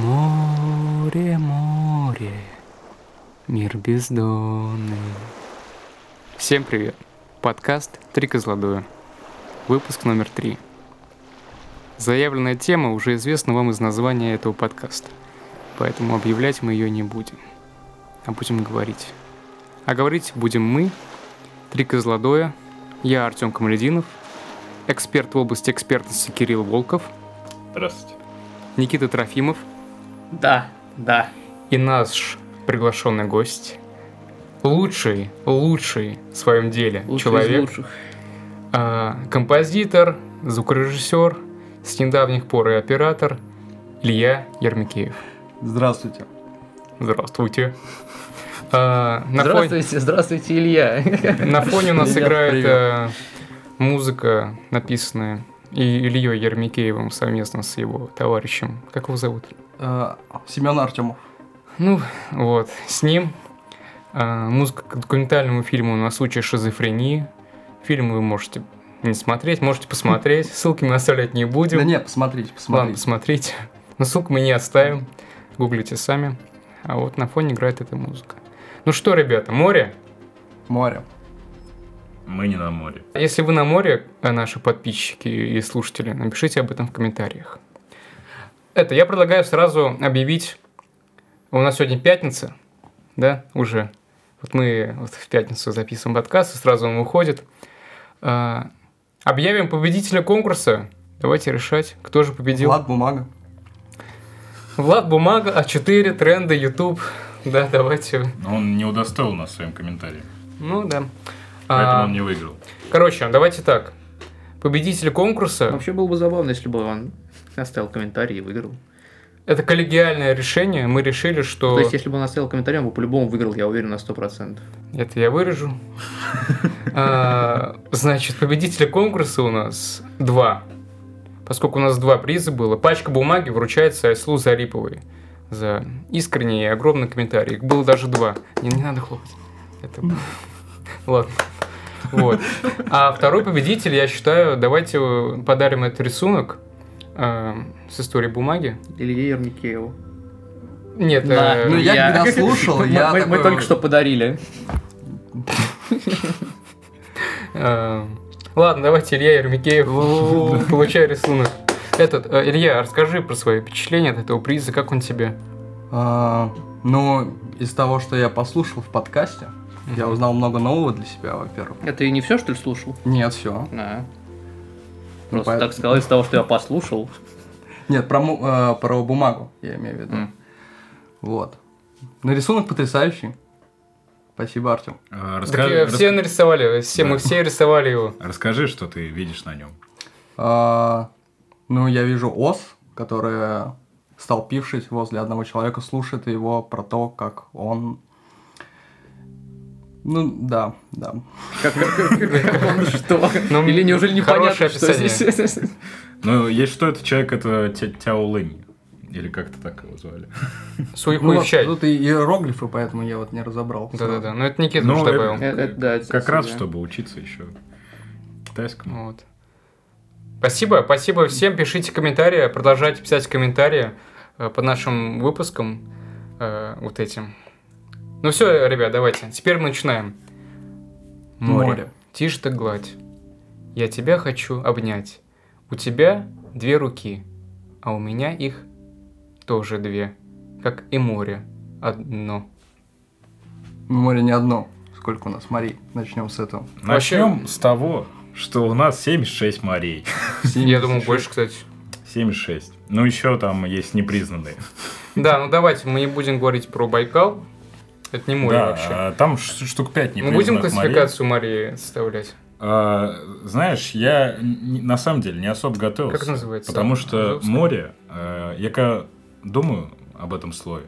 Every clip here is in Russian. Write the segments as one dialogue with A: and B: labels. A: Море, море, мир бездонный. Всем привет! Подкаст «Три козлодоя». Выпуск номер три. Заявленная тема уже известна вам из названия этого подкаста, поэтому объявлять мы ее не будем, а будем говорить. А говорить будем мы, «Три козлодоя», я Артем Камалединов, эксперт в области экспертности Кирилл Волков,
B: Здравствуйте.
A: Никита Трофимов,
C: Да, да.
A: и наш приглашенный гость, лучший, лучший в своем деле
C: Лучший из
A: человек,
C: лучших.
A: а, композитор, звукорежиссер, с недавних пор и оператор Илья Ермикеев.
B: Здравствуйте.
A: Здравствуйте. А, на, фоне-
C: здравствуйте, здравствуйте, Илья.
A: на фоне у нас
C: Привет,
A: играет
C: привет.
A: э, музыка, написанная и Ильей Ермикеевым совместно с его товарищем. Как его зовут?
D: Э,
B: Семен Артемов.
A: Ну, вот, с ним. А, Музыка к документальному фильму «На случай шизофрении». Фильм вы можете не смотреть, можете посмотреть. Ссылки мы оставлять не будем.
D: Да нет, посмотрите,
A: Ладно,
D: посмотрите.
A: посмотрите. Но ссылку мы не оставим. Гуглите сами. А вот на фоне играет эта музыка. Ну что, ребята, море?
D: Море.
B: Мы не на море.
A: Если вы на море, э, наши подписчики и слушатели, напишите об этом в комментариях. Это, я предлагаю сразу объявить. У нас сегодня пятница, да, уже. Вот мы вот в пятницу записываем подкаст, и сразу он выходит. А, Объявим победителя конкурса. Давайте решать, кто же победил.
D: Влад, бумага.
A: Влад Бумага, А4, тренды, YouTube. Да, давайте.
B: Но он не удостоил нас своим комментарием.
A: Ну да.
B: Поэтому
A: А,
B: он не выиграл.
A: Короче, давайте так. Победитель конкурса
C: Вообще было бы забавно, если бы он оставил комментарий и выиграл.
A: это коллегиальное решение. Мы решили, что
C: То есть, если бы он оставил комментарий, он бы по-любому выиграл, я уверен, на 100%.
A: это я вырежу. А, Значит, победителя конкурса у нас два. Поскольку у нас два приза было, пачка бумаги вручается Айслу Зариповой за искренний и огромный комментарий. Их было даже два. Не, не надо хлопать. Это... Ладно. Вот. А второй победитель, я считаю, давайте э, подарим этот рисунок э, с историей бумаги.
C: Илье Ермикееву.
A: Нет,
C: Да.
A: э,
D: Ну, я,
C: я-
D: когда слушал,
C: Мы-
D: я
C: мы-
D: такой
C: Мы только что подарили.
A: Э, Ладно, давайте Илья Ермикеев. Получай рисунок. Этот, э, Илья, расскажи про свои впечатления от этого приза, как он тебе?
D: А, ну, из того, что я послушал в подкасте, я узнал много нового для себя, во-первых.
C: Это и А не все, что ли, слушал?
D: Нет, все.
C: Да.
A: Ну,
C: Просто
D: поэт-
C: так сказал из того, что я послушал.
D: Нет, про, му- э, про бумагу, я имею в виду.
C: М.
D: Вот. Ну, рисунок потрясающий. Спасибо, Артем.
B: А,
A: Так,
B: расскажи-
A: э, все
B: рас-
A: нарисовали, все, мы
B: Да.
A: все рисовали его.
B: Расскажи, что ты видишь на нем.
D: А, ну, я вижу ос, которая, столпившись возле одного человека, слушает его про то, как он... Ну, да, да.
C: Как как он что?
A: Ну,
C: Или неужели непонятно,
A: хорошее
C: что
A: описание.
C: здесь?
B: Ну, если что, это человек, это Тя- Тяо Линь. Или как-то так его звали.
D: Ну,
A: Суихуй
D: вот
A: в чай.
D: Тут и иероглифы, поэтому я вот не разобрал.
A: Да-да-да, но это Никита
B: ну, Ну,
A: уже
B: это-
A: добавил.
C: Э, э, да, это
B: Как раз,
C: да.
B: чтобы учиться еще китайскому.
A: Вот. Спасибо, спасибо всем, пишите комментарии, продолжайте писать комментарии э, под нашим выпуском, э, вот этим. Ну все, ребят, давайте, теперь мы начинаем.
D: Море.
A: Тишь да гладь. Я тебя хочу обнять. У тебя две руки, а у меня их тоже две, как и море одно.
D: Ну, Море не одно. Сколько у нас морей? Начнем с этого.
A: Ну,
B: Начнем с того, что у нас 76 морей.
A: Я думал больше, кстати.
B: 76. Ну, еще там есть непризнанные.
A: Да, ну давайте мы не будем говорить про Байкал. Это не море
B: да,
A: вообще.
B: а там ш- штук 5
A: Мы будем
B: непризнанных морей.
A: классификацию морей составлять.
B: А, знаешь, я н- на самом деле не особо готовился.
A: Как это называется?
B: Потому что
A: Азовское?
B: море, э, я когда думаю об этом слове,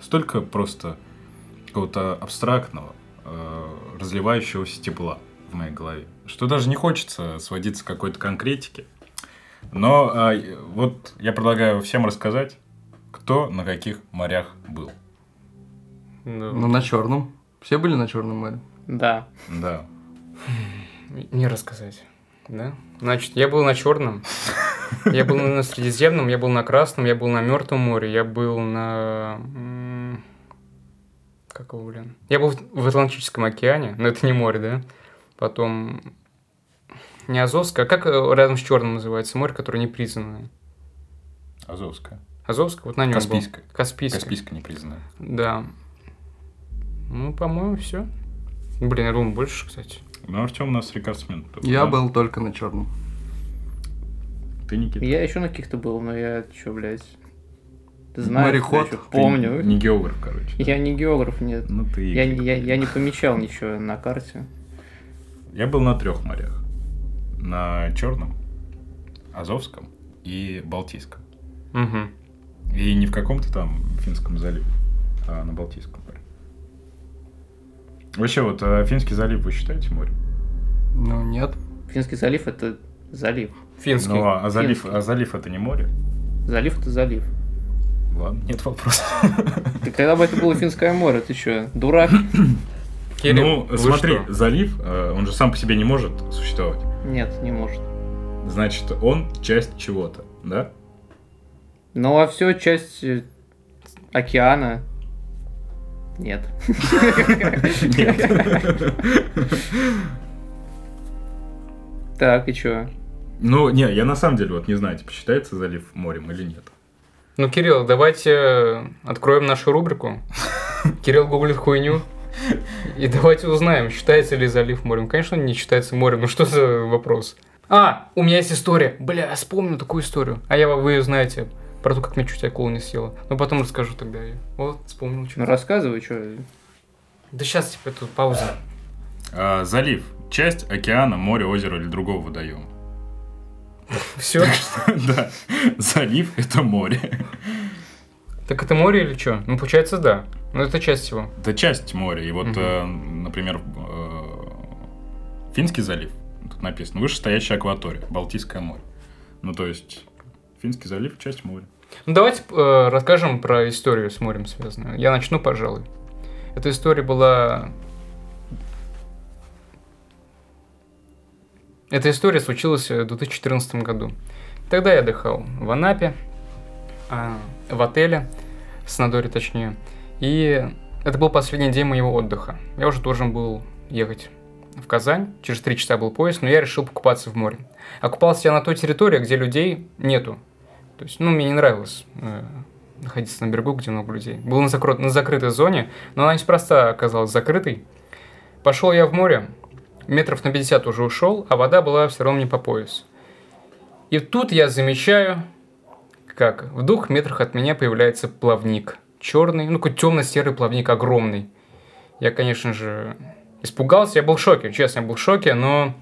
B: столько просто какого-то абстрактного, э, разливающегося тепла в моей голове, что даже не хочется сводиться к какой-то конкретике. Но э, вот я предлагаю всем рассказать, кто на каких морях был.
A: Да.
D: Ну, на черном. Все были на черном море?
C: Да.
B: Да.
A: Не рассказать. Да? Значит, я был на черном. Я был на Средиземном, я был на Красном, я был на Мертвом море, я был на... м, Как его, блин? Я был в- в Атлантическом океане, но это не море, да? Потом... Не Азовское, а как э, рядом с Черным называется море, которое не признанное?
B: Азовская.
A: Азовское? Вот на нем был.
B: Каспийское.
A: Каспийское.
B: Каспийская не признана.
A: Да. Ну, по-моему, все. Блин, я думал больше, кстати.
B: Ну, Артем у нас рекордсмен. тут,
D: Я
B: да?
D: был только на черном.
B: Ты, Никита.
C: Я еще на каких-то был, но я чё, блядь. Ты я
D: Мореход.
C: ещё
B: Ты
C: помню.
B: Не географ, короче.
C: Я не географ, нет.
B: Ну ты.
C: Я,
B: Игорь.
C: не- я, я не помечал ничего на карте.
B: Я был на трех морях. На Черном, Азовском и Балтийском.
A: Угу.
B: И не в каком-то там Финском заливе, а на Балтийском море. Вообще, вот а, Финский залив вы считаете морем?
D: Ну нет.
C: Финский залив это залив.
A: Финский.
B: Ну, а, а залив,
C: Финский.
B: а залив это не море?
C: Залив это залив.
B: Ладно, нет вопросов.
C: Так когда бы это было Финское море, ты чё, дурак?
A: Кирилл,
B: ну,
A: вы
B: смотри,
A: что?
B: залив, э, он же сам по себе не может существовать.
C: Нет, не может.
B: Значит, он часть чего-то, да?
C: Ну а все часть э, океана. Нет. Так, и чё?
B: Ну, не, я на самом деле вот не знаю, типа, считается залив морем или нет.
A: Ну, Кирилл, давайте э, откроем нашу рубрику. Кирилл гуглит хуйню. И давайте узнаем, считается ли залив морем. Конечно, он не считается морем. Ну что за вопрос? А, у меня есть история. Бля, вспомнил такую историю. А я вы ее знаете. Про то, как меня чуть акула не съела. Ну, потом расскажу тогда ее. Вот, вспомнил
C: Ну
A: что
C: рассказывай, чё.
A: Да сейчас, типа, тут пауза.
B: А, залив. Часть океана, моря, озера или другого водоема.
A: Все?
B: Да, залив — это море.
A: Так это море или что? Ну, получается, да. Ну, это часть его.
B: Это часть моря. И вот,
A: Мгм.
B: э, например, э, Финский залив, тут написано, вышестоящая акватория, Балтийское море. Ну, то есть, Финский залив — часть моря.
A: Ну, давайте э, расскажем про историю с морем связанную. Я начну, пожалуй. Эта история была... Эта история случилась э, в 2014 году. Тогда я отдыхал в Анапе, а, в отеле, в Санадоре точнее. И это был последний день моего отдыха. Я уже должен был ехать в Казань. Через три часа был поезд, но я решил покупаться в море. Окупался я на той территории, где людей нету. То есть, ну, мне не нравилось э, находиться на берегу, где много людей. Был на, закро- на закрытой зоне, но она неспроста оказалась закрытой. Пошел я в море, метров на 50 уже ушел, а вода была все равно не по пояс. И тут я замечаю, как в двух метрах от меня появляется плавник. Черный, ну, какой темно-серый плавник, огромный. Я, конечно же, испугался, я был в шоке, честно, я был в шоке, но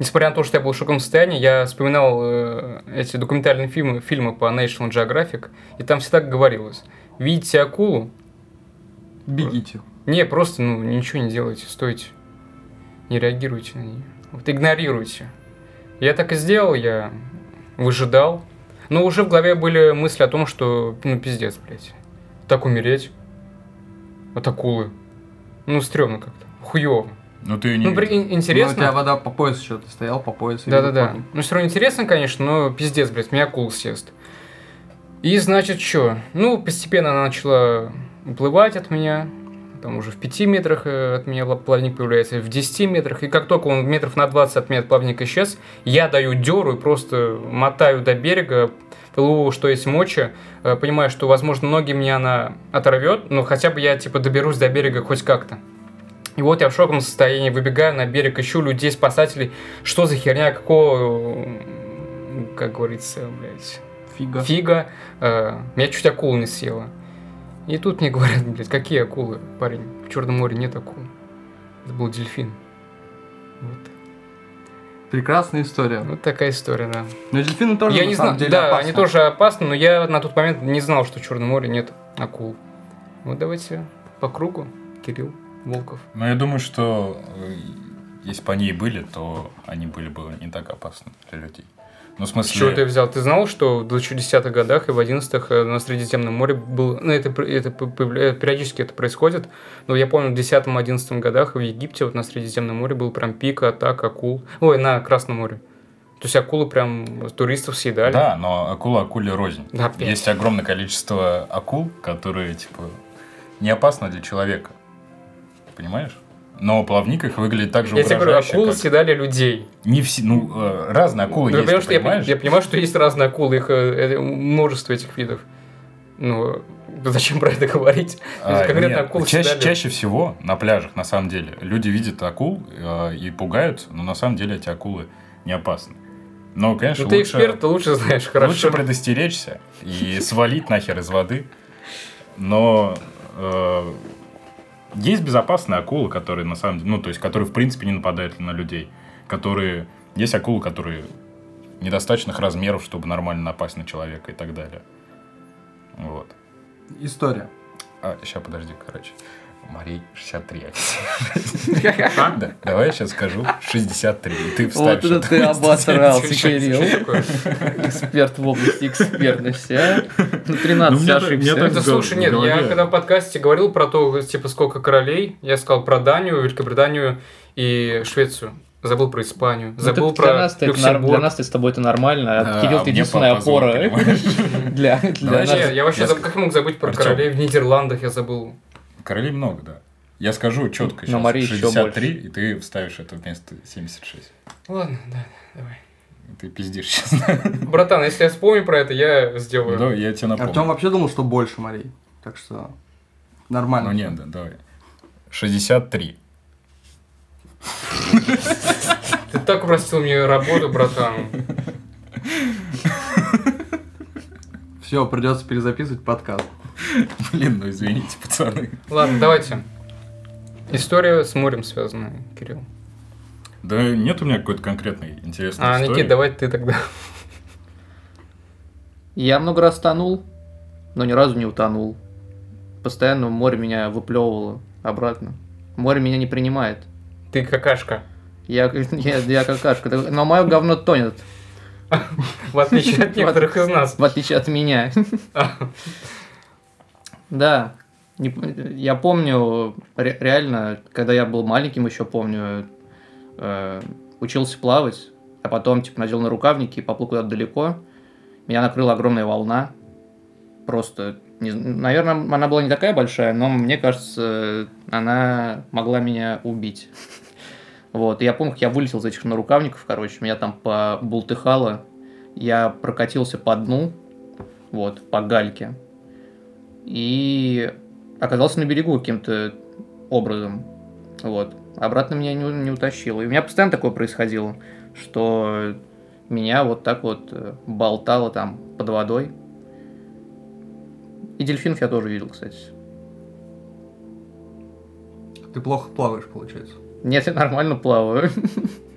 A: несмотря на то, что я был в шоковом состоянии, я вспоминал э, эти документальные фильмы, фильмы по National Geographic, и там всегда говорилось, видите акулу,
D: Бегите.
A: не, просто, ну, ничего не делайте, стойте. Не реагируйте на нее. Вот игнорируйте. Я так и сделал, я выжидал. Но уже в голове были мысли о том, что, ну, пиздец, блядь. Так умереть. От акулы. Ну, стрёмно как-то. Хуёво.
B: Ну, ты не
A: Ну, при-
B: видел.
A: ин-
D: Ну, у тебя
A: интересно.
D: вода по пояс еще, ты стоял по пояс.
A: Да-да-да. Ну, все равно интересно, конечно, но пиздец, блядь, меня акула съест. И, значит, что? Ну, постепенно она начала уплывать от меня. Там уже в 5 метрах э, от меня ла- плавник появляется, в 10 метрах. И как только он метров на 20 от меня плавник исчез, я даю деру и просто мотаю до берега, плыву, что есть мочи. Э, Понимаю, что, возможно, ноги меня она оторвет, но хотя бы я, типа, доберусь до берега хоть как-то. И вот я в шоковом состоянии, выбегаю на берег, ищу людей, спасателей. Что за херня, какого, э, как говорится, блядь,
D: Фига.
A: фига. э, меня чуть акула не съела. И тут мне говорят, блядь, какие акулы, парень, в Черном море нет акул. Это был дельфин. Вот,
D: Прекрасная история.
A: Вот такая история, да.
D: Но Ну, дельфины тоже
A: я
D: на
A: не
D: самом
A: знаю,
D: деле
A: да,
D: опасны.
A: они тоже опасны, но я на тот момент не знал, что в Черном море нет акул. Вот давайте по кругу, Кирилл Волков.
B: Ну, я думаю, что э, если бы они и были, то они были бы не так опасны для людей. Ну, в
A: С чего ты
B: смысле...
A: взял? Ты знал, что в 2010-х годах и в 11-х на Средиземном море был... Ну, это, пр- это п- появля- периодически это происходит, но я помню, в 10-11 годах в Египте вот на Средиземном море был прям пик атак акул. Ой, на Красном море. То есть акулы прям туристов съедали?
B: Да, но акула акуле рознь.
A: Да, пи-
B: Есть огромное количество акул, которые, типа, не опасны для человека. Понимаешь? Но плавник их выглядит так же
A: Я тебе говорю,
B: угрожающе,
A: акулы
B: как-
A: съедали людей.
B: Не все, ну, э, разные акулы
A: Ну, я
B: есть,
A: понимаю,
B: ты
A: что я, пон-
B: понимаешь?
A: я понимаю, что есть разные акулы, их э, э, множество этих видов. Ну, зачем про это говорить?
B: А,
A: конкретно
B: нет,
A: акул
B: чаще,
A: съедали.
B: чаще всего на пляжах, на самом деле, люди видят акул э, и пугаются, но на самом деле эти акулы не опасны. Но, конечно,
A: Ну, ты
B: лучше,
A: эксперт, ты лучше знаешь, хорошо.
B: лучше предостеречься и свалить нахер из воды. Но э, есть безопасные акулы, которые на самом деле, ну, то есть, которые в принципе не нападают на людей. Которые, есть акулы, которые недостаточных размеров, чтобы нормально напасть на человека и так далее. Вот.
D: История.
B: А, сейчас, подожди, короче. Марий 63.
C: А?
B: Да, давай я сейчас скажу 63. И ты
E: Вот
B: вставишь
E: это
B: это.
E: ты обосрался,
A: Чё- чё- чё
E: Кирилл.
A: такое?
E: Эксперт в области экспертности, а? Ну,
B: Ну, мне
E: 13
B: так- мне так
A: Это
E: ошибся.
B: в гол-
A: слушай, нет,
B: в голове.
A: я когда в подкасте говорил про то, типа, сколько королей, я сказал про Данию, Великобританию и Швецию. Забыл про Испанию, забыл
C: Ну, так для
A: про
C: нас-то это нар- для
A: Люксембург.
C: нас-то с тобой это нормально, а
B: А,
C: Кирилл ты
B: мне
C: единственная
B: папа звонит,
C: опора
B: понимаешь?
C: для, для
B: Давай
A: Да
C: нас.
A: нет, я вообще
B: Я
A: забыл, как я мог забыть про
B: Артём.
A: королей в Нидерландах, я забыл.
B: Королей много, да. Я скажу четко
C: Но Марий
B: сейчас
C: ещё
B: 63, и ты вставишь это вместо 76.
A: Ладно, да, давай.
B: И Ты пиздишь сейчас.
A: Братан, если я вспомню про это, я сделаю.
B: Да, я тебе
D: Артем
B: напомню.
D: вообще думал, что больше морей. Так что нормально.
B: Ну нет, да, давай. 63.
A: Ты так упростил мне работу, братан.
D: Все, придется перезаписывать подкаст.
B: Блин, ну извините, пацаны.
A: Ладно, давайте. История с морем связана, Кирилл.
B: Да нет у меня какой-то конкретной интересной
A: А,
B: истории.
A: Никит, давай ты тогда.
C: Я много раз тонул, но ни разу не утонул. Постоянно море меня выплевывало обратно. Море меня не принимает.
A: Ты какашка.
C: Я, я, я какашка. Но мое говно тонет,
A: В отличие от некоторых из нас.
C: в отличие от меня. Да. Не п- я помню, ре- реально, когда я был маленьким, еще помню, э, учился плавать, а потом, типа, надел на рукавники и поплыл куда-то далеко. Меня накрыла огромная волна. Просто, наверное, она была не такая большая, но мне кажется, она могла меня убить. Вот, и я помню, как я вылетел из этих нарукавников, короче, меня там побултыхало, я прокатился по дну, вот, по гальке, и оказался на берегу каким-то образом. Вот. Обратно меня не, у- не утащило. И у меня постоянно такое происходило, что меня вот так вот э, болтало там под водой. И дельфинов я тоже видел, кстати.
D: Ты плохо плаваешь, получается.
C: Нет, я нормально плаваю.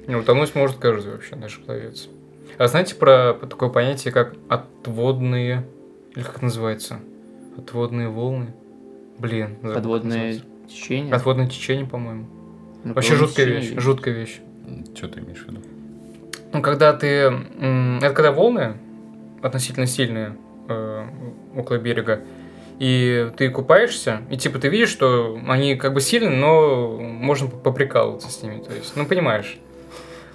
A: Не, утонуть может каждый вообще, даже пловец. А знаете про такое понятие, как отводные... Или как называется? Отводные волны? Блин. забыл, как
C: Подводное
A: называется.
C: течение.
A: Отводное течение, по-моему.
C: Ну,
A: Вообще
C: подводное
A: жуткая
C: течение.
A: вещь, жуткая вещь.
B: Что ты имеешь в виду?
A: Ну, когда ты... м, Это когда волны относительно сильные э, около берега, и ты купаешься, и типа ты видишь, что они как бы сильны, но можно п- поприкалываться с ними, то есть, ну, понимаешь.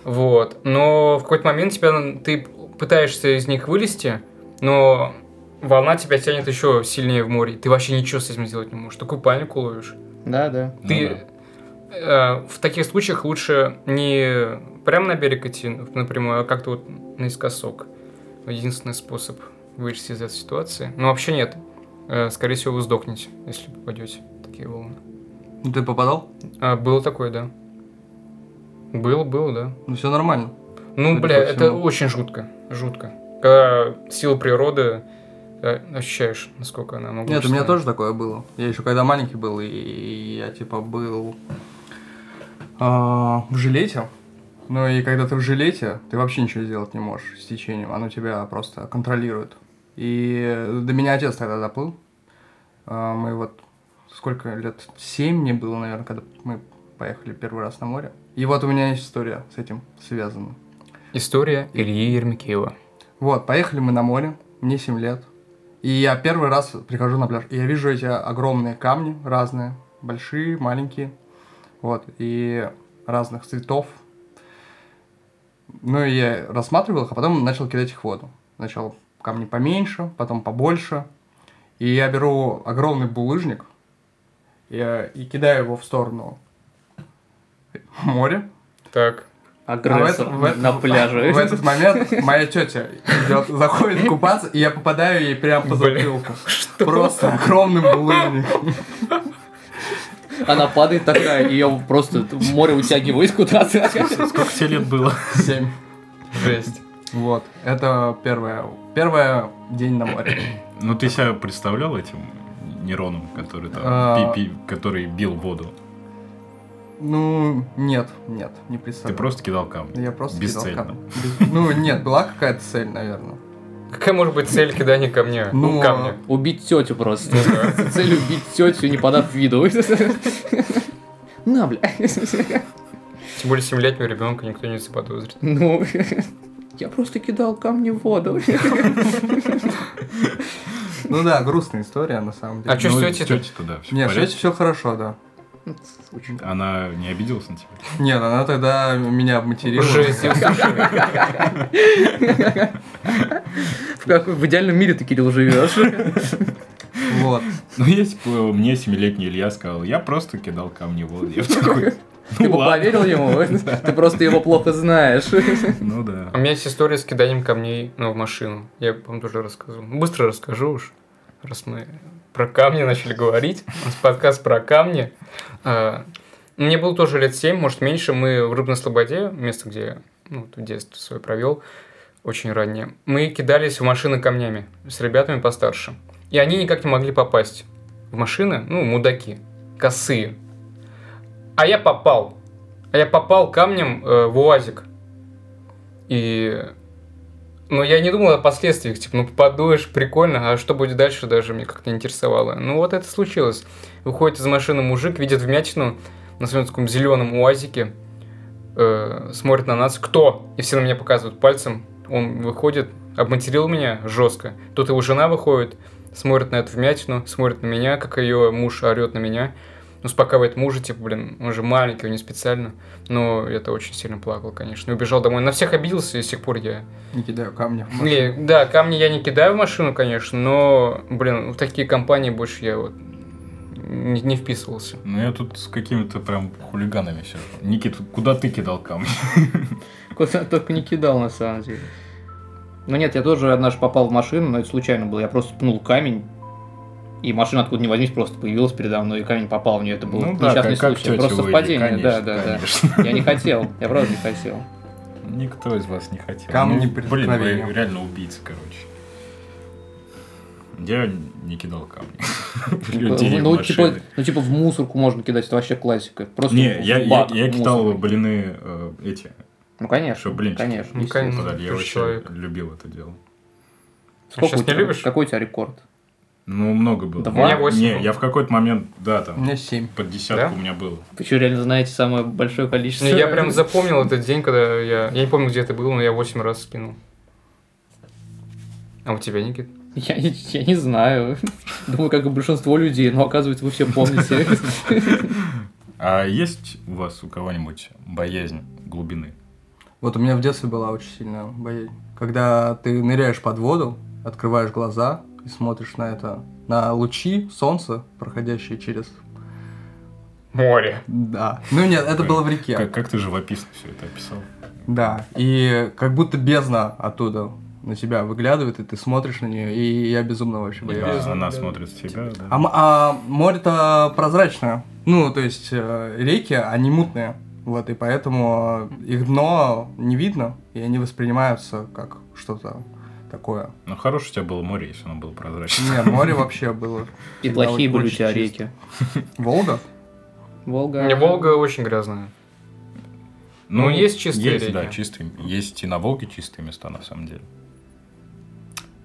A: Вот. Но в какой-то момент тебя, н- ты пытаешься из них вылезти, но волна тебя тянет еще сильнее в море, и ты вообще ничего с этим сделать не можешь. Ты купальнику ловишь.
C: Да, да.
B: Ну
A: Ты
B: да.
A: э, в таких случаях лучше не прямо на берег идти напрямую, а как-то вот наискосок. Единственный способ вылезти из этой ситуации. Но вообще нет. Э, скорее всего, вы сдохнете, если попадете в такие волны.
D: Ну ты попадал?
A: А, было такое, да. Было, было, да.
D: Ну все нормально.
A: Ну,
D: Судя
A: бля,
D: по
A: это
D: всему.
A: очень жутко. Жутко. Когда силу природы э, ощущаешь, насколько она могла.
D: Нет, у меня тоже такое было. Я еще когда маленький был, и я типа был а, в жилете. Ну и когда ты в жилете, ты вообще ничего сделать не можешь с течением. Оно тебя просто контролирует. И до меня отец тогда доплыл. А, мы вот сколько лет? Семь мне было, наверное, когда мы поехали первый раз на море. И вот у меня есть история с этим связана.
A: История Ильи Ермекеева.
D: Вот, поехали мы на море, мне 7 лет. И я первый раз прихожу на пляж, и я вижу эти огромные камни разные, большие, маленькие, вот, и разных цветов. Ну, и я рассматривал их, а потом начал кидать их в воду. Сначала камни поменьше, потом побольше. И я беру огромный булыжник я- и кидаю его в сторону моря.
A: Так.
D: А
C: Агрессор
D: в этот- в
C: на
D: этот-
C: пляже.
D: В этот момент моя тетя идет, заходит купаться, и я попадаю ей прям по затылку. Просто огромным булыжником.
C: Она падает такая, ее просто море утягивает куда-то.
B: Сколько тебе лет было?
D: Семь.
A: Жесть.
D: Вот. Это первое. Первое день на море.
B: Ну, ты себя представлял этим нейроном, который, там,
D: А.
B: пи- пи- который бил воду?
D: Ну, нет, нет, не
B: Ты
D: представляю.
B: просто кидал камни?
D: Я просто кидал
B: Бесцельно.
D: камни. Без- Ну, нет, была какая-то цель, наверное.
A: Какая может быть цель кидания камня?
D: Ну,
A: Ну, камня.
C: Убить тетю просто. Цель убить тетю, не подав виду. На, бля.
A: Тем более семилетнего ребенка никто не заподозрит.
C: Ну, я просто кидал камни в воду.
D: Ну да, грустная история, на самом
A: А
D: деле.
A: что
B: Ну,
A: с
B: с
A: тетей?
B: тетей-то, да, всё в
D: Нет,
B: порядке.
D: все хорошо, да.
C: Очень
B: Она не обиделась на тебя?
D: Нет, она тогда меня обматерила.
A: Жесть, я слушаю.
C: В, как- в идеальном мире ты, Кирилл, живешь.
D: Вот.
B: Ну, если бы мне семилетний Илья сказал, я просто кидал камни в воду. Я бы такой,
C: Ты бы
B: ну ладно.
C: поверил ему, ты просто его плохо знаешь.
B: Ну
A: У
B: да.
A: меня есть история с киданием камней ну, в машину. Я вам тоже расскажу. Быстро расскажу уж, раз мы про камни начали говорить. У нас подкаст про камни. А, Мне было тоже лет 7, может меньше. Мы в Рыбной Слободе, место, где я ну, вот детство свое провел, очень раннее, мы кидались в машины камнями с ребятами постарше. И они никак не могли попасть в машины, ну, мудаки, косые. А я попал. А я попал камнем э, в УАЗик. И... Но я не думал о последствиях, типа, ну попадуешь, прикольно, а что будет дальше, даже мне как-то не интересовало. Ну вот это случилось. Выходит из машины мужик, видит вмятину на своем таком зеленом уазике, э, смотрит на нас, кто? И все на меня показывают пальцем. Он выходит, обматерил меня жестко. Тут его жена выходит, смотрит на эту вмятину, смотрит на меня, как ее муж орет на меня. Успокаивает мужа, типа, блин, он же маленький, он не специально. Но это очень сильно плакал, конечно. И убежал домой. На всех обиделся, и с тех пор я...
D: Не кидаю камни. в
A: Не, да, камни я не кидаю в машину, конечно, но, блин, в такие компании больше я вот не, не вписывался.
B: Ну, я тут с какими-то прям хулиганами сижу. Никит, куда ты кидал камни?
C: Куда только не кидал, на самом деле. Ну нет, я тоже однажды попал в машину, но это случайно было. Я просто пнул камень, и машина откуда ни возьмись просто появилась передо мной, и камень попал в нее. Это был
B: Ну да,
C: несчастный
B: как- как
C: случай.
B: тетя
C: просто
B: Луи,
C: совпадение,
B: конечно,
C: да, да,
B: конечно.
C: да. Я не хотел, я правда не хотел.
B: Никто из вас не хотел.
D: Камни
B: ну, блин,
D: преткновения.
B: вы реально убийцы, короче. Я не кидал камни. Людей,
C: ну, типа,
B: машины.
C: ну, типа в мусорку можно кидать, это вообще классика. Просто
B: Не,
C: в
B: я, я,
C: бак
B: я кидал
C: мусорный.
B: блины э, эти.
C: Ну конечно,
B: Что, блинчики?
C: конечно.
A: Ну, конечно.
C: естественно.
B: Подали,
A: ты
B: Я
A: же
B: вообще
A: человек.
B: любил это дело.
C: Сколько
A: Сейчас
C: у
A: не
C: тебя-
A: любишь?
C: Какой у тебя рекорд?
B: Ну, много было.
C: Два? У меня
A: восемь
B: Не,
A: было.
B: я в какой-то момент, да,
D: У
B: там,
D: меня семь.
B: под десятку
A: Да?
B: у меня было.
C: Вы что, реально знаете самое большое количество?
A: Не, Ну, Я прям запомнил этот день, когда я... Я не помню, где это было, но я 8 раз скинул. А у тебя, Никит?
C: Я, я не знаю. Думаю, как и большинство людей, но оказывается, вы все помните.
B: А есть у вас у кого-нибудь боязнь глубины?
D: Вот у меня в детстве была очень сильная боязнь. Когда ты ныряешь под воду, открываешь глаза и смотришь на это, на лучи солнца, проходящие через...
A: Море.
D: Да. Ну нет, это было в реке.
B: Как, как ты живописно все это описал?
D: Да. И как будто бездна оттуда на тебя выглядывает, и ты смотришь на нее, и я безумно вообще
B: И
D: боялся.
A: без-
B: она
A: да.
B: смотрит в тебя, да.
D: А, м- а море-то прозрачное. Ну, то есть э, реки, они мутные. Вот, и поэтому э, их дно не видно, и они воспринимаются как что-то такое.
B: Ну, хорошее у тебя было море, если оно было прозрачное.
D: Не, море вообще было.
C: И
D: всегда
C: плохие были у
D: очень
C: тебя
D: чисто.
C: реки.
D: Волга?
C: Волга.
A: Мне Волга очень грязная. Ну, есть чистые
B: есть,
A: реки.
B: Да, чистые. Есть и на Волге чистые места, на самом деле.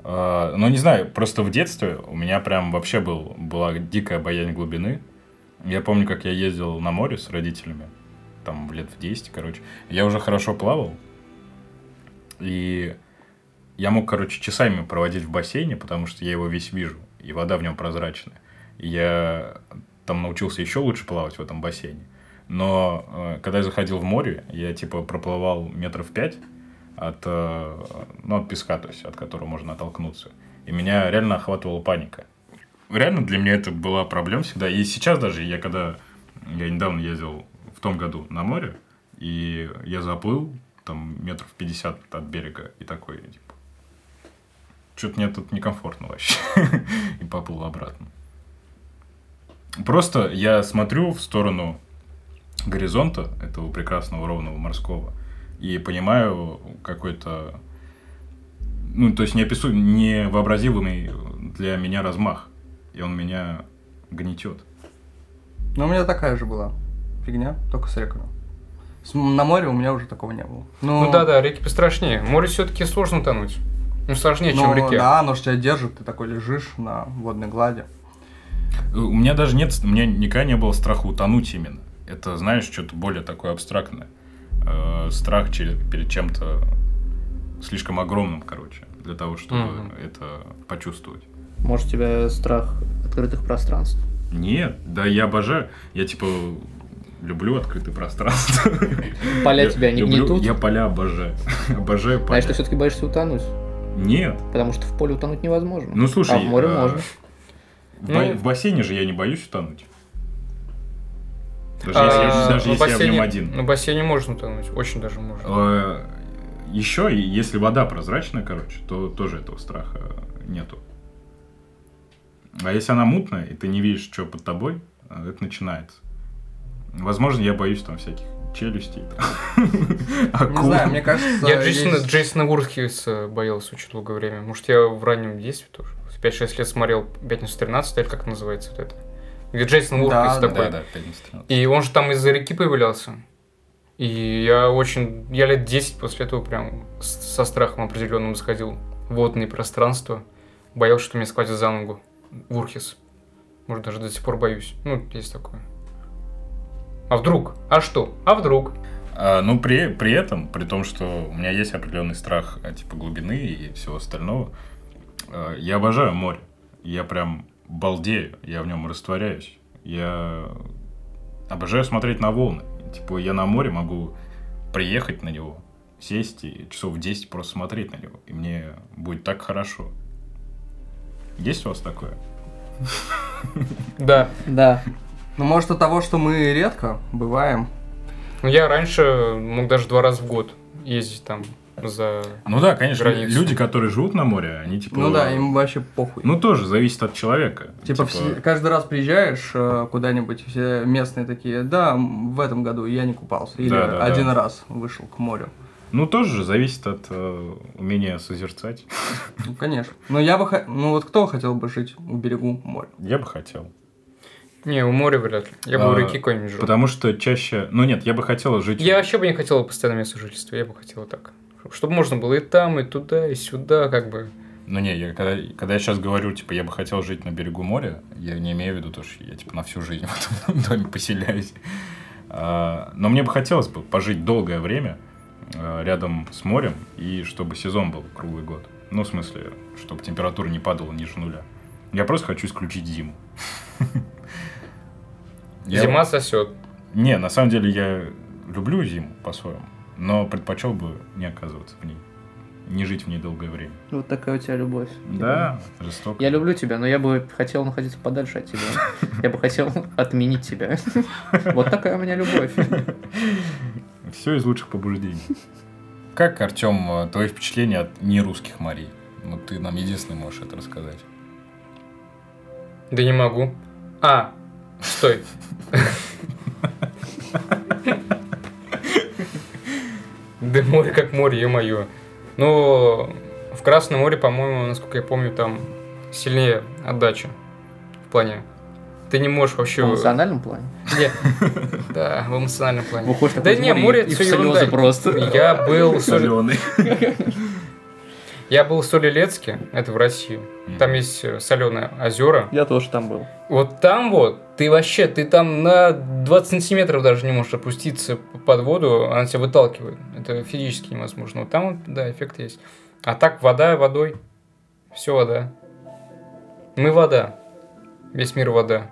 B: А, ну, не знаю, просто в детстве у меня прям вообще был, была дикая боязнь глубины. Я помню, как я ездил на море с родителями, там в лет в 10, короче. Я уже хорошо плавал, и я мог, короче, часами проводить в бассейне, потому что я его весь вижу, и вода в нем прозрачная. И я там научился еще лучше плавать в этом бассейне. Но э, когда я заходил в море, я типа проплывал метров пять, от, э, ну, от песка, то есть от которого можно оттолкнуться. И меня реально охватывала паника. Реально для меня это была проблема всегда. И сейчас даже я когда... Я недавно ездил в том году на море, и я заплыл там метров 50 от берега и такой, типа, что-то мне тут некомфортно вообще. и поплыл обратно. Просто я смотрю в сторону горизонта, этого прекрасного ровного морского, и понимаю какой-то, ну, то есть неопису... невообразимый для меня размах. И он меня гнетет.
D: Ну, у меня такая же была фигня, только с реками. С- На море у меня уже такого не было.
A: Ну да-да, реки пострашнее. Море все-таки сложно тонуть. Ну, сложнее, чем
D: ну,
A: в реке.
D: Да, оно ж тебя держит, ты такой лежишь на водной глади.
B: Э, У меня даже нет, у меня никогда не было страха утонуть именно. Это, знаешь, что-то более такое абстрактное. Э, страх через, перед чем-то слишком огромным, короче, для того, чтобы
A: Мгм.
B: это почувствовать.
C: Может, у тебя страх открытых пространств?
B: Нет, да я обожаю. Я типа люблю открытое пространство.
C: Поля
B: Я
C: тебя не
B: люблю-
C: гнетут?
B: Я поля обожаю. Обожаю поля.
C: Значит, ты все-таки боишься утонуть,
B: Нет.
C: потому что в поле утонуть невозможно.
B: Ну слушай.
C: а в море
B: э,
C: можно.
B: В, бо-
A: Ну,
B: в бассейне же я не боюсь утонуть. Даже,
A: А,
B: если, я- даже
A: на
B: если я в
A: бассейне-
B: нем один.
C: ну,
B: А
A: На бассейне можно тонуть, очень даже можно.
B: Еще, Э, если вода прозрачная, короче, то тоже этого страха нету. А если она мутная, и ты не видишь, что под тобой, э, это начинается. Возможно, я боюсь там всяких челюстей. там,
D: Не
B: акул.
D: знаю, мне кажется,
A: Я Джейсона,
D: есть-
A: Джейсона Уорхиуса боялся очень долгое время. Может, я в раннем детстве тоже. В 5-6 лет смотрел «Пятницу 13», или как это называется вот это. Где Джейсон Уорхиус
D: да,
A: такой.
B: Да, да, пятница 13.
A: И он же там из-за реки появлялся. И я очень... Я лет 10 после этого прям с- со страхом определенным заходил в водные пространства. Боялся, что меня схватит за ногу. Вурхис. Может, даже до сих пор боюсь. Ну, есть такое. А вдруг? А что? А вдруг?
B: А, ну, при, при этом, при том, что у меня есть определенный страх, а, типа, глубины и всего остального, а, я обожаю море. Я прям балдею, я в нем растворяюсь. Я обожаю смотреть на волны. Типа, я на море могу приехать на него, сесть и часов 10 просто смотреть на него. И мне будет так хорошо. Есть у вас такое?
A: Да.
C: Да.
D: Ну, может, от того, что мы редко бываем.
A: Ну, я раньше мог даже два раза в год ездить там за...
B: Ну да, конечно,
A: Границу.
B: люди, которые живут на море, они типа...
D: Ну да, им вообще похуй.
B: Ну тоже зависит от человека.
D: Типа, все- каждый раз приезжаешь э, куда-нибудь, все местные такие, да, м, в этом году я не купался. Или
B: Да, да,
D: один
B: да.
D: раз вышел к морю.
B: Ну, тоже зависит от э, умения созерцать.
D: Ну, конечно. Но я бы... хо- Ну, вот кто хотел бы жить у берегу моря?
B: Я бы хотел.
A: Не, у моря вряд ли. Я бы
B: А,
A: у реки какой-нибудь жил.
B: Потому что чаще... Ну, нет, я бы хотел жить...
A: Я вообще бы не хотела постоянное место жительства, я бы хотела так. Чтобы можно было и там, и туда, и сюда, как бы.
B: Ну, не, я, когда, когда я сейчас говорю, типа, я бы хотел жить на берегу моря, я не имею в виду то, что я, типа, на всю жизнь в этом доме поселяюсь. А, но мне бы хотелось бы пожить долгое время э, рядом с морем, и чтобы сезон был круглый год. Ну, в смысле, чтобы температура не падала ниже нуля. Я просто хочу исключить зиму. Я-
A: Зима сосет.
B: Не, на самом деле я люблю зиму по-своему, но предпочел бы не оказываться в ней. Не жить в ней долгое время.
C: Вот такая у тебя любовь.
B: Да, жестоко.
C: Я люблю тебя, но я бы хотел находиться подальше от тебя. Я бы хотел отменить тебя. Вот такая у меня любовь.
B: Все из лучших побуждений. Как, Артем, твои впечатления от нерусских морей? Ну, ты нам единственный можешь это рассказать.
A: Да не могу. А, стой. Да море как море, ё-моё. Но в Красном море, по-моему, насколько я помню, там сильнее отдача. В плане. Ты не можешь
C: В
A: вообще...
C: эмоциональном плане.
A: Не. Да, в эмоциональном плане.
C: Выходишь
A: Да
C: такой из
A: не,
C: моря
A: море
C: и- и в
A: всё ерунда.
C: слезы просто.
A: Я был... с-
B: Соленый.
A: Я был в Солилецке, это в России. Там есть э, соленые озера.
C: Я тоже там был.
A: Вот там вот, ты вообще, ты там на 20 сантиметров даже не можешь опуститься п- под воду, она тебя выталкивает. Это физически невозможно. Вот там, вот, да, эффект есть. А так вода водой. Все вода. Мы вода. Весь мир вода.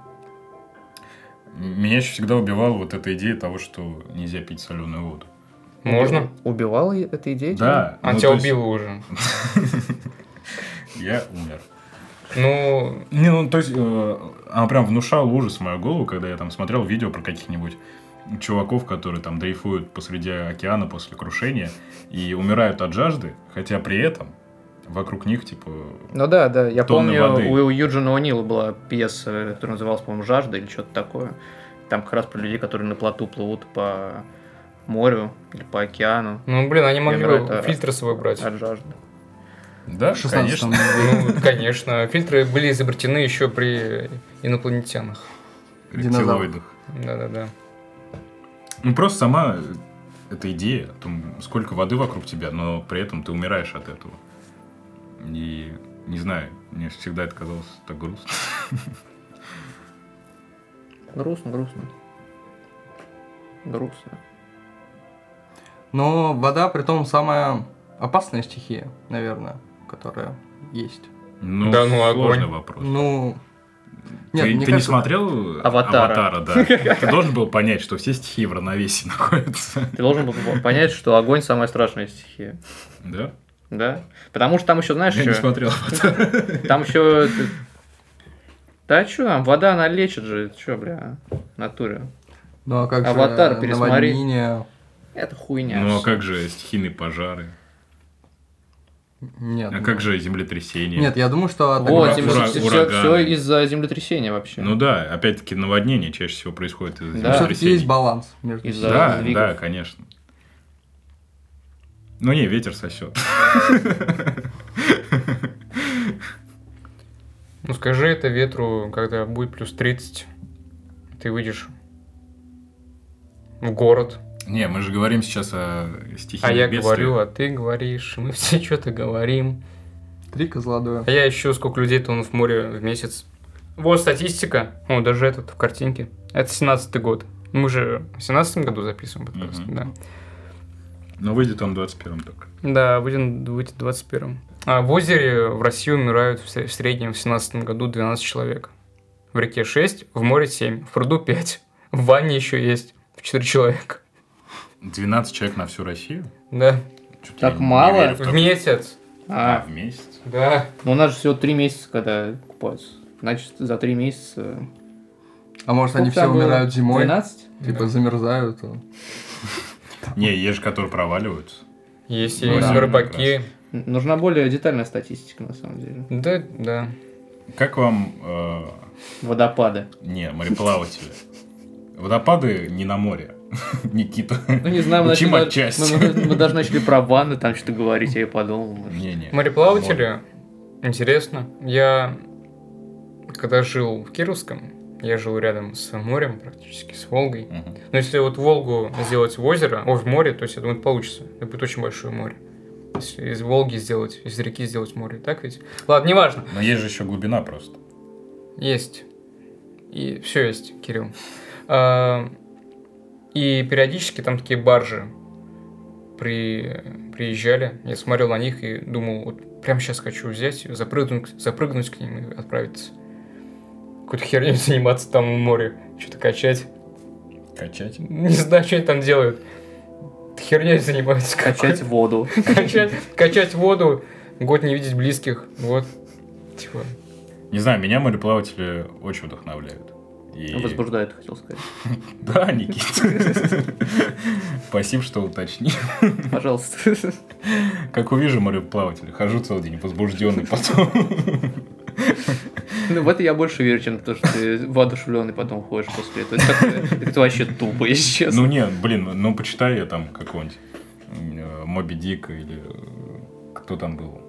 B: Меня еще всегда убивала вот эта идея того, что нельзя пить соленую воду.
A: Можно?
C: Убивал и- эта идея?
B: Да.
A: А
B: ну,
A: тебя
B: то есть
A: убило уже.
B: Я умер.
A: Ну,
B: Не, ну то есть э, она прям внушала ужас в мою голову, когда я там смотрел видео про каких-нибудь чуваков, которые там дрейфуют посреди океана после крушения и умирают от жажды, хотя при этом вокруг них типа
C: Ну да, да, я
B: Тонны
C: помню,
B: воды.
C: у, у Юджина О'Нила была пьеса, которая называлась, по-моему, «Жажда» или что-то такое. Там как раз про людей, которые на плоту плывут по морю или по океану.
A: ну блин, они могли
C: Играют,
A: бы
C: а,
A: фильтры с собой брать.
C: От жажды.
B: да,
D: В 16
B: конечно.
A: Ну, конечно. Фильтры были изобретены еще при инопланетянах.
B: рептилоидах.
A: Да-да-да.
B: Ну просто сама эта идея, о том, сколько воды вокруг тебя, но при этом ты умираешь от этого. И не знаю, мне всегда это казалось так грустно.
C: Грустно, грустно. Грустно.
D: Но вода, при том, самая опасная стихия, наверное, которая есть.
B: Ну,
A: Да ну,
B: сложный
A: огонь.
B: вопрос.
D: Ну,
B: Ты-
D: нет,
B: ты
D: мне
B: не
D: кажется-
B: смотрел
C: «Аватара»?
B: да. Ты должен был понять, что все стихи в равновесии находятся.
C: Ты должен был понять, что огонь самая страшная стихия.
B: Да?
C: Да? Потому А что там еще, знаешь,
B: Я не
C: чё?
B: смотрел «Аватара».
C: Там еще... Да что там, вода, она лечит же. Че, бля, а? в натуре.
D: Ну а как
C: «Аватар»
D: же
C: пересмотри.
D: наводнение?
C: Это хуйня.
B: Ну а как же стихийные пожары?
D: Нет.
B: А
D: ну-
B: как же землетрясения?
D: Нет, я думаю, что... от
C: Вот,
B: Ура- ура- ураганы.
C: все из-за землетрясения вообще.
B: Ну да, опять-таки наводнения чаще всего происходят из-за
C: Да.
D: Все-таки есть
B: землетрясений.
D: баланс между
C: Из-за
B: Да,
C: сдвигов.
B: да, конечно. Ну не, ветер сосет.
A: Ну скажи это ветру, когда будет плюс 30, ты выйдешь в город.
B: Не, мы же говорим сейчас о стихийных
A: а я
B: бедствиях.
A: говорю, а ты говоришь, и мы все что-то говорим.
D: Три козла дуэля.
A: А я ищу, сколько людей тонут в море в месяц. Вот статистика. О, даже этот в картинке. Это 17-й год. Мы же в 17 году записываем подкаст,
B: Мгм.
A: да.
B: Но Ну, выйдет он в 21-м только.
A: Да, выйдем в 21 А в озере в России умирают в сре- в среднем в 17 году 12 человек. В реке 6, в море 7, в пруду 5, в ванне еще есть 4 человека.
B: 12 человек на всю Россию?
A: Да.
B: Чё-то
C: Так
B: я не
C: мало?
B: верю
A: В
B: в такое.
A: месяц.
B: А,
C: А,
B: в месяц.
A: Да.
C: ну у нас же всего три месяца, когда купаются. Значит, за три месяца...
D: А может,
C: Сколько
D: они все
C: там было?
D: умирают зимой?
C: 12?
D: Типа замерзают. а.
B: Не, есть же, которые проваливаются.
A: Есть
C: Ну
A: и
C: да.
A: рыбаки.
C: Н- Нужна более детальная статистика, на самом деле.
A: Да, да.
B: Как вам... э,
C: Водопады.
B: Не, мореплаватели. Водопады не на море. Никита.
C: Ну, не знаю, мы
B: Учим
C: начали-
B: отчасти.
C: ну, мы- мы даже начали про ванны там что-то говорить, я и подумал. может.
B: Не-не.
A: Мореплаватели. Интересно. Я когда жил в Кировском, я жил рядом с морем практически, с Волгой.
B: Мгм.
A: Но Ну, если вот Волгу сделать в озеро, о, в море, то есть, я думаю, это получится. Это будет очень большое море. Если из Волги сделать, из реки сделать море, так ведь? Ладно, неважно.
B: Но есть же еще глубина просто.
A: Есть. И все есть, Кирилл. А, И периодически там такие баржи при... приезжали. Я смотрел на них и думал, вот прямо сейчас хочу взять, и запрыгнуть, запрыгнуть к ним и отправиться. Какую-то херню заниматься там в море, что-то качать.
B: Качать.
A: Не знаю, что они там делают. Херней занимаются.
C: Качать воду.
A: качать, качать воду, год не видеть близких. Вот. Типа.
B: Не знаю, меня мореплаватели очень вдохновляют. И-
C: Возбуждает, хотел сказать.
B: Да, Никита. Спасибо, что уточнил.
C: Пожалуйста.
B: Как увижу мореплавателя, хожу целый день возбужденный потом.
C: Ну, в это я больше верю, чем то, что ты воодушевленный потом ходишь после этого. Это, как-то- это вообще тупо, если честно.
B: Ну не, блин, ну почитай я там какого-нибудь э, Моби Дика или э, кто там был.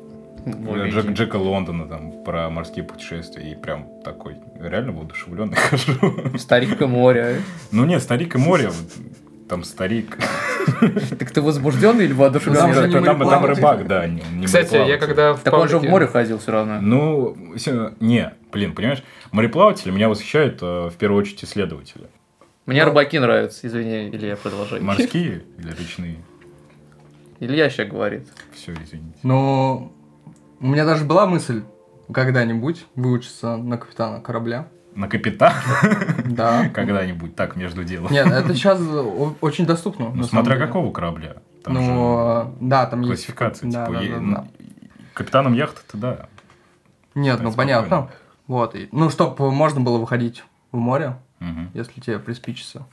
C: Более
B: Джек-
C: чем.
B: Джека Лондона там про морские путешествия и прям такой реально воодушевленный хожу.
C: Старик и море.
B: Ну нет, старик и море, вот, там старик.
C: Так ты возбужденный или воодушевленный?
D: Ну, Там же
B: Там,
D: не
B: там- там
D: мореплаватель.
B: рыбак, да. не- не
A: Кстати, я
B: мореплаватель.
A: когда в
C: Так он же Ну, в
A: Павлике-
C: море ходил все равно.
B: Ну, всё- не, блин, понимаешь, мореплаватели меня восхищают э, в первую очередь исследователи.
C: Мне
A: Ну.
C: рыбаки нравятся, извини, Илья, продолжай.
B: Морские или речные?
C: Илья сейчас говорит.
B: Все, извините.
D: Но у меня даже была мысль когда-нибудь выучиться на капитана корабля.
B: на капитан
D: Да.
B: когда-нибудь так между делом.
D: Нет, это сейчас очень доступно.
B: Ну,
D: на
B: смотря
D: самом деле.
B: какого корабля. Там же
D: Ну, да, там есть...
B: классификация.
D: да,
B: типа,
D: да,
B: е-
D: да,
B: ну,
D: да.
B: Капитаном яхты-то да.
D: Нет,
B: Да,
D: ну
B: спокойно.
D: понятно. Вот. и- Ну, чтобы можно было выходить в море,
B: Мгм.
D: если тебе приспичится.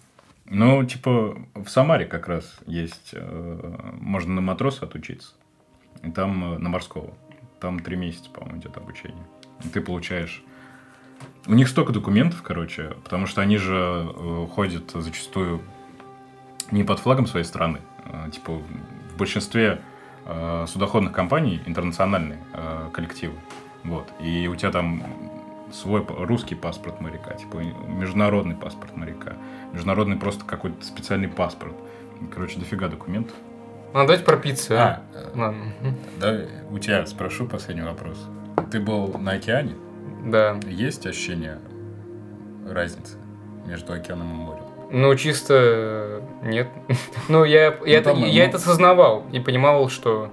B: Ну, типа, в Самаре как раз есть... э, Можно на матроса отучиться. И там э, на морского. Там три месяца, по-моему, идет обучение. И ты получаешь... У них столько документов, короче, потому что они же э, ходят зачастую не под флагом своей страны. Э, Типа, в большинстве э, судоходных компаний интернациональные э, коллективы. Вот. И у тебя там свой п- русский паспорт моряка, типа и международный паспорт моряка, международный просто какой-то специальный паспорт. Короче, дофига документов.
A: Ну, давайте про пиццу. а.
B: э,
A: Ладно.
B: да, у тебя спрошу последний вопрос. Ты был на океане?
A: Мгм. Да.
B: Есть ощущение разницы между океаном и морем?
A: Ну, чисто э, нет. Ну, я, я, это,
B: по-моему.
A: я это сознавал и понимал, что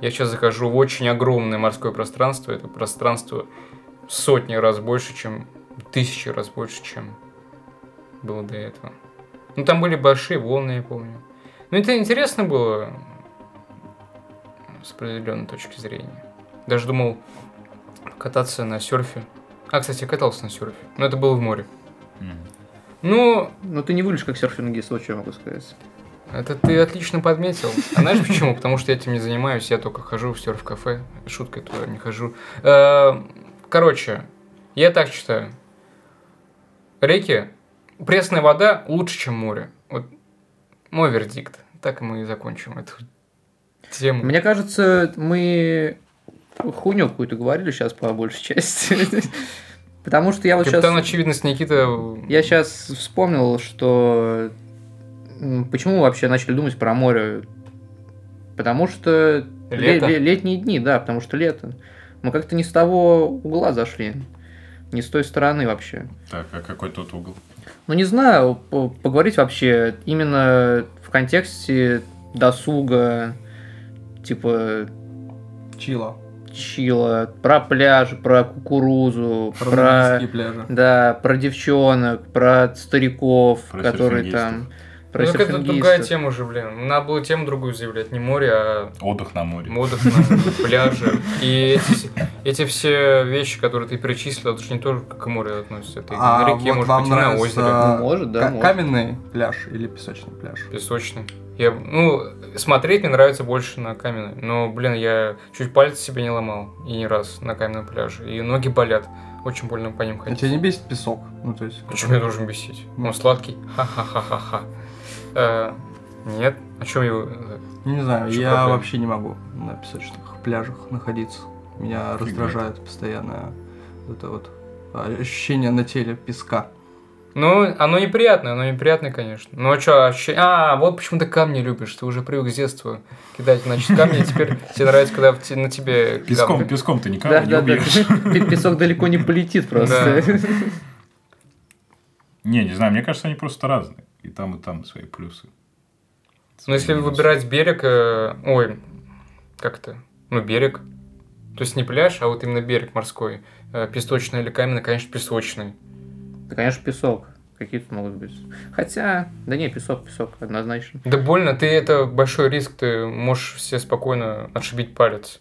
A: я сейчас захожу в очень огромное морское пространство. Это пространство в сотни раз больше, чем тысячи раз больше, чем было до этого. Ну, там были большие волны, я помню. Ну, это интересно было с определенной точки зрения. Даже думал кататься на серфе. А, кстати, я катался на серфе. Но это было в море. Ну,
C: Ну, ты не выглядишь как серфингист, вот что я могу сказать.
A: Это ты отлично подметил. А знаешь почему? Потому что я этим не занимаюсь, я только хожу в серф-кафе. Шутка, я туда не хожу. Э, Короче, я так считаю. Реки, пресная вода лучше, чем море. Вот мой вердикт. Так мы и закончим эту тему.
C: Мне кажется, мы хуйню какую-то говорили сейчас по большей части. Потому что я вот сейчас...
A: Капитан Очевидность Никита...
C: Я сейчас вспомнил, что м, почему мы вообще начали думать про море? Потому что ле-
A: Лето?
C: ле- летние дни, да, потому что лето. Мы как-то не с того угла зашли, не с той стороны вообще.
B: Так, а какой тут угол?
C: Ну не знаю, по- поговорить вообще именно в контексте досуга, типа
D: Чила.
C: чила, про пляж, про кукурузу,
D: Про
C: про,
D: нудистские пляжи.
C: да, про девчонок, про стариков,
B: Про
C: которые
B: серфингистов.
C: там. Про
A: Ну, так это
C: серфингистов.
A: другая тема уже, блин. Надо было тему другую заявлять. Не море, а
B: Отдых на море.
A: модах на пляже. И эти, с- эти все вещи, которые ты перечислил, это же не тоже к морю относятся. Это и
D: А
A: на реке,
D: вот
A: может
D: вам
A: быть, и на
D: нравится-
A: озере.
D: А,
C: Ну, может, да,
D: Ка-
C: может.
D: каменный пляж или песочный пляж?
A: Песочный. Я, ну, смотреть мне нравится больше на каменной. Но, блин, я чуть пальцы себе не ломал. И не раз на каменном пляже. И ноги болят. Очень больно по ним
D: А
A: ходить.
D: тебя не бесит песок? Ну, то есть...
A: Почему я должен бесить? Он сладкий. Ха-ха-ха-ха-ха. Э, нет. А О чем я...
D: Не знаю,
A: Чё
D: я
A: проблема?
D: вообще не могу на песочных пляжах находиться. Меня
B: Фига.
D: раздражает постоянно это вот а, ощущение на теле песка.
A: Ну, оно неприятное, оно неприятное, конечно. Ну, а что, а, вот почему ты камни любишь, ты уже привык с детства кидать, значит, камни, и теперь тебе нравится, когда в те- на тебе
B: Песком,
A: камни.
B: песком ты никого
C: Да,
B: не
C: да, да.
B: убьешь.
C: Пе- Песок далеко не полетит просто.
B: Не, не знаю, мне кажется, они просто разные. И там, и там свои плюсы.
A: Ну, если
B: Свои минусы.
A: выбирать берег, э, ой, как это, ну, берег, то есть не пляж, а вот именно берег морской, э, песочный или каменный, конечно, песочный.
C: Да, конечно, песок. Какие тут могут быть. Хотя, да не, песок, песок, однозначно.
A: Да больно, ты это большой риск, ты можешь все спокойно отшибить палец.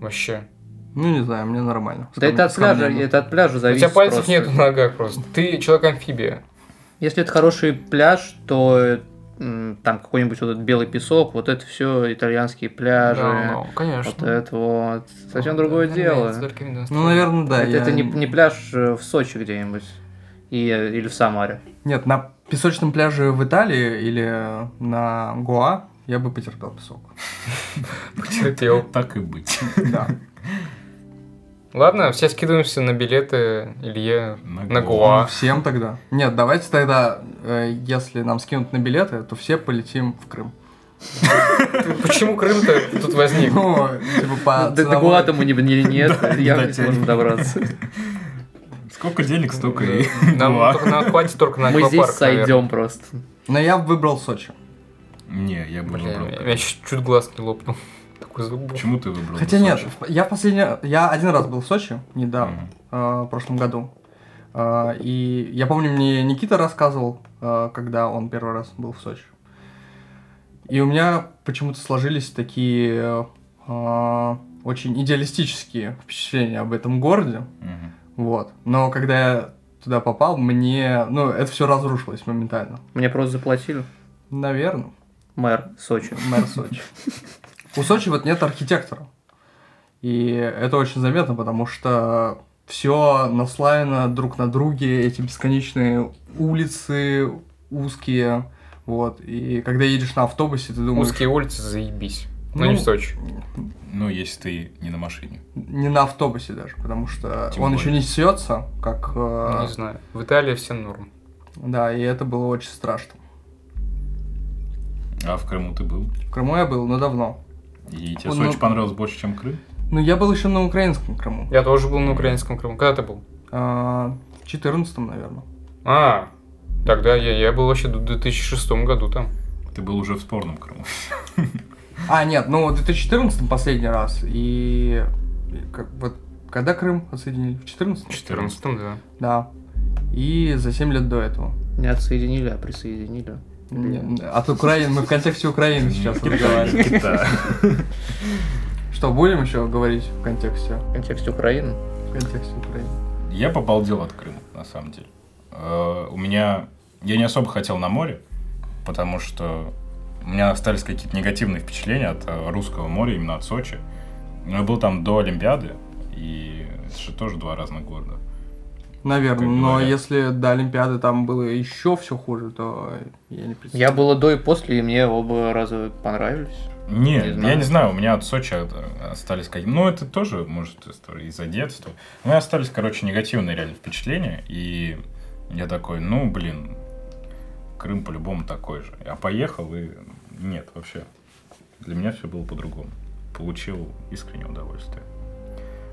A: Вообще.
D: Ну, не знаю, мне нормально.
C: Да это от пляжа,
B: ну,
D: Сравненно.
C: это от пляжа
A: У
C: зависит
A: тебя пальцев
C: просто.
A: нет в ногах просто. Ты человек-амфибия.
C: Если это хороший пляж, то м, там какой-нибудь вот этот белый песок, вот это все итальянские пляжи,
A: Да, ну, конечно.
C: вот э, это вот. Совсем другое дело.
D: Ну, наверное, да.
C: это,
D: я-
C: это не, не пляж э, в Сочи где-нибудь. И, или в Самаре.
D: Нет, на песочном пляже в Италии или на Гоа я бы потерпел песок.
A: Потерпел.
B: Так и быть.
D: Да.
A: Ладно, все скидываемся на билеты Илье
B: На
A: на
B: Гоа.
D: Ну,
A: Гоа.
D: Всем тогда. Нет, давайте тогда, э, если нам скинут на билеты, то все полетим в Крым.
A: Почему Крым-то тут возник?
D: Ну, типа по
C: Ну, До до
D: ценовой-
C: Гуата мы не, не- нет, явно не
B: дотянем.
C: сможем добраться.
B: Сколько денег, столько и
A: Нам
B: Гоа.
A: только на- хватит только на
C: Мы здесь
A: аквапарк, наверное.
C: сойдем просто.
D: Но я бы выбрал Сочи.
B: Не, я бы
A: Бля,
B: выбрал.
A: я- я чуть чуть глаз не лопнул. Такой звук был.
B: Почему ты выбрал?
D: Хотя
B: Ну, Сочи?
D: нет, в- я последний... Я один раз был в Сочи недавно,
B: Мгм.
D: э, в прошлом году. А, И я помню, мне Никита рассказывал, а, когда он первый раз был в Сочи. И у меня почему-то сложились такие а, очень идеалистические впечатления об этом городе.
B: Мгм.
D: Вот. Но когда я туда попал, мне... Ну, это все разрушилось моментально.
C: Мне просто заплатили.
D: Наверное,
C: Мэр Сочи.
D: мэр Сочи. У Сочи вот нет архитектора. И это очень заметно, потому что все наслаено друг на друге, эти бесконечные улицы узкие, вот. И когда едешь на автобусе, ты думаешь...
A: Узкие улицы, заебись. Ну,
D: Ну,
A: не в Сочи.
B: Ну, если ты не на машине.
D: Не на автобусе даже, потому что
B: Тем
D: он
B: более.
D: еще не сется, как... э,
A: Не знаю. В Италии все норм.
D: да, и это было очень страшно.
B: А в Крыму ты был.
D: В Крыму я был, но давно.
B: И тебе
D: Он
B: Сочи
D: на-
B: понравилось больше, чем Крым?
D: Ну, я был еще на украинском Крыму.
A: Я тоже был на украинском Крыму. Когда ты был?
D: А, В 14 наверное.
A: А, тогда я, я был вообще в 2006 году там.
B: Ты был уже в спорном Крыму.
D: А, нет, ну, в 2014 последний раз. И как, вот когда Крым отсоединили? В 14
A: В 14 да.
D: Да. И за 7 лет до этого.
C: Не отсоединили, а присоединили.
D: Не, От Украины, мы в контексте Украины сейчас разговариваем.
B: Китай.
D: Что, будем еще говорить в контексте?
C: В контексте Украины.
D: В контексте Украины.
B: Я побалдел от Крыма, на самом деле. Э, У меня... Я не особо хотел на море, потому что у меня остались какие-то негативные впечатления от э, русского моря, именно от Сочи. Но я был там до Олимпиады, и это же тоже два разных города.
D: Наверное, но
B: говорят.
D: если до Олимпиады там было еще все хуже, то я не
C: Я
D: представляю.
C: было до и после, и мне оба раза понравились.
B: Не,
C: Не
B: я
C: знаю.
B: не знаю, у меня от Сочи от- остались какие Ну, это тоже, может, история из-за детства. У меня остались, короче, негативные реально впечатления. И я такой, ну, блин, Крым по-любому такой же. А поехал и нет вообще. Для меня все было по-другому. Получил искреннее удовольствие.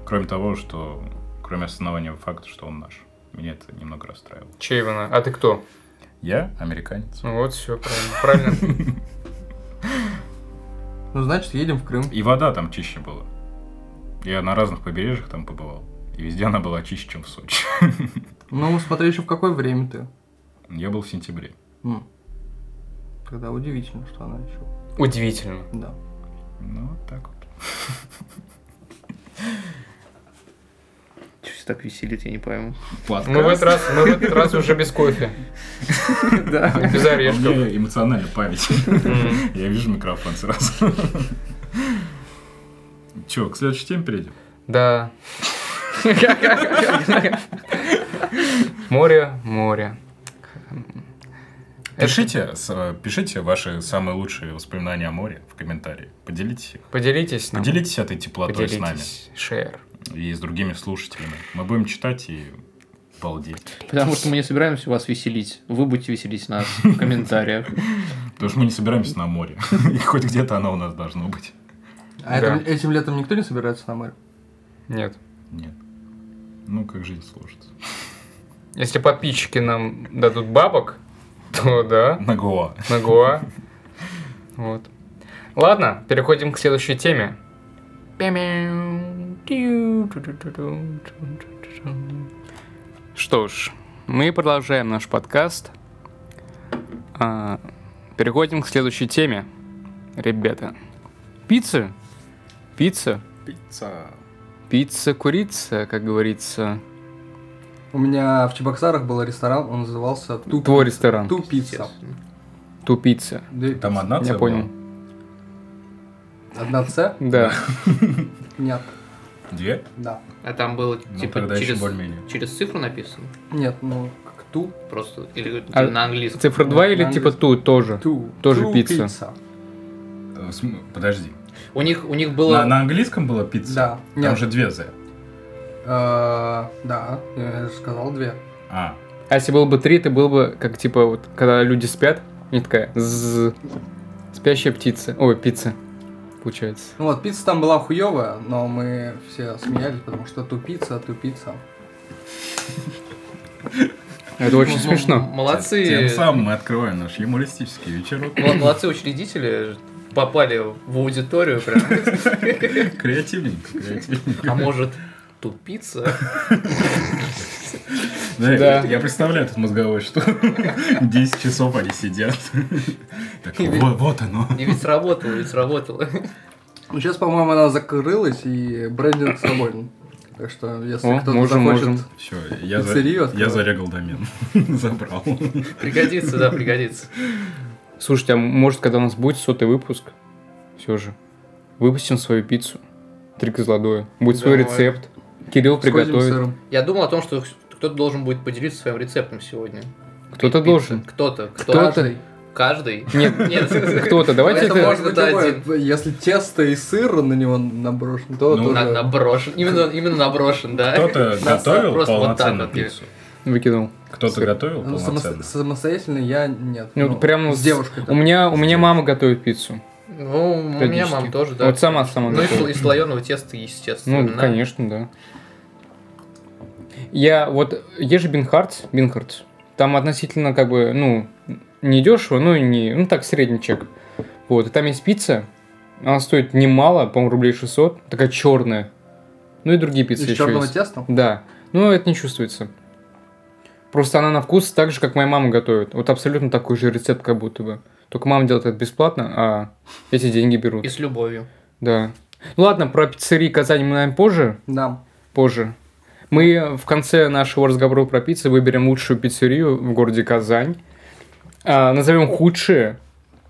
B: Кроме того, что... Кроме основания факта, что он наш. Меня это немного расстраивало.
A: Чейвана. А ты кто?
B: Я американец.
A: Ну вот, все правильно. Правильно.
D: Ну, значит, едем в Крым.
B: И вода там чище была. Я на разных побережьях там побывал. И везде она была чище, чем в Сочи.
D: Ну, смотри, еще в какое время ты.
B: Я был в сентябре.
D: М. Тогда удивительно, что она еще.
A: Удивительно.
D: Да.
B: Ну, вот так вот.
C: Чего все так веселит, я не пойму.
A: Мы Ну, в этот раз, мы в этот раз уже без кофе.
C: Да.
A: Без
B: У
A: орешков.
B: меня эмоциональная память.
A: М.
B: Я вижу микрофон сразу. Че, к следующей теме перейдем?
A: Да. Море, море. Это-
B: Пишите, с- пишите ваши самые лучшие воспоминания о море в комментарии. Поделитесь их.
A: Поделитесь нам.
B: Поделитесь этой теплотой с нами
A: Поделитесь. Шер.
B: и с другими слушателями. Мы будем читать и балдеть.
C: Потому что мы не собираемся вас веселить. Вы будете веселить нас в комментариях.
B: Потому что мы не собираемся на море. И хоть где-то оно у нас должно быть.
D: А
A: Да.
D: этим- этим летом никто не собирается на море?
A: Нет.
B: Нет. Ну, как жизнь сложится.
A: Если подписчики нам дадут бабок, то да.
B: На Гоа.
A: на Гоа. Вот. Ладно, переходим к следующей теме.
F: Что ж, мы продолжаем наш подкаст. А, переходим к следующей теме. Ребята, пицца? Пицца?
A: Пицца.
F: Пицца-курица, как говорится.
D: У меня в Чебоксарах был ресторан, он назывался Ту,
F: Твой ресторан.
D: Ту Пицца.
F: Тупица.
D: Две
B: Там
D: пиццы.
B: одна
F: Я
B: целая
F: понял.
B: была?
D: Одна С?
F: Да.
D: Нет,
B: Две?
D: да.
C: А там было
B: Ну,
C: типа
B: тогда еще
C: через
B: более-менее.
C: через цифру написано?
D: Нет, ну, как Ту.
C: Просто или
F: А-
C: на английском?
F: Цифра 2 или
D: На
F: типа ту тоже?
D: Ту.
F: Тоже
D: Ту
F: пицца.
B: Э, в см- Подожди.
C: У них у них
B: На,
C: было
B: на английском была пицца?
D: Да.
B: Там
D: Нет.
B: же две З.
D: Э, да, я же сказал две.
B: А,
F: А если было бы три, ты был бы как типа вот когда люди спят, и такая «ззз». спящая птица. Ой, пицца. Получается.
D: Ну вот, пицца там была хуевая, но мы все смеялись, потому что Ту Пицца, Ту Пицца.
F: Это очень
C: М- м-
F: смешно.
B: тем
C: Молодцы.
B: самым мы открываем наш юмористический вечерок.
C: Мол- Молодцы учредители попали в аудиторию прям.
B: Креативненько, креативненько.
C: А может, тупица.
B: Да,
C: Да.
B: Я представляю этот мозговой штурм. 10 часов они сидят. Так, вот, вот оно.
C: И ведь сработало, ведь сработало.
D: Ну, сейчас, по-моему, она закрылась, и брендинг свободен. Так что, если
A: О,
D: кто-то
A: можем,
D: захочет...
A: можем.
B: Все, я, за...
D: Пиццерию
B: я
D: открыл.
B: зарегал домен. Забрал.
C: Пригодится, да, пригодится.
A: Слушайте, а может, когда у нас будет сотый выпуск, все же, выпустим свою пиццу. Три козлодоя. Будет свой
D: Давай.
A: рецепт. Кирилл
D: с козьим
A: приготовит.
D: сыром.
C: Я думал о том, что кто-то должен будет поделиться своим рецептом сегодня.
A: Кто-то
C: Пиццы.
A: должен.
C: Кто-то. Кто-то.
A: Кто-то.
D: Каждый.
C: Каждый.
A: Нет,
C: Нет.
A: Кто-то. Давайте
C: Поэтому
A: это-
C: можно
D: Может быть,
C: да,
D: любое.
C: один.
D: Если тесто и сыр на него наброшен, то
B: Ну,
D: тоже...
A: Э,
C: На- Наброшен. Именно, именно наброшен, да.
B: Кто-то
C: На-
B: готовил
C: просто вот так
B: полноценную
C: вот.
B: пиццу?
A: выкинул.
B: Кто-то готовил
D: Ну, само-
B: полноценно?
D: самостоятельно я нет.
A: Ну, вот прям
D: с
A: с-
D: девушкой.
A: У меня, у меня мама готовит пиццу.
C: Ну, у меня
A: Периодически.
C: мама тоже, да.
A: Вот сама- сама
C: Ну, и
A: готовит.
C: сло- из слоеного теста, естественно.
A: Ну, конечно, да. Я вот ешь Бинхардс, Бинхардс. Там относительно как бы, ну, не дешево, но и не, ну так, средний чек. Вот, и там есть пицца, она стоит немало, по-моему, рублей 600, такая черная. Ну и другие пиццы
D: Из
A: еще
D: черного
A: есть.
D: теста?
A: Да, но это не чувствуется. Просто она на вкус так же, как моя мама готовит. Вот абсолютно такой же рецепт как будто бы. Только мама делает это бесплатно, а эти деньги берут.
C: И с любовью.
A: Да. Ну ладно, про пиццерии Казани мы, наверное, позже
D: Да.
A: позже. Мы в конце нашего разговора про пиццы выберем лучшую пиццерию в городе Казань. А, назовем худшие.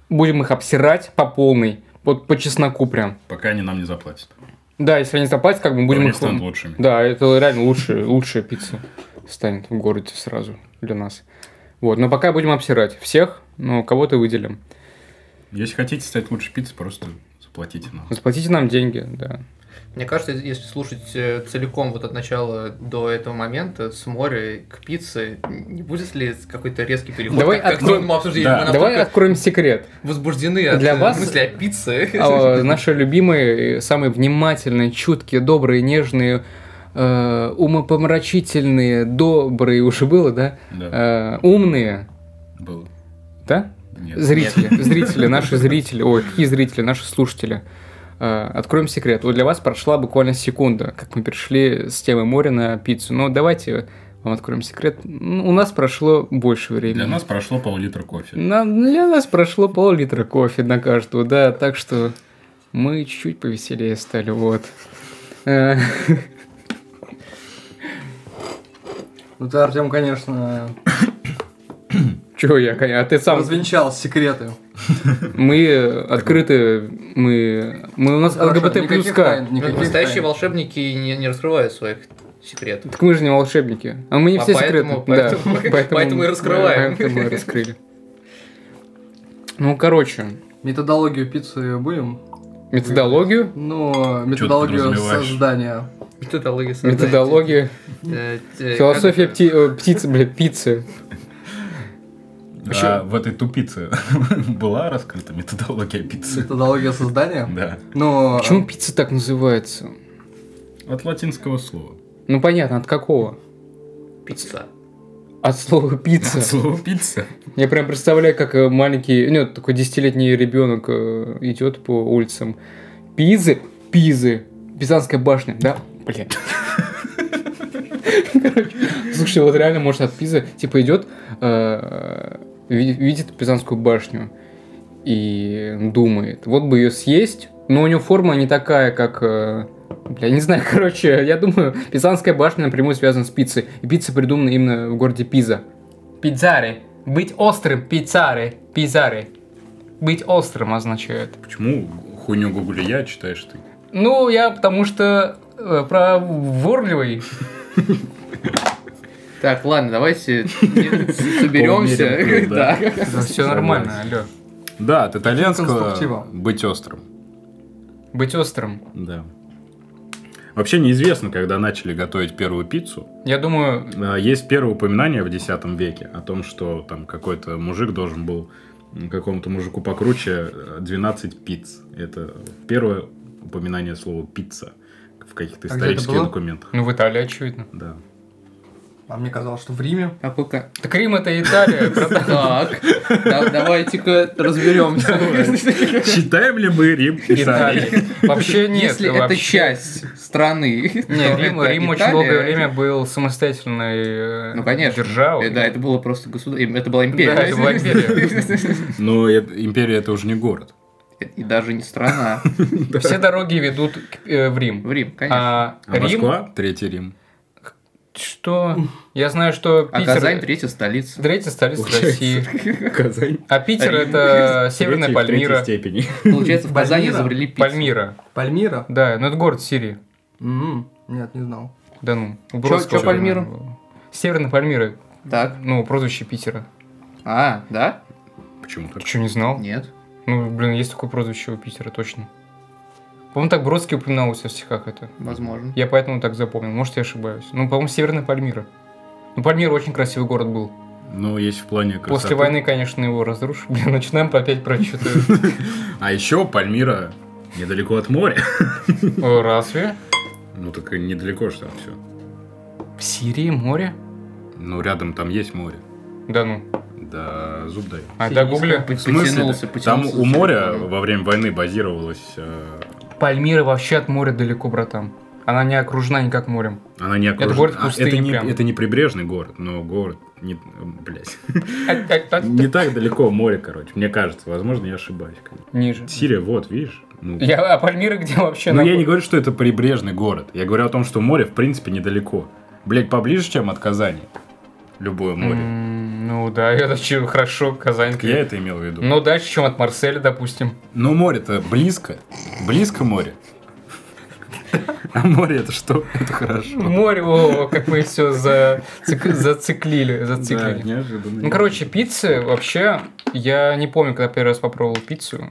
A: Будем их обсирать по полной. Вот по чесноку прям.
B: Пока они нам не заплатят.
A: Да, если они заплатят, как бы
B: Будем
A: будем
B: они
A: их...
B: станут лучшими.
A: Да, это реально лучшая, лучшая пицца станет в городе сразу для нас. Вот, но пока будем обсирать всех, но кого-то выделим.
B: Если хотите стать лучше пиццей, просто заплатите нам.
A: Заплатите нам деньги, да.
C: Мне кажется, если слушать э, целиком вот от начала до этого момента, с моря к пицце, не будет ли какой-то резкий переход?
A: Давай
C: как, как
A: откроем-
C: мы обсуждали,
B: Да.
C: мы
A: Давай
C: настолько
A: откроем секрет.
C: возбуждены от
A: Для
C: э,
A: вас-
C: мысли о пицце.
A: А, Наши любимые, э, самые внимательные, чуткие, добрые, нежные, э, умопомрачительные, добрые уже было, да?
B: Да,
A: Э, умные,
B: было.
A: да?
B: Нет.
A: Зрители, зрители, наши зрители, ой, какие зрители, наши слушатели. Э, Откроем секрет. Вот для вас прошла буквально секунда, как мы перешли с темы моря на пиццу. Но давайте вам откроем секрет. Ну, У нас прошло больше времени.
B: Для нас прошло пол-литра кофе.
A: На- для нас прошло пол-литра кофе на каждого, да, так что мы чуть-чуть повеселее стали, вот. Э,
D: Ну, ты, Артем, конечно,
A: Чё я, коня- а ты сам...
D: развенчал секреты.
A: Мы э, открыты, мы... мы у нас
D: Хорошо,
A: ЛГБТ плюс
D: никаких
A: К.
D: тайн,
C: Ну,
D: никаких
C: Настоящие
D: тайн.
C: волшебники не, не раскрывают своих секретов.
A: Так мы же не волшебники. А мы не
C: А
A: все
C: поэтому-
A: секреты.
C: поэтому- поэтому и раскрываем.
A: Поэтому и раскрыли. Ну, короче,
D: Методологию пиццы будем?
A: методологию,
D: Ну, методологию
B: подразумеваешь?
D: создания.
C: Методология создания.
A: методологию,
C: Э, э,
A: философия
C: как-
A: пти- э, птицы, бля, пиццы.
B: А в этой тупице была раскрыта методология пиццы?
D: Методология создания?
B: Да.
D: Ну,
A: Почему пицца так называется?
B: От латинского слова.
A: Ну, понятно, от какого?
C: Пицца.
A: От слова
B: От
A: пицца.
B: слова пицца.
A: Я прям представляю, как э, маленький, нет, такой десятилетний ребенок э, идет по улицам. Пизы, пизы, Пизанская башня, да? Блин. Короче, Слушай, вот реально, может, от пизы, типа, идет, э, ви- видит Пизанскую башню и думает, вот бы ее съесть, но у нее форма не такая, как... э, Бля, не знаю, короче, я думаю, Пизанская башня напрямую связана с пиццей. И пицца придумана именно в городе Пиза. Пиццари. Быть острым. Пиццари. Пиццари. Быть острым означает.
B: Почему хуйню гугли я, читаешь ты?
A: Ну, я потому что э, про ворливый.
G: Так, ладно, давайте
B: Полмерим,
G: соберемся.
B: да.
G: Да.
A: все нормально, алло.
B: Да, от итальянского
D: Конструктива.
B: быть острым.
A: Быть острым.
B: Да. Вообще неизвестно, когда начали готовить первую пиццу.
A: Я думаю,
B: А, Есть первое упоминание в X веке о том, что там какой-то мужик должен был м, какому-то мужику покруче э, 12 пиц. Это первое упоминание слова пицца в каких-то
D: А где это
B: исторических
D: было?
B: документах.
A: ну в Италии очевидно.
B: Да.
D: А мне казалось, что в Риме.
C: АПК.
A: Так Рим это Италия, братан.
C: А Так, да- давайте-ка разберемся.
B: Считаем ли мы Рим Италией?
A: Италия. Вообще нет.
C: Если это
A: вообще.
C: часть страны, то
A: Нет, Рим,
C: это
A: Рим очень
C: Италия.
A: долгое время был самостоятельной э,
C: Ну, конечно.
A: державой.
C: Э, Да, это было просто государство, это была империя.
A: Да, это была империя.
B: Но Ну, это- империя это уже не город.
C: И даже не страна,
A: Все дороги ведут к- э, в Рим.
C: в Рим, конечно.
A: А,
B: А
A: Рим?
B: Москва? Третий Рим.
A: Что? Я знаю, что
C: А
A: Питер... э,
C: Казань третья столица.
A: Третья столица России.
B: Казань.
A: А Питер
C: Рим.
A: это
B: Третий
A: Северная
B: в третьей
A: Пальмира.
B: степени.
C: Получается, в Казани
D: Пальмира?
C: изобрели пиццу.
A: Пальмира.
D: Пальмира?
A: Да, но это город Сирии.
D: М, Нет, не знал.
A: Да ну.
C: Чё- чё
A: Бродского.
C: Пальмира?
A: Северная Пальмира.
C: Так.
A: Ну, прозвище Питера.
C: А, да?
B: Почему
A: Ты
B: так?
A: что, не знал?
C: Нет.
A: Ну, блин, есть такое прозвище у Питера, точно. По-моему, так Бродский упоминал у себя в стихах это.
C: Возможно.
A: Я поэтому так запомнил. Может, я ошибаюсь. Ну, по-моему, Северная Пальмира. Ну, Пальмира очень красивый город был.
B: Ну, есть в плане красоты.
A: После войны, конечно, его разрушили. Блин, начинаем опять про что-то.
B: А еще Пальмира недалеко от моря.
A: Э, Разве?
B: Ну, так и недалеко же там все.
A: В Сирии море?
B: Ну, рядом там есть море.
A: Да ну.
B: Да, зуб дай.
A: А это гугли.
C: П-
B: В смысле?
C: Потянулся,
B: Там
C: потянулся.
B: у моря во время войны базировалась... э,
A: Пальмира вообще от моря далеко, братан. Она не окружена никак морем.
B: Она не окружена.
A: город
B: А,
A: пустыни
B: это, не,
A: прям.
B: это не прибрежный город, но город... Не, блядь.
A: Ниже.
B: Не так далеко море, короче. Мне кажется. Возможно, я ошибаюсь. конечно. Сирия, вот, видишь? Ну,
A: Я, а Пальмира где вообще?
B: Ну, я
A: нахуй?
B: не говорю, что это прибрежный город. Я говорю о том, что море, в принципе, недалеко. Блять, поближе, чем от Казани. Любое море.
A: М, Ну да, это чё, хорошо, Казань.
B: Так я это имел в виду.
A: Но дальше, чем от Марселя, допустим.
B: Но море-то близко. Близко море. А море это что? Это хорошо.
A: Море, о, как мы все зациклили,
B: Да,
A: зациклили.
B: неожиданно.
A: Ну, короче, пиццы вообще, я не помню, когда первый раз попробовал пиццу.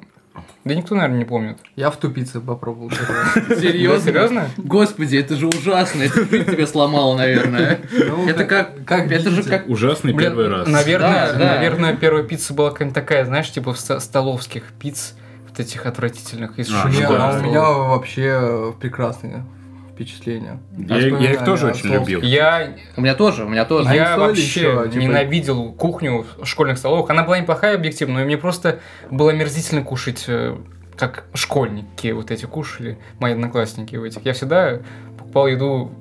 A: Да никто, наверное, не помнит.
D: Я в тупице попробовал.
A: Да, серьезно?
C: Господи, это же ужасно. Это жизнь тебе сломало, наверное. Это как...
D: Ну, как
C: Это же
D: видите.
C: как...
B: Ужасный
A: Блин,
B: первый раз.
A: Наверное,
C: Да, да.
A: наверное, первая пицца была какая-нибудь такая, знаешь, типа в ста- столовских пиц, вот этих отвратительных из
B: А,
D: У меня-
B: ну да.
D: у меня вообще прекрасные впечатления.
B: Я, я их тоже очень
D: Воспоминания о
B: любил.
A: Я,
C: У меня тоже, у меня тоже.
D: а они
A: я
D: соли
A: вообще
D: ещё, типа-
A: ненавидел кухню в школьных столовых. Она была неплохая объективно, но мне просто было мерзительно кушать, э, как школьники вот эти кушали, мои одноклассники в этих. Я всегда покупал еду,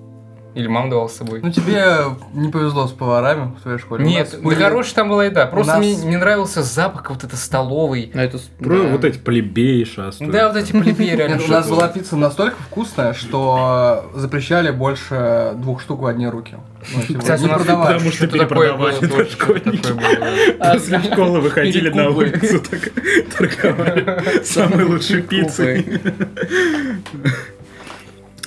A: или мама давала с собой.
D: Ну типа, тебе не повезло с поварами в твоей школе.
A: Нет, да
D: мы
A: хорошая там была еда. Просто
D: нас-
A: мне не нравился запах вот это столовый.
C: Но это... с-
B: Про
C: да.
B: вот эти плебеи шастают.
A: Да, вот эти плебеи реально.
D: Нет, у нас была пицца настолько вкусная, что запрещали больше двух штук в одни руки. Ну, типа,
A: Кстати,
D: не
A: у нас-
D: продавали.
B: Потому что
A: Что-то такое было,
B: перепродавали это
A: точно,
B: школьники.
A: такое было.
B: После школы выходили на
C: перекупы.
B: улицу, так торговали самой лучшей пиццей.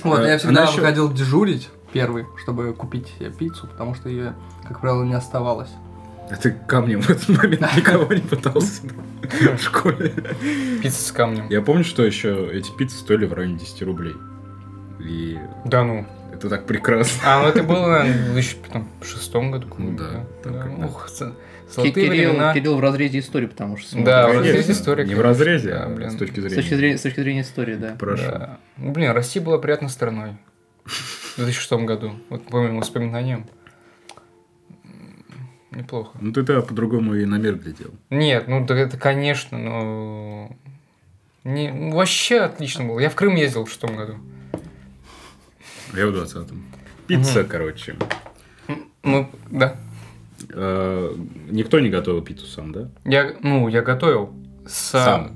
D: Вот,
B: Э,
D: я
B: а
D: всегда
B: насчёт-
D: выходил дежурить первый, чтобы купить себе пиццу, потому что ее, как правило, не оставалось.
B: А ты камнем в этот момент никого не пытался в школе.
A: Пицца с камнем.
B: Я помню, что еще эти пиццы стоили в районе 10 рублей. И
A: Да ну.
B: это так прекрасно.
A: А, ну это было, наверное, в 2006 году.
B: Ну да,
A: Да.
B: так как-то.
A: Ух, ц-
C: Ки-
A: золотые
C: Кирилл,
A: времена.
C: Кирилл в разрезе истории, потому что... смотрит.
A: Да, в
B: Конечно,
A: разрезе истории,
B: Не в
A: конечно.
B: разрезе,
A: Да,
B: а
A: блин.
B: с точки
C: С точки
B: зрения.
C: зрения, с точки зрения истории, да.
B: Прошу.
A: Да. Ну, Блин, Россия была приятной страной. В 2006 году. Вот по моим воспоминаниям. М, Неплохо.
B: Ну ты-то по-другому и на мир глядел.
A: Нет, ну да это конечно, но... Не, ну, вообще отлично было. Я в Крым ездил в шестом году.
B: Я в 20-м. Пицца, короче.
A: Ну, да.
B: Э, Никто не готовил пиццу сам, да?
A: Я, ну, я готовил. С, а,
B: Сам.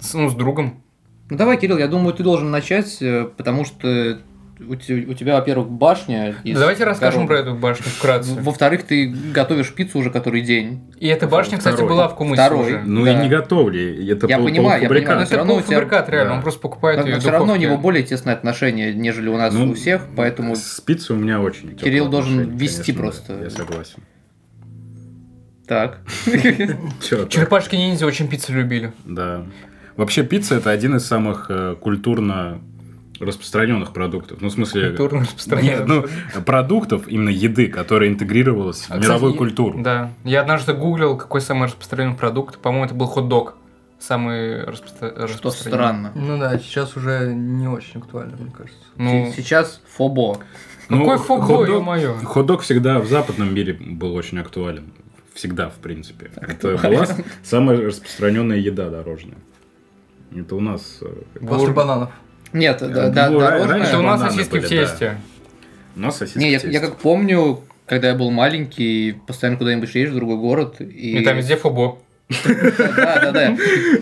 A: с- ну, с другом.
C: Ну давай, Кирилл, я думаю, ты должен начать, э, потому что у те- у тебя, во-первых, башня. из
A: Давайте расскажем про
C: коровы.
A: эту башню вкратце.
C: Во-вторых, ты готовишь пиццу уже который день.
A: И эта башня, кстати,
B: Второй.
A: была в Кумысе
C: Второй.
A: уже.
B: Ну и
C: Да.
B: не готовили. Это
C: Я
B: пол-
C: понимаю, я
B: полуфабрикат.
A: Ну,
C: понимаю, но
A: это
C: равно у тебя-
A: полуфабрикат, реально,
B: Да.
A: он просто покупает
C: Но
A: ее
C: все равно у него более тесное отношение, нежели у нас
B: Ну,
C: у всех, поэтому
B: С пиццей у меня очень тёплые
C: Кирилл должен
B: отношения,
C: вести
B: конечно, да,
C: просто.
B: я согласен.
C: так.
B: Чё так?
A: Черепашки ниндзя очень пиццу любили.
B: Да. Вообще пицца это один из самых э, культурно распространенных продуктов. Ну, в смысле...
A: Культурно
B: Нет,
A: распространенная.
B: ну, продуктов именно еды, которая интегрировалась в
A: А,
B: мировую
A: кстати,
B: культуру.
A: Да. Я однажды гуглил, какой самый распространенный продукт. По-моему, это был хот-дог. самый распространенный.
C: Что странно.
D: Ну да, сейчас уже не очень актуально, мне кажется.
A: Ну,
C: Се- Сейчас фобо.
A: какой
B: Ну,
A: фобо,
B: хот-дог-
A: ё-моё.
B: Хот-дог всегда в западном мире был очень актуален. Всегда, в принципе. Это была с- самая распространенная еда дорожная. Это у нас... э, как-
D: После бананов.
C: Нет, да,
B: ну,
C: да,
B: ра-
C: дорожная-
B: раньше
A: Это у нас
B: бананы
A: сосиски
B: были,
A: в
B: да.
A: тесте.
B: У нас сосиски
C: Не, я,
B: в тесте.
C: я как помню, когда я был маленький, постоянно куда-нибудь едешь в другой город, и...
A: И там везде фобо.
C: Да-да-да,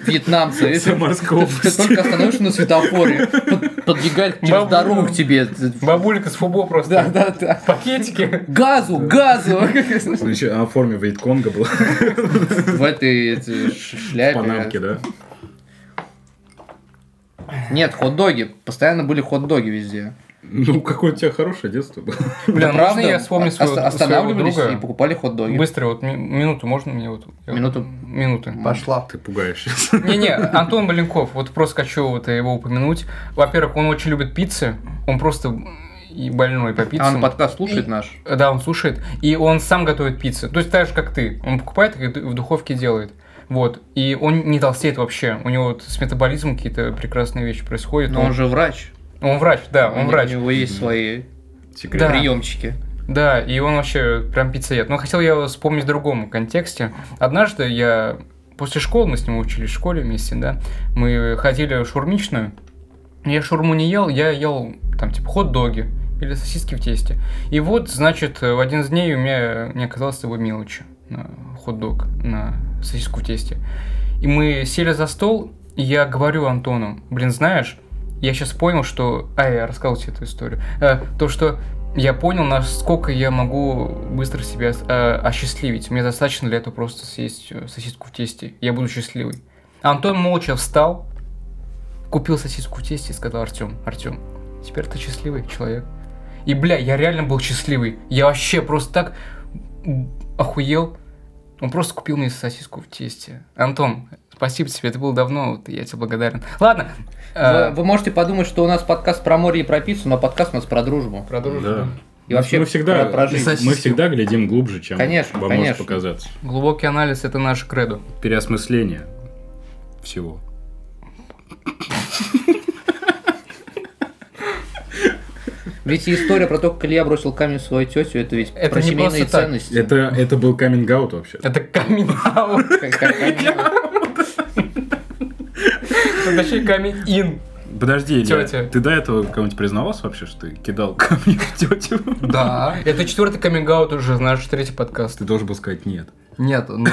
C: вьетнамцы. видишь?
B: Самарская
C: Ты
B: область.
C: только остановишься на светофоре, под- подбегает через
A: Бабу.
C: дорогу к тебе.
A: Бабулька с фобо просто.
C: Да-да-да.
A: Пакетики.
C: Газу, газу!
B: Значит, а в форме Вейтконга была в
C: В этой этой, ш- шляпе.
B: Панамке, да?
C: Нет, хот-доги. Постоянно были хот-доги везде.
B: Ну, какое у тебя хорошее детство было.
A: Бля, ну
C: Да,
A: можно я вспомню
C: ос-
A: своего- своего
C: Останавливались
A: друга?
C: и покупали хот-доги.
A: Быстро, вот ми- минуту можно мне вот? я-
C: Минуту?
A: Минуты.
D: Пошла.
B: Ты пугаешь.
A: Не-не, Антон Маленков, вот просто хочу вот его упомянуть. Во-первых, он очень любит пиццы, он просто и больной по
C: А он
A: пиццам.
C: подкаст слушает наш?
A: Да, он слушает, и он сам готовит пиццы. То есть так же, как ты. Он покупает их и в духовке делает. Вот. И он не толстеет вообще. У него вот с метаболизмом какие-то прекрасные вещи происходят.
C: Но он же врач.
A: он врач, да, он
C: У
A: врач.
C: него есть свои
B: Секрет.
A: Да.
C: приемчики.
A: Да, и он вообще прям пиццеед. Но хотел я вспомнить в другом контексте. Однажды я после школы, мы с ним учились в школе вместе, да, мы ходили в шурмичную. Я шурму не ел, я ел там типа хот-доги или сосиски в тесте. И вот, значит, в один из дней у меня не оказалось его мелочи на хот-дог, на сосиску в тесте. И мы сели за стол, и я говорю Антону, блин, знаешь, я сейчас понял, что... А, я рассказал тебе эту историю. Э, то, что я понял, насколько я могу быстро себя э, осчастливить. Мне достаточно для этого просто съесть э, сосиску в тесте. Я буду счастливый. Антон молча встал, купил сосиску в тесте и сказал, Артем, Артем, теперь ты счастливый человек. И, бля, я реально был счастливый. Я вообще просто так м, охуел. Он просто купил мне сосиску в тесте. Антон, спасибо тебе, это было давно, вот, я тебе благодарен. Ладно.
C: Вы,
A: э,
C: вы можете подумать, что у нас подкаст про море и про пиццу, но подкаст у нас про дружбу.
A: про дружбу.
B: Да.
C: И вообще
B: Ну, мы всегда,
C: про, про жизнь.
A: Сосиски.
B: мы всегда глядим глубже, чем
C: Конечно,
B: вам может
C: конечно.
B: показаться.
A: Глубокий анализ это наше кредо.
B: Переосмысление всего.
C: Ведь и история про то, как Илья бросил камень в свою тетю, это ведь
A: Это
C: про
A: не
C: семейные
A: просто так.
C: ценности.
B: Это, это был каминг-аут вообще.
A: Это камин
C: Как- как они-
A: Ну, Точнее, камин ин.
B: Подожди, Илья,
A: Тётя.
B: ты до этого кому-нибудь признавался вообще, что ты кидал камни в тетю?
D: Да.
A: Это четвертый каминг уже, знаешь, третий подкаст.
B: Ты должен был сказать нет.
D: Нет, ну...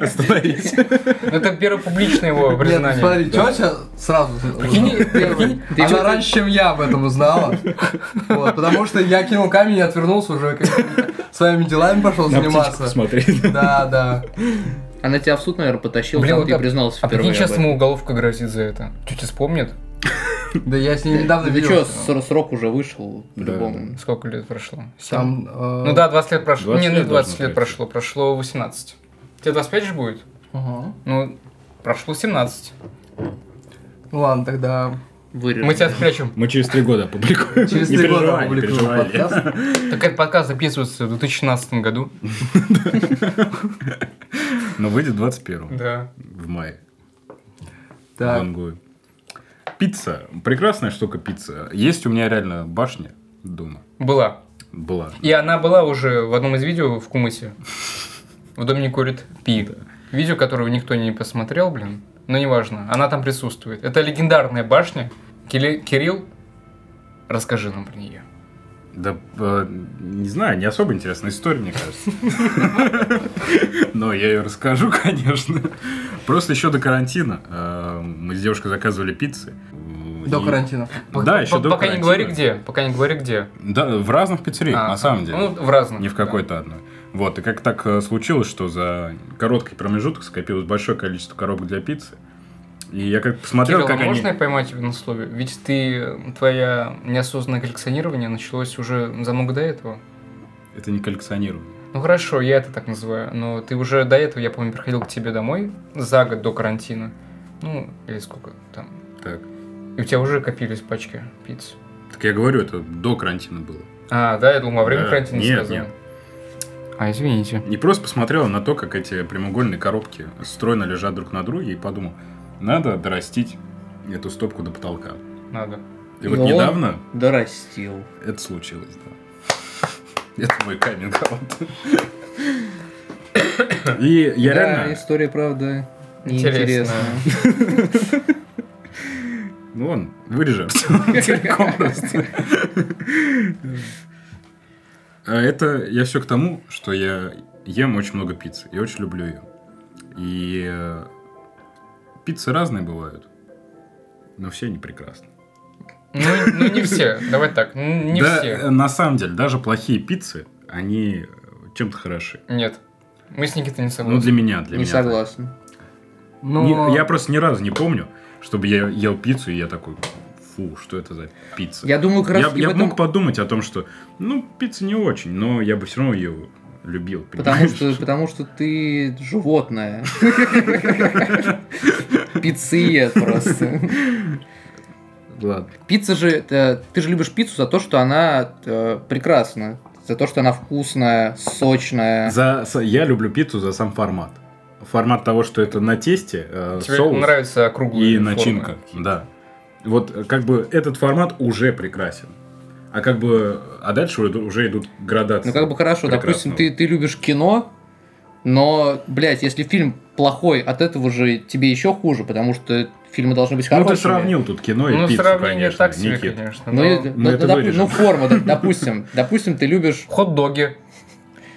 B: Остановись.
A: Ну, Это первое публичное его
D: Нет,
A: признание.
D: смотри, тетя сразу...
A: Прикинь, прикинь,
D: Ты Она раньше, чем я об этом узнала. Вот, потому что я кинул камень и отвернулся уже, как своими делами пошел
B: На птичку
D: заниматься.
B: смотреть.
D: Да, да.
C: Она тебя в суд, наверное, потащила,
A: Блин,
C: там
A: вот
C: ты
A: а-
C: признался
A: А прикинь,
C: впервые.
A: сейчас
C: об этом.
A: ему уголовка грозит за это. Тетя вспомнит?
D: Да я с ней недавно
C: Ты что,
D: видел.
C: срок уже вышел
B: Да.
C: по-любому.
A: Сколько лет прошло? Семь.
D: Там, э,
A: Ну да, 20 лет прошло.
B: 20
A: Не, ну
B: лет
A: 20 лет
B: должно
A: прошло. Прошло 18. Тебе 25 же будет?
D: ага.
A: Ну, прошло 17.
D: Ну ладно, тогда
C: Вырежем.
A: Мы тебя спрячем.
B: Мы через три года опубликуем.
D: через
B: Не
D: три года
B: переживай, не
D: опубликую
B: переживай, Илья.
D: подкаст.
A: Так этот подкаст записывается в 2017 году.
B: Но выйдет 21
A: Да.
B: в мае.
D: Так.
B: Вангую. Пицца. Прекрасная штука пицца. Есть у меня реально башня дома.
A: Была.
B: Была.
A: И она была уже в одном из видео в Кумысе. В доме не курит пи. Видео, которого никто не посмотрел, блин. Но неважно, она там присутствует. Это легендарная башня. Кили- Кирилл, расскажи нам про нее.
B: Да, э, не знаю, не особо интересная история, мне кажется. Но я ее расскажу, конечно. Просто еще до карантина э, мы с девушкой заказывали пиццы.
D: До
B: И-
D: карантина.
B: Да, еще до
A: Пока не говори
B: карантина.
A: где, пока не говори где.
B: Да, в разных пиццериях,
A: А,
B: на самом деле.
A: Ну, в разных.
B: Не в
A: да.
B: какой-то одной. Вот, и как так э, случилось, что за короткий промежуток скопилось большое количество коробок для пиццы. И я как посмотрел,
A: Кирилл, а
B: как они...
A: можно я поймать тебя на слове? Ведь ты, твоя неосознанное коллекционирование началось уже замок до этого.
B: Это не коллекционирование.
A: Ну хорошо, я это так называю, но ты уже до этого, я помню, приходил к тебе домой за год до карантина. Ну, или сколько там.
B: Так.
A: И у тебя уже копились пачки пицц.
B: Так я говорю, это до карантина было.
A: А, да, я думал, во время
B: Да.
A: карантина
B: Нет,
A: сказал.
B: нет.
A: А, извините.
B: Не просто посмотрела на то, как эти прямоугольные коробки стройно лежат друг на друге, и подумал, надо дорастить эту стопку до потолка.
A: Надо.
B: И вот
C: Но он-
B: недавно
C: Дорастил.
B: это случилось, да. Это мой камень И я
C: Да,
B: реально...
C: история, правда,
A: Интересная.
C: неинтересная.
B: Ну вон, вырежи Артём, целиком просто. А Это я все к тому, что я ем очень много пиццы. Я очень люблю ее. И э, пиццы разные бывают. Но все они прекрасны.
A: Ну, ну, не все. Давай так. н- Не
B: да,
A: все.
B: э, на самом деле, даже плохие пиццы, они э, чем-то хороши.
A: Нет. Мы с Никитой не
B: Ну,
A: согласны.
B: для меня, для
C: Не
B: меня.
C: согласен.
D: Ну,
B: Не- я просто ни разу не помню, чтобы я ел пиццу, и я такой, фу, что это за пицца.
C: Я думаю, как раз
B: Я,
C: таки
B: я
C: в
B: бы
C: этом...
B: мог подумать о том, что, ну, пицца не очень, но я бы все равно ее любил.
C: Потому
B: понимаешь?
C: что, потому что ты животное. Пиццеед просто.
B: Ладно.
C: Пицца же, это- ты же любишь пиццу за то, что она э, прекрасна. За то, что она вкусная, сочная.
B: За, с- я люблю пиццу за сам формат. Формат того, что это на тесте, э,
A: Тебе
B: соус
A: нравится округлые
B: и
A: формы.
B: начинка. Да. Вот э, как бы этот формат уже прекрасен. А как бы, а дальше уже- уже идут градации.
C: Ну, как бы хорошо, допустим, ты, ты любишь кино, но, блядь, если фильм плохой, от этого же тебе еще хуже, потому что фильмы должны быть
B: Ну,
C: хорошими.
B: ты сравнил тут кино и
A: Ну,
B: пиццу,
A: сравнение
B: конечно,
A: так себе,
B: Никит.
A: конечно.
C: Ну,
A: но-
C: и- ну,
B: это
C: ну, допу-
B: вырежем.
C: ну, форма, да, допустим, допустим, ты любишь...
A: Хот-доги.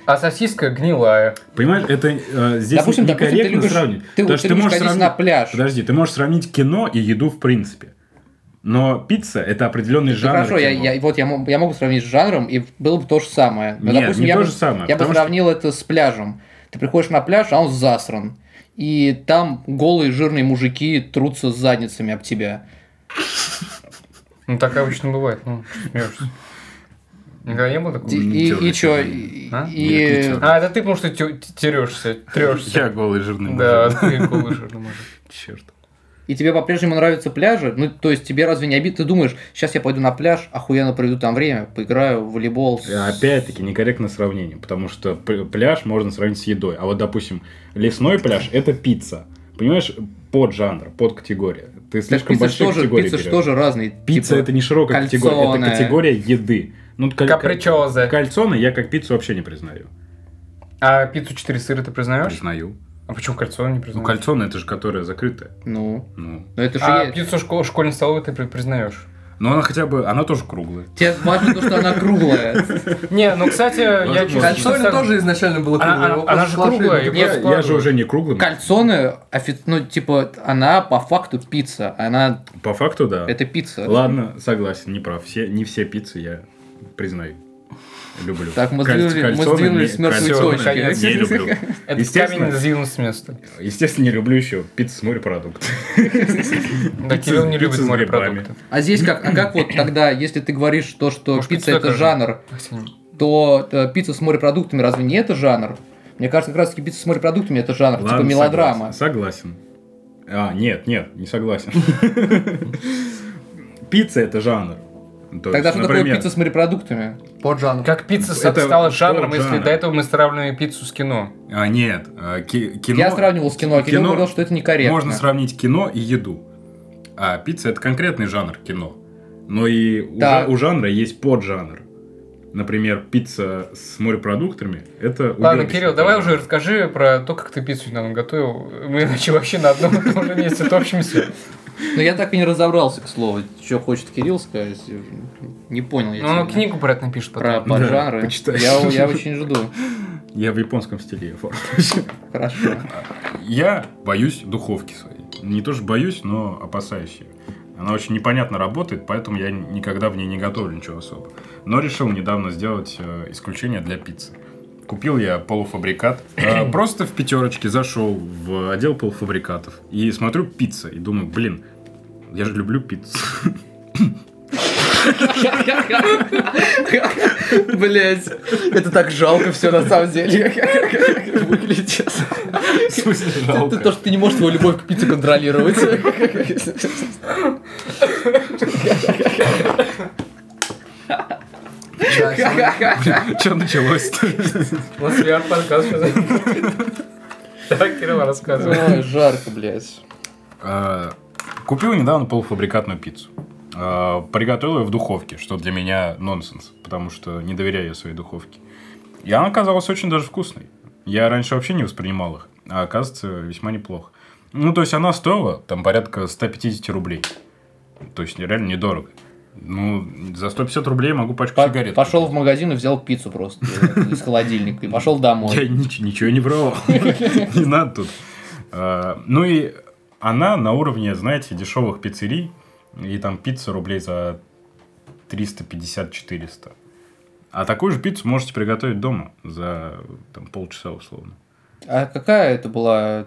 A: А сосиска гнилая.
B: Понимаешь, это э, здесь
C: Допустим, допустим, ты
B: некорректно
C: любишь,
B: сравнивать.
C: ты,
B: Потому
C: ты
B: что
C: любишь
B: можешь
C: ходить
B: сравнить-
C: на пляж.
B: Подожди, ты можешь сравнить кино и еду в принципе. Но пицца это определенный
C: Ну,
B: жанр.
C: хорошо, я,
B: кино.
C: я- вот я, мог- я могу сравнить с жанром, и было бы то же самое. Но,
B: Нет,
C: допустим,
B: не
C: я
B: то
C: бы,
B: же самое.
C: Я бы
B: потому
C: сравнил это с пляжем. Ты приходишь на пляж, а он засран. И там голые жирные мужики трутся с задницами об тебя.
A: Ну, так обычно бывает. Ну, что смеешься. Никогда не было такого?
C: И,
B: не
C: и,
B: тёрай
C: и чё?
B: тебя.
C: И,
A: А?
C: и-
B: Нет, не тёрай.
A: А, это ты, потому что тё- т- терешься,
B: что я
A: трешься.
B: голый жирный
A: Да,
B: мужик.
A: ты голый жирный мужик.
B: Черт.
C: и тебе по-прежнему нравятся пляжи? Ну, то есть тебе разве не обидно? Ты думаешь, сейчас я пойду на пляж, охуенно проведу там время, поиграю в волейбол. с-
B: Опять-таки некорректное сравнение, потому что п- пляж можно сравнить с едой. А вот, допустим, лесной пляж это пицца. Понимаешь, под жанр, под категория. Ты
C: Так
B: слишком
C: пицца же
B: большие
C: тоже,
B: категории
C: пицца же
B: берешь.
C: тоже разные.
B: Пицца
C: типа,
B: это не широкая категория, это
C: кальцоне.
B: категория еды. Ну, каль-
A: Капричоза.
B: Кальцоны я как пиццу вообще не признаю.
A: А пиццу 4 сыра ты признаешь?
B: Признаю.
A: А почему кольцо не
B: Ну,
A: признаешь?
B: кальцоны это же которая закрытая.
C: Ну,
B: Ну.
C: но это же...
A: А
C: есть.
A: пиццу шко- школьной столовой ты при- признаешь?
B: Но она хотя бы, она тоже круглая.
C: Тебе важно то, что она круглая.
A: Не, ну, кстати, я
B: Возможно.
A: чувствую...
D: Кальцоне тоже изначально было
A: Она-
D: круглое,
A: она-
D: его
A: она
D: просто
A: же
D: сложили
A: круглая,
D: в
A: её
D: другой-
A: просто-
B: Я же уже не круглым.
C: Кальцоны, офи- ну, типа, она по факту пицца. Она...
B: По факту, да.
C: Это пицца.
B: Ладно, согласен, не прав. Все, не все пиццы я признаю. Люблю.
C: Так, мы
B: Каль-
C: сдвинули- мы
B: кальцоны
C: сдвинулись
B: не-
C: с мёртвой
B: кальцоны
A: точки.
B: Не люблю.
A: Этот
B: Естественно.
A: камень сдвинулся с места.
B: Естественно, не люблю еще пиццу с морепродуктами.
A: Да, Кирилл не
B: пицца с
A: любит
B: грибами.
A: морепродукты.
C: А здесь как, а как вот тогда, если ты говоришь то, что
A: Может,
C: пицца
A: пицца
C: это
A: тоже?
C: жанр, то э, пицца с морепродуктами разве не это жанр? Мне кажется, как раз таки пицца с морепродуктами это жанр, типа
B: Ладно,
C: мелодрама.
B: Согласен. согласен. А, нет, нет, не согласен. Пицца это жанр. То
C: Тогда
B: есть,
C: что такое
B: например,
C: пицца с морепродуктами?
D: Под жанр.
A: Как пицца со-
B: Это
A: стала
B: что
A: жанром, если
B: жанр?
A: до этого мы сравнивали пиццу с кино?
B: А, нет, а, ки- кино...
C: Я сравнивал с кино, а Кирилл
B: кино-
C: говорил, что это некорректно.
B: Можно сравнить кино и еду. А пицца это конкретный жанр кино. Но и у,
C: Да.
B: жа- у жанра есть поджанр. Например, пицца с морепродуктами это
A: Ладно,
B: уёбищный
A: Кирилл, давай
B: жанр.
A: уже расскажи про то, как ты пиццу недавно готовил. Мы иначе вообще на одном и том же месте топчемся.
C: Но я так и не разобрался, к слову, что хочет Кирилл сказать. Не понял я
A: Ну, он
C: тебя.
A: книгу про это напишет
C: Про
A: потом.
C: поджанры.
B: почитай.
C: я, я очень жду.
B: Я в японском стиле оформлю.
C: Хорошо.
B: Я боюсь духовки своей. Не то, что боюсь, но опасаюсь ее. Она очень непонятно работает, поэтому я никогда в ней не готовлю ничего особо. Но решил недавно сделать э, исключение для пиццы. Купил я полуфабрикат. Э, просто в пятерочке зашел в отдел полуфабрикатов. И смотрю пицца. И думаю, блин, я же люблю пиццу.
C: Блять, это так жалко все на самом деле. Выглядит сейчас.
B: В смысле,
C: Это то,
B: жалко.
C: что ты не можешь свою любовь к пицце контролировать.
D: Да, сегодня-
B: Че началось-то?
A: У нас VR подкаст сейчас. Давай, Кирилл, рассказывай.
C: Ой, жарко, блядь.
B: А, Купил недавно полуфабрикатную пиццу. А, Приготовил ее в духовке, что для меня нонсенс, потому что не доверяю я своей духовке. И она оказалась очень даже вкусной. Я раньше вообще не воспринимал их, а оказывается весьма неплохо. Ну, то есть она стоила там порядка 150 рублей. То есть реально недорого. Ну, за 150 рублей могу пачку
C: По-
B: сигарет.
C: Пошел в
B: купить.
C: магазин и взял пиццу просто э, из холодильника и пошел
B: Я
C: домой.
B: нич- ничего не брал. Не надо тут. А, Ну и она на уровне, знаете, дешевых пиццерий. И там пицца рублей за 350-400. А такую же пиццу можете приготовить дома за там, полчаса условно.
C: А какая это была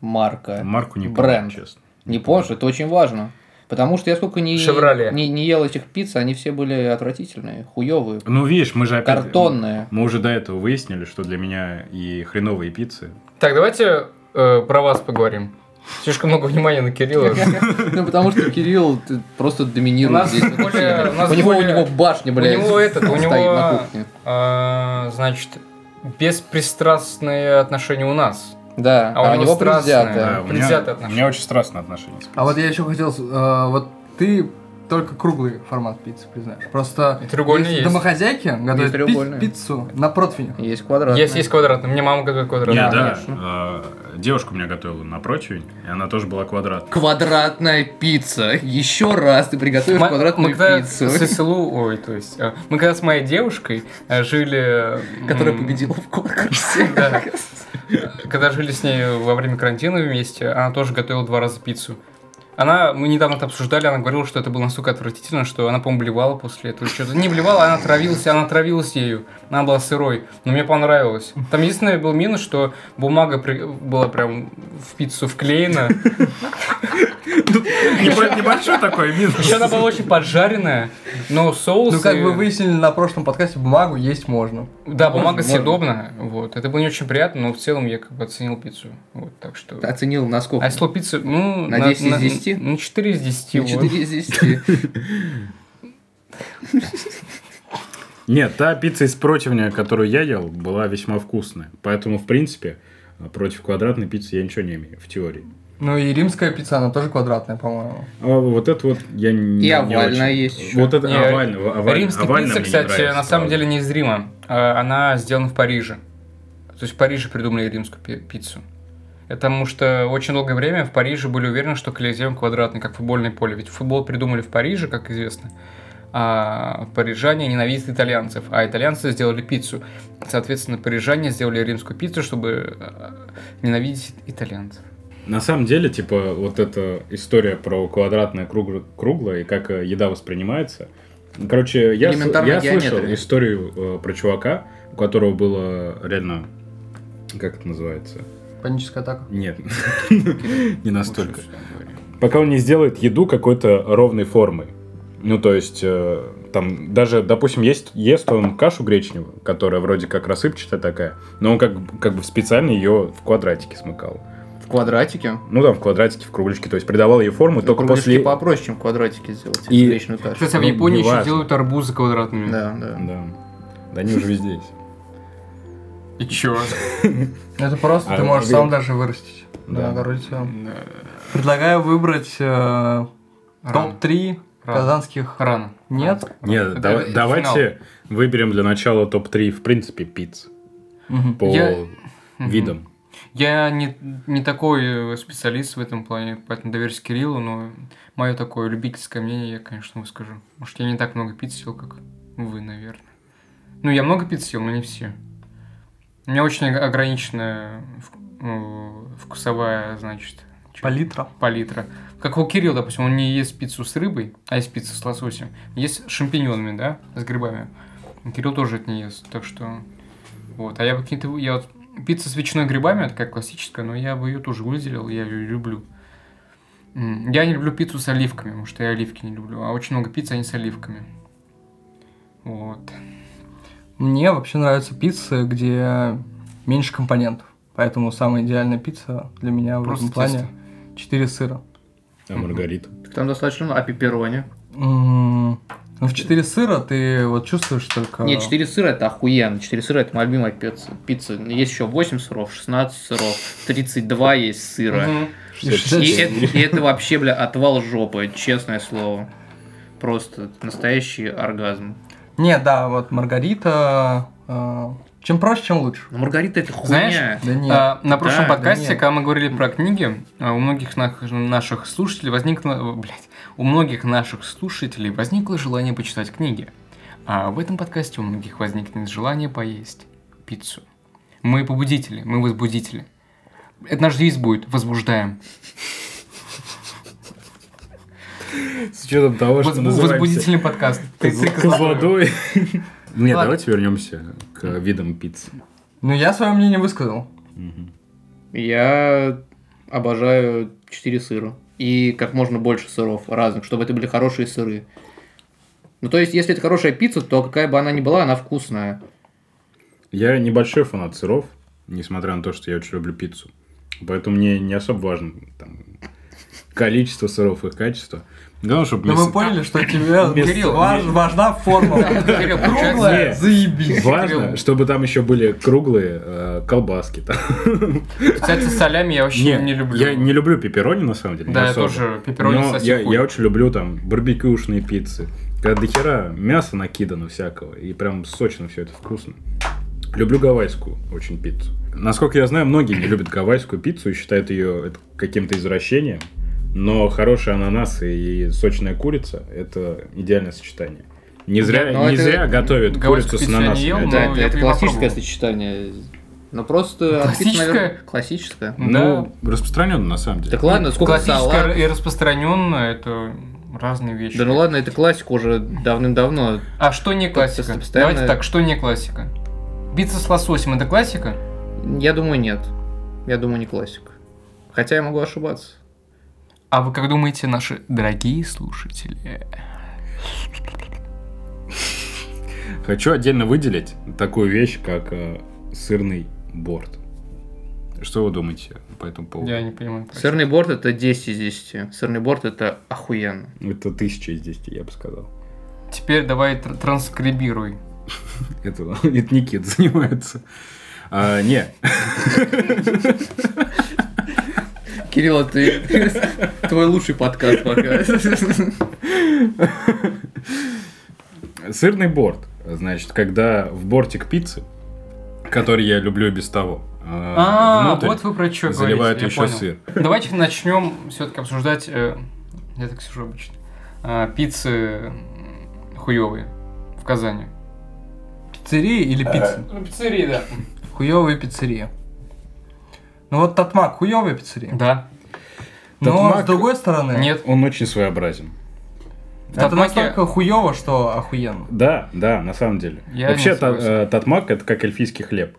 C: марка?
B: Марку не помню,
C: Бренд.
B: честно.
C: Не помнишь, это очень важно. Потому что я сколько не,
A: «Шевроле».
C: не, не ел этих пицц, они все были отвратительные, хуевые,
B: Ну, видишь, мы же опять...
C: картонные.
B: Мы уже до этого выяснили, что для меня и хреновые пиццы.
A: Так, давайте э, про вас поговорим. Слишком много внимания на Кирилла.
C: Ну, потому что Кирилл ты, просто
A: У
C: доминирует
A: нас
C: здесь.
A: более- у нас
C: У него, у
A: более-
C: него башня,
A: у
C: блядь,
A: него этот, у
C: стоит
A: него-
C: на кухне.
A: А, Значит, беспристрастные отношения у нас.
C: Да, а, у него
A: страстное,
C: предвзятое.
B: у,
A: предвзятые
B: меня, у
A: отношения.
B: меня очень страстные отношения с пиццей.
D: А вот я еще хотел, с- э, вот ты только круглый формат пиццы признаешь. Просто
A: И треугольный есть.
D: домохозяйки готовят пи-
C: треугольный.
D: пиццу на противне.
C: Есть квадрат.
A: Есть, есть квадратный. Мне мама готовит квадратный.
B: Я, да.
C: конечно.
B: э, Девушка у меня готовила на противень, и она тоже была квадрат.
C: Квадратная пицца. Еще раз ты приготовишь
A: Мы-
C: квадратную
A: мы когда
C: пиццу,
A: с ССЛУ, ой, то есть, э, мы когда с моей девушкой э, жили... э,
C: которая
A: м,
C: победила в конкурсе.
A: Да. Когда жили с ней во время карантина вместе, она тоже готовила два раза пиццу. Она, мы недавно это обсуждали, она говорила, что это было настолько отвратительно, что она, по-моему, блевала после этого. Что-то не блевала, она травилась, она травилась ею. Она была сырой, но мне понравилось. Там единственное был минус, что бумага при- была прям в пиццу вклеена.
B: Небо- Небольшой такой минус.
A: Еще она была очень поджаренная, но соус...
D: Ну, как вы выяснили на прошлом подкасте, бумагу есть можно.
A: Да, бумага
D: Можно.
A: съедобная. Вот. Это было не очень приятно, но в целом я как бы оценил пиццу. Вот, так что...
C: Оценил на сколько?
A: А если пиццу, ну...
C: На 10 из 10?
A: На 4 из 10.
C: На
A: вот.
C: 4 из 10.
B: Нет, та пицца из противня, которую я ел, была весьма вкусная. Поэтому, в принципе, против квадратной пиццы я ничего не имею, в теории.
D: Ну и римская пицца, она тоже квадратная, по-моему.
B: А вот это вот я не
C: И
B: не
C: овальная
B: очень.
C: есть еще.
B: Вот это
A: Не,
B: овальная, в- овальная-
A: Римская
B: овальная
A: пицца,
B: мне не
A: кстати,
B: нравится,
A: на самом
B: правда.
A: деле не из Рима. А, Она сделана в Париже. То есть в Париже придумали римскую пи- пиццу. Это Потому что очень долгое время в Париже были уверены, что Колизеум квадратный, как футбольное поле. Ведь футбол придумали в Париже, как известно. А парижане ненавидят итальянцев, а итальянцы сделали пиццу. Соответственно, парижане сделали римскую пиццу, чтобы э, ненавидеть итальянцев.
B: На самом деле, типа, вот эта история про квадратное круг- круглое и как э, еда воспринимается. Короче, я, с-
C: Элементарная
B: я слышал
C: геометрия.
B: историю э, про чувака, у которого было реально... Как это называется?
D: Паническая атака.
B: Нет, не настолько. Пока он не сделает еду какой-то ровной формы. Ну, то есть, э, там, даже, допустим, есть, ест он кашу гречневую, которая вроде как рассыпчатая такая, но он как, б- как бы специально ее в квадратике смыкал.
C: В квадратике?
B: Ну, там, в квадратике, в кругляшке, то есть придавал ей форму только
C: Кругляшки
B: после...
C: попроще, чем квадратики сделать.
B: И-
C: Встречную кашу.
A: Кстати, а в
B: Ну,
A: Японии еще
B: неважно.
A: делают арбузы квадратными.
C: Да, да.
B: Да. Да они уже везде есть.
A: И чё?
D: Ну, Это просто
B: А,
D: ты можешь
B: блин.
D: сам даже вырастить.
B: Да.
D: Да, огородить сам. Предлагаю выбрать э, топ-3
A: Рано.
D: казанских...
A: Рано.
D: Нет?
B: Нет,
A: Это-
B: дав-
A: это
B: давайте выберем для начала топ-3, в принципе, пиц
D: Мгм.
B: по
A: Я- Мгм.
B: видам.
A: Я не, не такой э, специалист в этом плане, поэтому доверюсь Кириллу, но мое такое любительское мнение я, конечно, выскажу. Может, я не так много пицц съел, как вы, наверное. Ну, я много пицц съел, но не все. У меня очень ог- ограниченная вк- ну, вкусовая, значит, чё-
D: Палитра.
A: палитра. Как у Кирилла, допустим, он не ест пиццу с рыбой, а ест пиццу с лососем. Есть с шампиньонами, да, с грибами. Кирилл тоже это не ест, так что... Вот, а я бы какие-то... Я вот... Пицца с ветчиной и грибами, это как классическая, но я бы ее тоже выделил, я ее люблю. М, Я не люблю пиццу с оливками, потому что я оливки не люблю, а очень много пиццы, они с оливками. Вот.
D: Мне вообще нравятся пиццы, где меньше компонентов. Поэтому самая идеальная пицца для меня в
A: Просто
D: этом плане 4 сыра.
B: А Маргарита?
C: Там достаточно... много- А пепперони?
D: М, Ну, в 4 сыра ты вот чувствуешь только...
C: Не, 4 сыра это охуенно. 4 сыра это моя любимая пицца. пицца. Есть еще 8 сыров, 16 сыров, 32 есть сыра.
D: Мгм. И
B: 64.
C: И,
D: 64.
C: это, и это вообще, бля, отвал жопы, честное слово. Просто настоящий оргазм.
D: Не, да, вот Маргарита... э, чем проще, чем лучше.
C: Но Маргарита это хуйня.
A: Знаешь,
D: Да нет.
A: А, на прошлом
C: Да, да
A: подкасте,
D: нет.
A: когда мы говорили про книги, а, у многих нах- наших слушателей возникло, блядь, у многих наших слушателей возникло желание почитать книги. А в этом подкасте у многих возникнет желание поесть пиццу. Мы побудители, мы возбудители. Это наш девиз будет, возбуждаем.
B: С учетом того,
A: Воз- возбудительный подкаст. Ты- ты козлодой.
B: Нет,
A: Ладно.
B: давайте вернемся к видам пиццы.
D: Ну, я свое мнение высказал.
C: Я обожаю 4 сыра. И как можно больше сыров разных, чтобы это были хорошие сыры. Ну, то есть, если это хорошая пицца, то какая бы она ни была, она вкусная.
B: Я небольшой фанат сыров, несмотря на то, что я очень люблю пиццу. Поэтому мне не особо важно там, количество сыров и качество. Главное, чтобы
D: Но
B: мне
D: Ну, мы поняли, что тебе
B: Вместо-
D: Кирилл, важ- важна форма.
A: Кирилл, получается,
D: Круглая,
B: Нет.
D: заебись.
B: Важно, чтобы там еще были круглые э, колбаски. там.
A: Кстати, солями я вообще не люблю.
B: Я не люблю пепперони, на самом деле.
A: Да,
B: не
A: я
B: особо.
A: тоже пепперони
B: Но
A: сосиски.
B: я, я очень люблю там барбекюшные пиццы. Когда дохера мясо накидано всякого, и прям сочно все это вкусно. Люблю гавайскую очень пиццу. Насколько я знаю, многие не любят гавайскую пиццу и считают ее это каким-то извращением. Но хороший ананас и сочная курица – это идеальное сочетание. Не зря,
C: но
B: не
C: это-
B: зря готовят
A: гавайскую
B: курицу с
A: пиццу я не
B: ананасом.
A: ел,
B: Это-
A: но
C: да, это,
A: Ну, я
C: это
A: бы не
C: классическое
A: попробовал.
C: сочетание. Но просто... а пицца, наверное,
A: Классическое?
C: классическое.
A: Да.
B: Ну, распространенно на самом деле.
C: Так ладно, сколько
A: Классическое
C: салат.
A: Ну, и распространенное это разные вещи.
C: Да ну ладно, это классика уже давным-давно.
A: А что не
C: Тут
A: классика?
C: постоянно-
A: Давайте так, что не классика? Пицца с лососем это классика?
C: Я думаю, нет. Я думаю, не классика. Хотя я могу ошибаться.
A: А вы как думаете, наши дорогие слушатели?
B: Хочу отдельно выделить такую вещь, как э, сырный борт. Что вы думаете по этому поводу?
A: Я не понимаю. прости.
C: Сырный борт это 10 из 10. Сырный борт это охуенно.
B: Это тысяча из десяти, я бы сказал.
A: Теперь давай тр- транскрибируй.
B: Это, это Никит занимается. А, не,
C: Кирилл, а ты твой лучший подкаст пока.
B: сырный борт. Значит, когда в бортик пиццы, который я люблю и без того, э,
A: А,
B: внутрь
A: вот вы про что
B: заливают
A: говорите, я
B: еще
A: понял.
B: сыр.
A: Давайте начнем все-таки обсуждать. э, я так сижу обычно. а, пиццы хуевые в Казани.
D: Пиццерии или пицца?
A: Ну, пиццерии, да.
D: Хуёвые пиццерии. Ну вот Татмак, хуёвая пиццерия.
A: Да.
D: Но
B: Татмак-
D: с другой стороны,
A: Нет.
B: Он очень своеобразен.
D: это
A: Татмаки-
D: настолько хуёво, что охуенно.
B: Да, да, на самом деле.
A: Я
B: Вообще,
A: не
B: та-
A: согласен.
B: э, татмак это как эльфийский хлеб.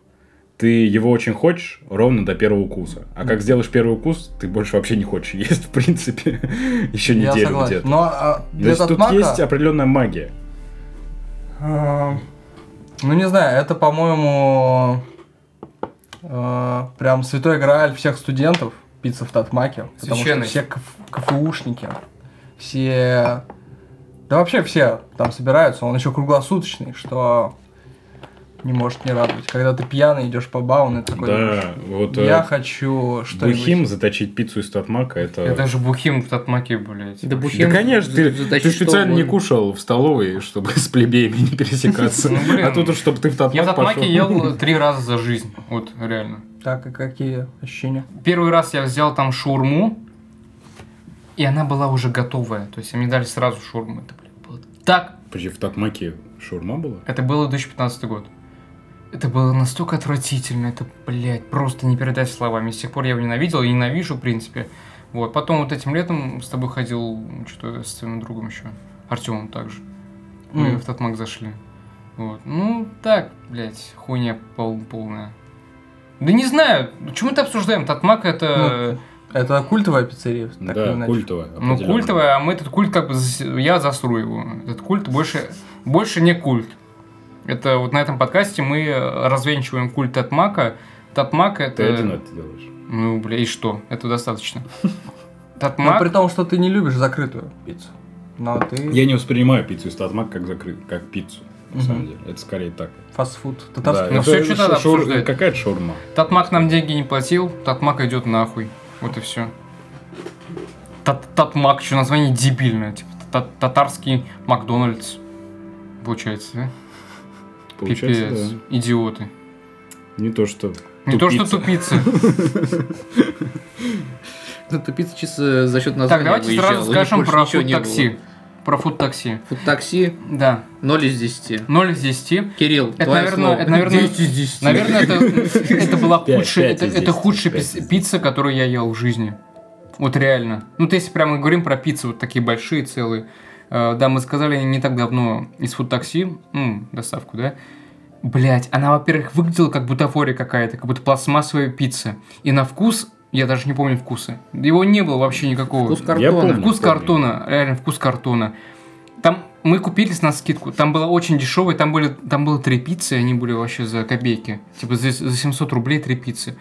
B: Ты его очень хочешь ровно до первого укуса. А как сделаешь первый укус, ты больше вообще не хочешь есть, в принципе, еще
D: Я
B: неделю
D: согласен.
B: где-то.
D: Но а,
B: То
D: для
B: есть тут
D: Татмака...
B: есть определенная магия.
D: а, Ну не знаю, это, по-моему, а, прям святой грааль всех студентов, пицца в Татмаке. Потому
A: Священный.
D: что все кф- КФУшники, все... Да вообще все там собираются, он еще круглосуточный, что не может не радовать. Когда ты пьяный идешь по бауну, и такой... думаешь,
B: Да, вот э,
D: Я хочу что-нибудь.
B: бухим заточить пиццу из татмака, это...
A: Это же бухим в Татмаке, блядь.
C: Да
B: Да,
C: бухим.
B: конечно, ты,
C: затащить
B: ты
C: что
B: специально не
C: угодно.
B: кушал в столовой, чтобы с плебеями не пересекаться.
A: Ну, блин.
B: А тут уж, чтобы ты в
A: Я в
B: татмак
A: Татмаке
B: пошел.
A: ел три раза за жизнь. Вот, реально.
D: Так, и какие ощущения?
A: Первый раз я взял там шаурму, и она была уже готовая. То есть а мне дали сразу шаурму. Это, блин, было так...
B: Подожди, в татмаке шаурма была?
A: Это было 2015 год. Это было настолько отвратительно, это, блядь, просто не передать словами. С тех пор я его ненавидел и ненавижу, в принципе. Вот, потом вот этим летом с тобой ходил, что-то с твоим другом еще, Артемом также. Мы
D: М.
A: в Татмак зашли. Вот. Ну, так, блядь, хуйня пол- полная. Да не знаю, почему это обсуждаем? Татмак это...
D: Это культовая пиццерия, так или
B: да,
D: иначе.
B: культовая.
A: Ну,
B: определенно.
A: культовая, а мы этот культ как бы... зас- Я засру его. Этот культ больше, больше не культ. Это вот на этом подкасте мы э, развенчиваем культ Татмака. Татмак это...
B: Ты один это делаешь.
A: Ну, бля, и что? Это достаточно.
D: Но
A: Татмак...
D: Ну, при том, что ты не любишь закрытую пиццу. но ты
B: Я не воспринимаю пиццу из Татмак как, закры... как пиццу, на самом деле. Это скорее так.
D: фастфуд
B: Да,
D: татарский.
A: Ну
B: это
A: всё, что
B: шу-
A: надо
B: шаурма.
A: обсуждать.
B: Какая-то шаурма.
A: Татмак нам деньги не платил, Татмак идет нахуй. Вот и все. Татмак, еще название дебильное. Типа та- татарский Макдональдс. Получается, да?
B: Получается,
A: Пипец.
B: да.
A: Идиоты.
B: Не то, что...
A: Не то, что
B: Тупица.
A: тупицы.
C: Ну, тупица чисто за счет названия
A: Так, давайте
C: выезжала,
A: сразу
C: у них
A: скажем
C: больше
A: про
C: ничего не было.
A: фуд-такси. Про фуд-такси.
C: Фуд-такси
A: Да,
C: 0 из 10.
A: 0 из 10.
C: Кирилл,
A: Это,
C: твое
A: наверное,
C: слово.
A: это, наверное,
C: 10 из 10.
A: Наверное, это, это была
B: Пять,
A: худшая,
B: пять
A: это,
B: из
A: это
B: десяти,
A: худшая
B: пять
A: пис-
B: из десяти.
A: пицца, которую я ел в жизни. Вот реально. Ну, то если прямо говорим про пиццу, вот такие большие, целые. Э, Да, мы сказали не так давно из фуд-такси, м, доставку, да? Блять, она, во-первых, выглядела как бутафория какая-то, как будто пластмассовая пицца. И на вкус, я даже не помню вкуса, его не было вообще никакого.
C: Вкус
B: Я
C: картона.
B: помню.
A: Вкус картона, реально вкус картона. Там мы купили на скидку, там была очень дешевая, там, были, там было три пиццы, и они были вообще за копейки. Типа за, за 700 рублей три пиццы.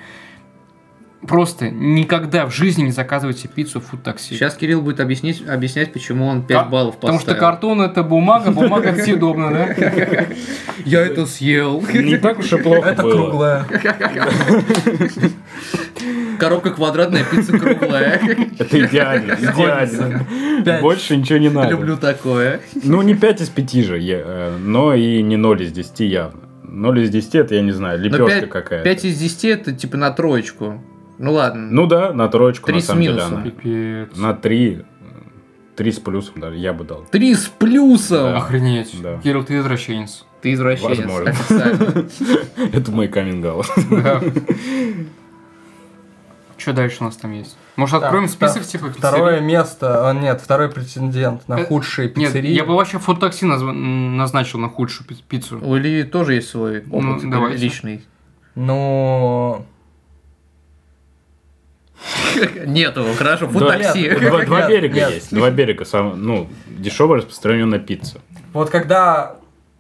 A: Просто никогда в жизни не заказывайте пиццу в фуд-такси.
C: Сейчас Кирилл будет объяснить, объяснять, почему он 5
A: Ка-
C: баллов
A: Потому
C: поставил.
A: что картон это бумага, бумага это съедобно, да?
C: Я это съел.
B: Не так уж и плохо
D: Ну, Это
B: было.
D: круглая.
C: Коробка квадратная, пицца круглая.
B: Это идеально, идеально. Больше ничего не надо.
C: Люблю такое.
B: Ну, не 5 из 5 же, я, э, но и не 0 из 10 явно. 0 из 10 это, я не знаю,
C: Но
B: лепешка
C: 5,
B: какая-то.
C: из 10 это типа на троечку. Ну ладно.
B: Ну да, на троечку,
C: Три
B: на
C: с
B: самом деле,
C: минусом.
B: она.
A: Пипец.
B: На 3, 3 с плюсом даже, я бы дал.
C: 3 с плюсом.
B: Да.
A: Охренеть.
B: Да.
A: Кирилл, ты извращенец.
C: Ты извращенец.
B: Возможно.
C: официально.
B: Это мой каминг
A: Что дальше у нас там есть? Может,
D: Так,
A: откроем
D: да.
A: список типа пиццерий?
D: Второе место, а, нет, второй претендент на
A: Э,
D: худшие
A: Нет,
D: пиццерии.
A: я бы вообще фуд-такси назва- назначил на худшую пи- пиццу.
C: У Ильи тоже есть свой
A: Ну,
C: опыт
A: давайте.
C: личный.
D: Но...
C: Нет его, хорошо, фу такси.
B: Два два
D: Нет,
B: берега
D: нет.
B: есть. Два берега, сам- ну, дешевая распространенная пицца.
D: Вот когда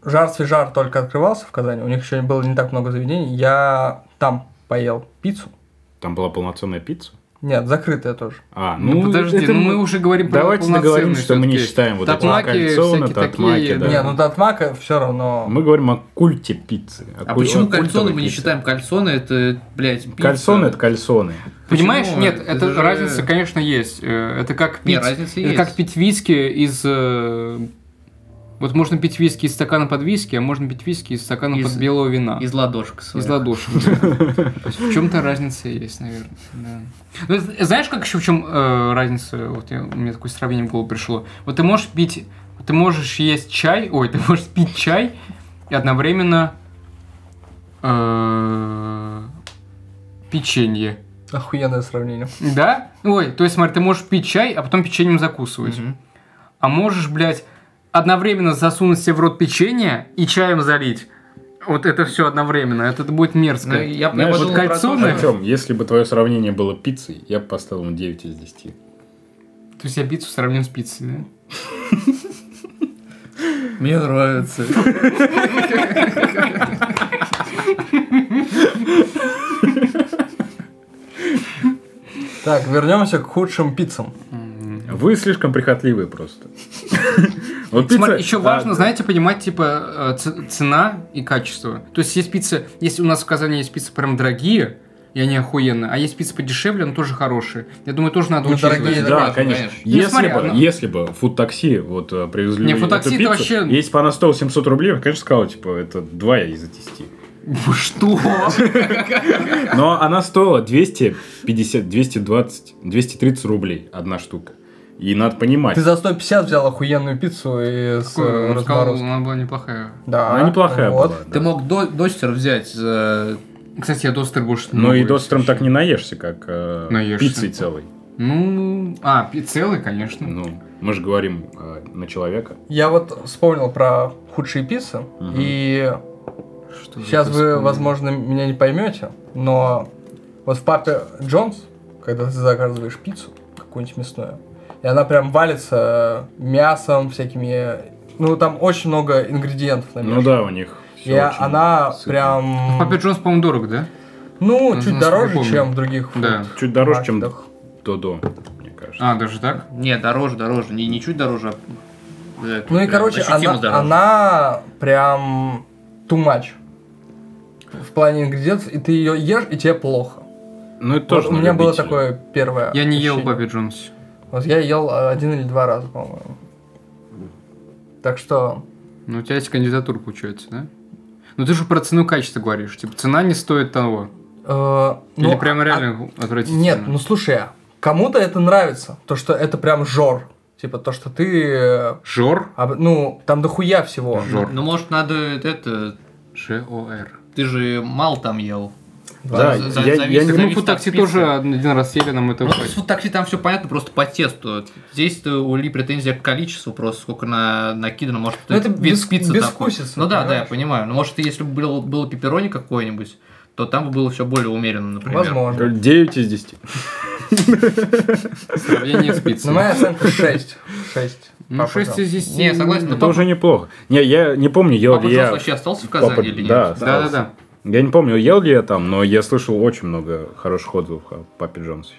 D: жар свежар только открывался в Казани, у них еще было не так много заведений, я там поел пиццу.
B: Там была полноценная пицца.
D: Нет, закрытая тоже.
B: А,
A: Ну, подожди,
B: это
A: ну мы уже говорим про
B: Давайте договоримся, что мы не
A: полноценные
B: считаем вот эти
A: Татмаки,
B: кольцона,
A: всякие
B: татмаки,
A: такие,
B: да.
D: Не, ну Татмака все равно.
B: Мы говорим о культе пиццы. о
C: А
B: куль-
C: почему
B: о культовой
C: кальсоны мы не
B: пицце.
C: считаем кальсоны? Это, блядь, пицца.
B: Кальсоны это кальсоны.
A: Понимаешь,
C: Почему?
A: нет,
C: Это
A: это
C: же-
A: разница, конечно, есть. Э, Это как пить,
C: Не, разница
A: это
C: есть.
A: как пить виски из э, вот можно пить виски из стакана под виски, а можно пить виски из стакана
C: Из-
A: под белого вина.
C: Из ладошек своих.
A: Из ладошек. да. То есть В чем-то разница есть, наверное. да. Ну, это- Знаешь, как еще в чем э, разница? Вот я- у меня такое сравнение в голову пришло. Вот ты можешь пить, ты можешь есть чай, ой, ты можешь пить чай и одновременно э, печенье.
D: Охуенное сравнение.
A: Да? Ну, Ой, то есть, смотри, ты можешь пить чай, а потом печеньем закусывать.
C: Мгм.
A: А можешь, блядь, одновременно засунуть себе в рот печенье и чаем залить. Вот это все одновременно. Это будет мерзко.
C: Ну, я- я
B: Знаешь,
C: подумал
A: вот
C: про то,
A: кальсоны-
C: что-
B: Артем, если бы твое сравнение было пиццей, я бы поставил ему 9 из 10.
A: То есть я пиццу сравнил с пиццей, да?
C: Мне нравится.
D: Так, вернемся к худшим пиццам.
B: Вы слишком прихотливые просто. Вот
A: Смотри,
B: пицца... а,
A: еще
B: да,
A: важно, знаете, понимать, типа, э, ц- цена и качество. То есть есть пицца, если у нас в Казани есть пиццы прям дорогие, и они охуенные, а есть пицца подешевле, но тоже хорошие. Я думаю, тоже надо
D: Ну,
A: учитывать.
D: дорогие,
B: Да,
C: важно,
B: конечно.
C: конечно.
A: Ну,
B: Если,
A: смотри,
B: бы,
A: она-
B: если бы фуд-такси вот э, привезли
A: Не,
B: эту
A: фуд-такси это
B: пиццу,
A: вообще-
B: если бы она стоила 700 рублей, я бы, конечно, сказал, типа, это 2 из 10.
A: Что?
B: Но она стоила 250, 220, 230 рублей одна штука. И надо понимать.
D: Ты за 150 взял охуенную пиццу и с
A: Какую?
D: э,
A: Он сказал,
D: разморозкой.
A: ну, Она была неплохая.
D: Да.
B: Ну, Она неплохая
D: вот.
B: была. да.
C: Ты мог до- достер взять за...
A: Кстати, я тостер больше не
B: Но
A: могу
B: Ну, и
A: есть
B: достером
A: вообще.
B: так не наешься, как э,
A: Наешься.
B: пиццей целой.
A: Ну, а, пи- целый, конечно.
B: Ну, мы же говорим э, на человека.
D: Я вот вспомнил про худшие пиццы. И
A: Что за
D: сейчас вы,
A: господи.
D: возможно, меня не поймете, но вот в Папе Джонс, когда ты заказываешь пиццу какую-нибудь мясную, и она прям валится мясом, всякими... Ну, там очень много ингредиентов, наверное.
B: Ну да, у них. всё
D: И
B: очень
D: она
B: сытно.
D: прям...
A: Папе Джонс, по-моему, дорого, да?
D: Ну,
A: Ну,
D: чуть
A: насколько
D: дороже,
A: помню.
D: чем в других
A: Да.
D: фуд-
B: Чуть дороже, чем
D: маркетах.
B: Додо, мне кажется.
A: А, даже так?
C: Не, дороже, дороже. Не, не чуть дороже, а... э,
D: Ну и,
C: прям
D: короче,
C: ощутимо
D: она,
C: дороже.
D: она прям too much. В плане ингредиентов, и ты ее ешь, и тебе плохо.
B: Ну, это
D: Вот
B: тоже
D: у
B: на
D: меня было
B: любителя.
D: такое первое.
A: Я не ел
D: ощущение.
A: Папи Джонс.
D: Вот я ел э, один или два раза, по-моему. Так что,
A: Ну, у тебя есть кандидатура, получается, да? Ну, ты же про цену качество говоришь. Типа, цена не стоит того.
D: э,
A: Или
D: ну,
A: прям
D: а-
A: реально отвратительно.
D: Нет, ну слушай, а кому-то это нравится, то, что это прям жор. Типа то, что ты... э,
A: Жор?
D: об- ну, там дохуя всего.
A: Жор.
C: Ну, может, надо это...
A: Ж-О-Р.
C: Ты же мало там ел.
D: Ну,
B: Да,
C: За- за-
B: я,
C: зависит-
B: я не-
C: зависит
A: мы в
C: от
A: такси
C: пиццы.
A: тоже один раз ели, нам это
C: Ну,
A: хватит.
C: в такси там все понятно, просто по тесту. Здесь -то у Ли претензия к количеству, просто сколько на накидано, может,
D: Ну, это
C: вид
D: бес-
C: пиццы такой.
D: бескусица,
C: Ну да, да, я
D: понимаешь?
C: понимаю. Но может, если бы было, было пепперони какое-нибудь, то там бы было все более умеренно, например.
D: Возможно.
B: 9 из 10.
A: Сравнение с пиццей.
D: Но Ну, моя оценка 6. 6.
A: Ну, 6 из Ну, 10.
C: Не, согласен,
B: Ну, Это уже неплохо. Не, я не помню, ел
C: Папа
B: ли
C: Джонс
B: я...
C: вообще А остался в Казани
B: Папа-
C: или нет?
B: Да, остался.
A: Да-да-да.
B: Я не помню, ел ли я там, но я слышал очень много хороших отзывов о Папе Джонсе.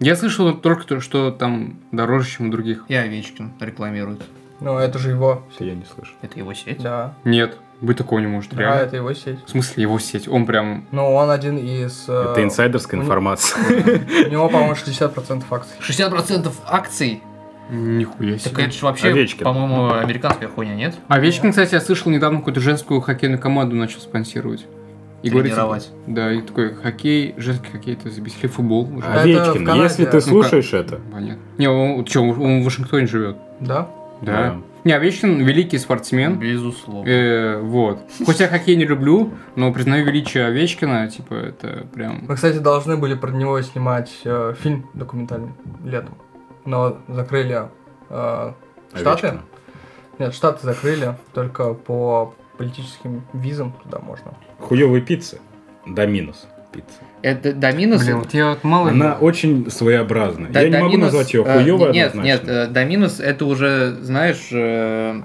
A: Я слышал только то, что там дороже, чем у других.
C: И Овечкин рекламирует.
D: Ну, это же его.
B: Это я не слышал.
C: Это его сеть.
D: Да.
A: Нет, быть такого не может,
D: Да,
A: реально.
D: это его сеть.
A: В смысле, его сеть. Он прям
D: Ну, он один из... э,
B: Это инсайдерская
D: у-
B: информация.
D: У него, по-моему, 60% акций.
C: 60% акций.
A: нихуя
C: Так
A: себе.
C: это же вообще,
B: Овечкин.
C: по-моему, американская хуйня, нет?
A: Овечкин, кстати, я слышал недавно какую-то женскую хоккейную команду начал спонсировать. И говорит, типа,
C: Тренировать.
A: да, и такой хоккей, женский хоккей, то забесили футбол. уже.
D: А,
B: Овечкин,
D: в Канаде.
B: если ты
D: Ну-ка.
B: слушаешь это...
A: Понятно. Не, он, что, он в Вашингтоне живет.
D: Да?
B: Да.
A: Не, Овечкин великий спортсмен.
C: Безусловно.
A: Э, вот. Хоть я хоккей не люблю, но признаю величие Овечкина, типа, это прям...
D: Мы, кстати, должны были про него снимать э, фильм документальный летом. Но закрыли
B: А
D: э, Штаты.
B: Овечкина.
D: Нет, Штаты закрыли только по политическим визам туда можно.
B: Хуёвая пицца. Да минус пицца.
C: Это Доминус...
A: Блин, вот я вот мало...
B: Она очень своеобразная.
C: Да,
B: я не могу
C: Доминус,
B: назвать ее
C: э,
B: хуёвой
C: Нет,
B: однозначно.
C: нет, э, Доминус это уже, знаешь, э,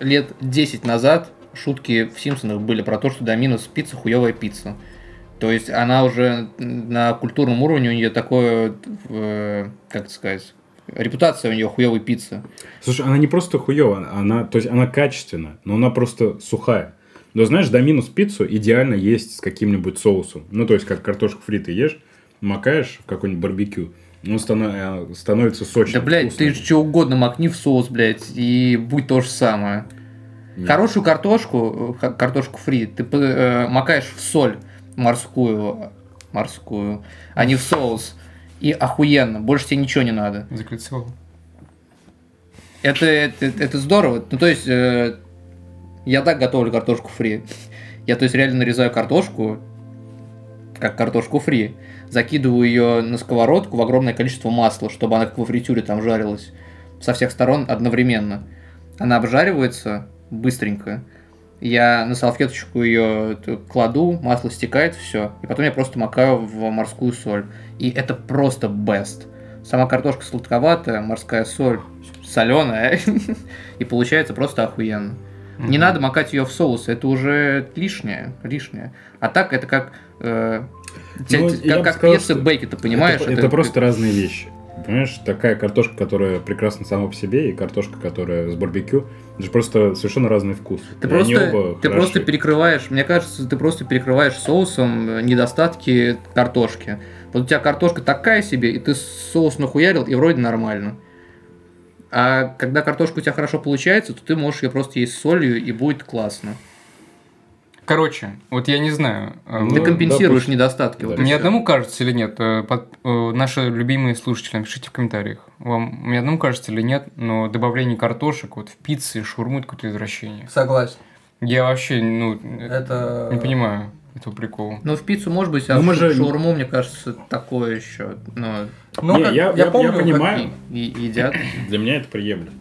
C: лет 10 назад шутки в Симпсонах были про то, что Доминус пицца хуевая пицца. То есть она уже на культурном уровне у нее такое, э, как это сказать, репутация у нее хуевой пиццы.
B: Слушай, она не просто хуёвая, она, то есть она качественная, но она просто сухая. Но знаешь, до минус пиццу идеально есть с каким-нибудь соусом. Ну, то есть, как картошку фри ты ешь, макаешь в какой-нибудь барбекю, ну, стано- э, становится сочным.
C: Да, блядь, ты
B: вкусным.
C: что угодно макни в соус, блядь, и будь то же самое.
B: Нет.
C: Хорошую картошку, э, ка- картошку фри, ты п- э, макаешь в соль морскую, морскую, а не в соус. И охуенно, больше тебе ничего не надо.
A: Закольцевал.
C: Это, это, это здорово. Ну, то есть, э, я так готовлю картошку фри. Я, то есть, реально нарезаю картошку, как картошку фри, закидываю ее на сковородку в огромное количество масла, чтобы она как во фритюре там жарилась со всех сторон одновременно. Она обжаривается быстренько. Я на салфеточку ее кладу, масло стекает, все. И потом я просто макаю в морскую соль. И это просто best. Сама картошка сладковатая, морская соль соленая. И получается просто охуенно. Не надо макать ее в соус, это уже лишнее, лишнее. А так это как э, те-
B: Ну,
C: те-
B: я бы
C: как, как
B: сказал,
C: пьеса
B: что
C: Бейки, ты понимаешь?
B: Это, это просто разные вещи. Понимаешь, такая картошка, которая прекрасна сама по себе, и картошка, которая с барбекю, это же просто совершенно разный вкус.
C: Ты
B: И они
C: просто,
B: оба
C: ты
B: хороши.
C: просто перекрываешь, мне кажется, ты просто перекрываешь соусом э, недостатки картошки. Вот у тебя картошка такая себе, и ты соус нахуярил, и вроде нормально. А когда картошка у тебя хорошо получается, то ты можешь ее просто есть с солью, и будет классно.
A: Короче, вот я не знаю. э,
B: Ну,
C: ты компенсируешь
B: допустим.
C: недостатки. вот и
B: Да.
A: Мне
C: всё.
A: одному кажется или нет? э, под- э, наши любимые слушатели, напишите в комментариях. Вам мне одному кажется или нет, но добавление картошек вот в пиццы и шаурму это какое-то извращение.
D: Согласен.
A: Я вообще, ну, э,
D: Это...
A: не понимаю этого прикола.
C: Ну, в пиццу, может быть, а
B: Ну,
C: в
B: мы
C: шу-
B: же-
C: шаурму, мне кажется, такое еще. Ну,
D: Ну,
B: Не,
D: как-
B: я- я- я
D: помню, как-
B: понимаю.
C: и, и- едят. А
B: Для меня это приемлемо.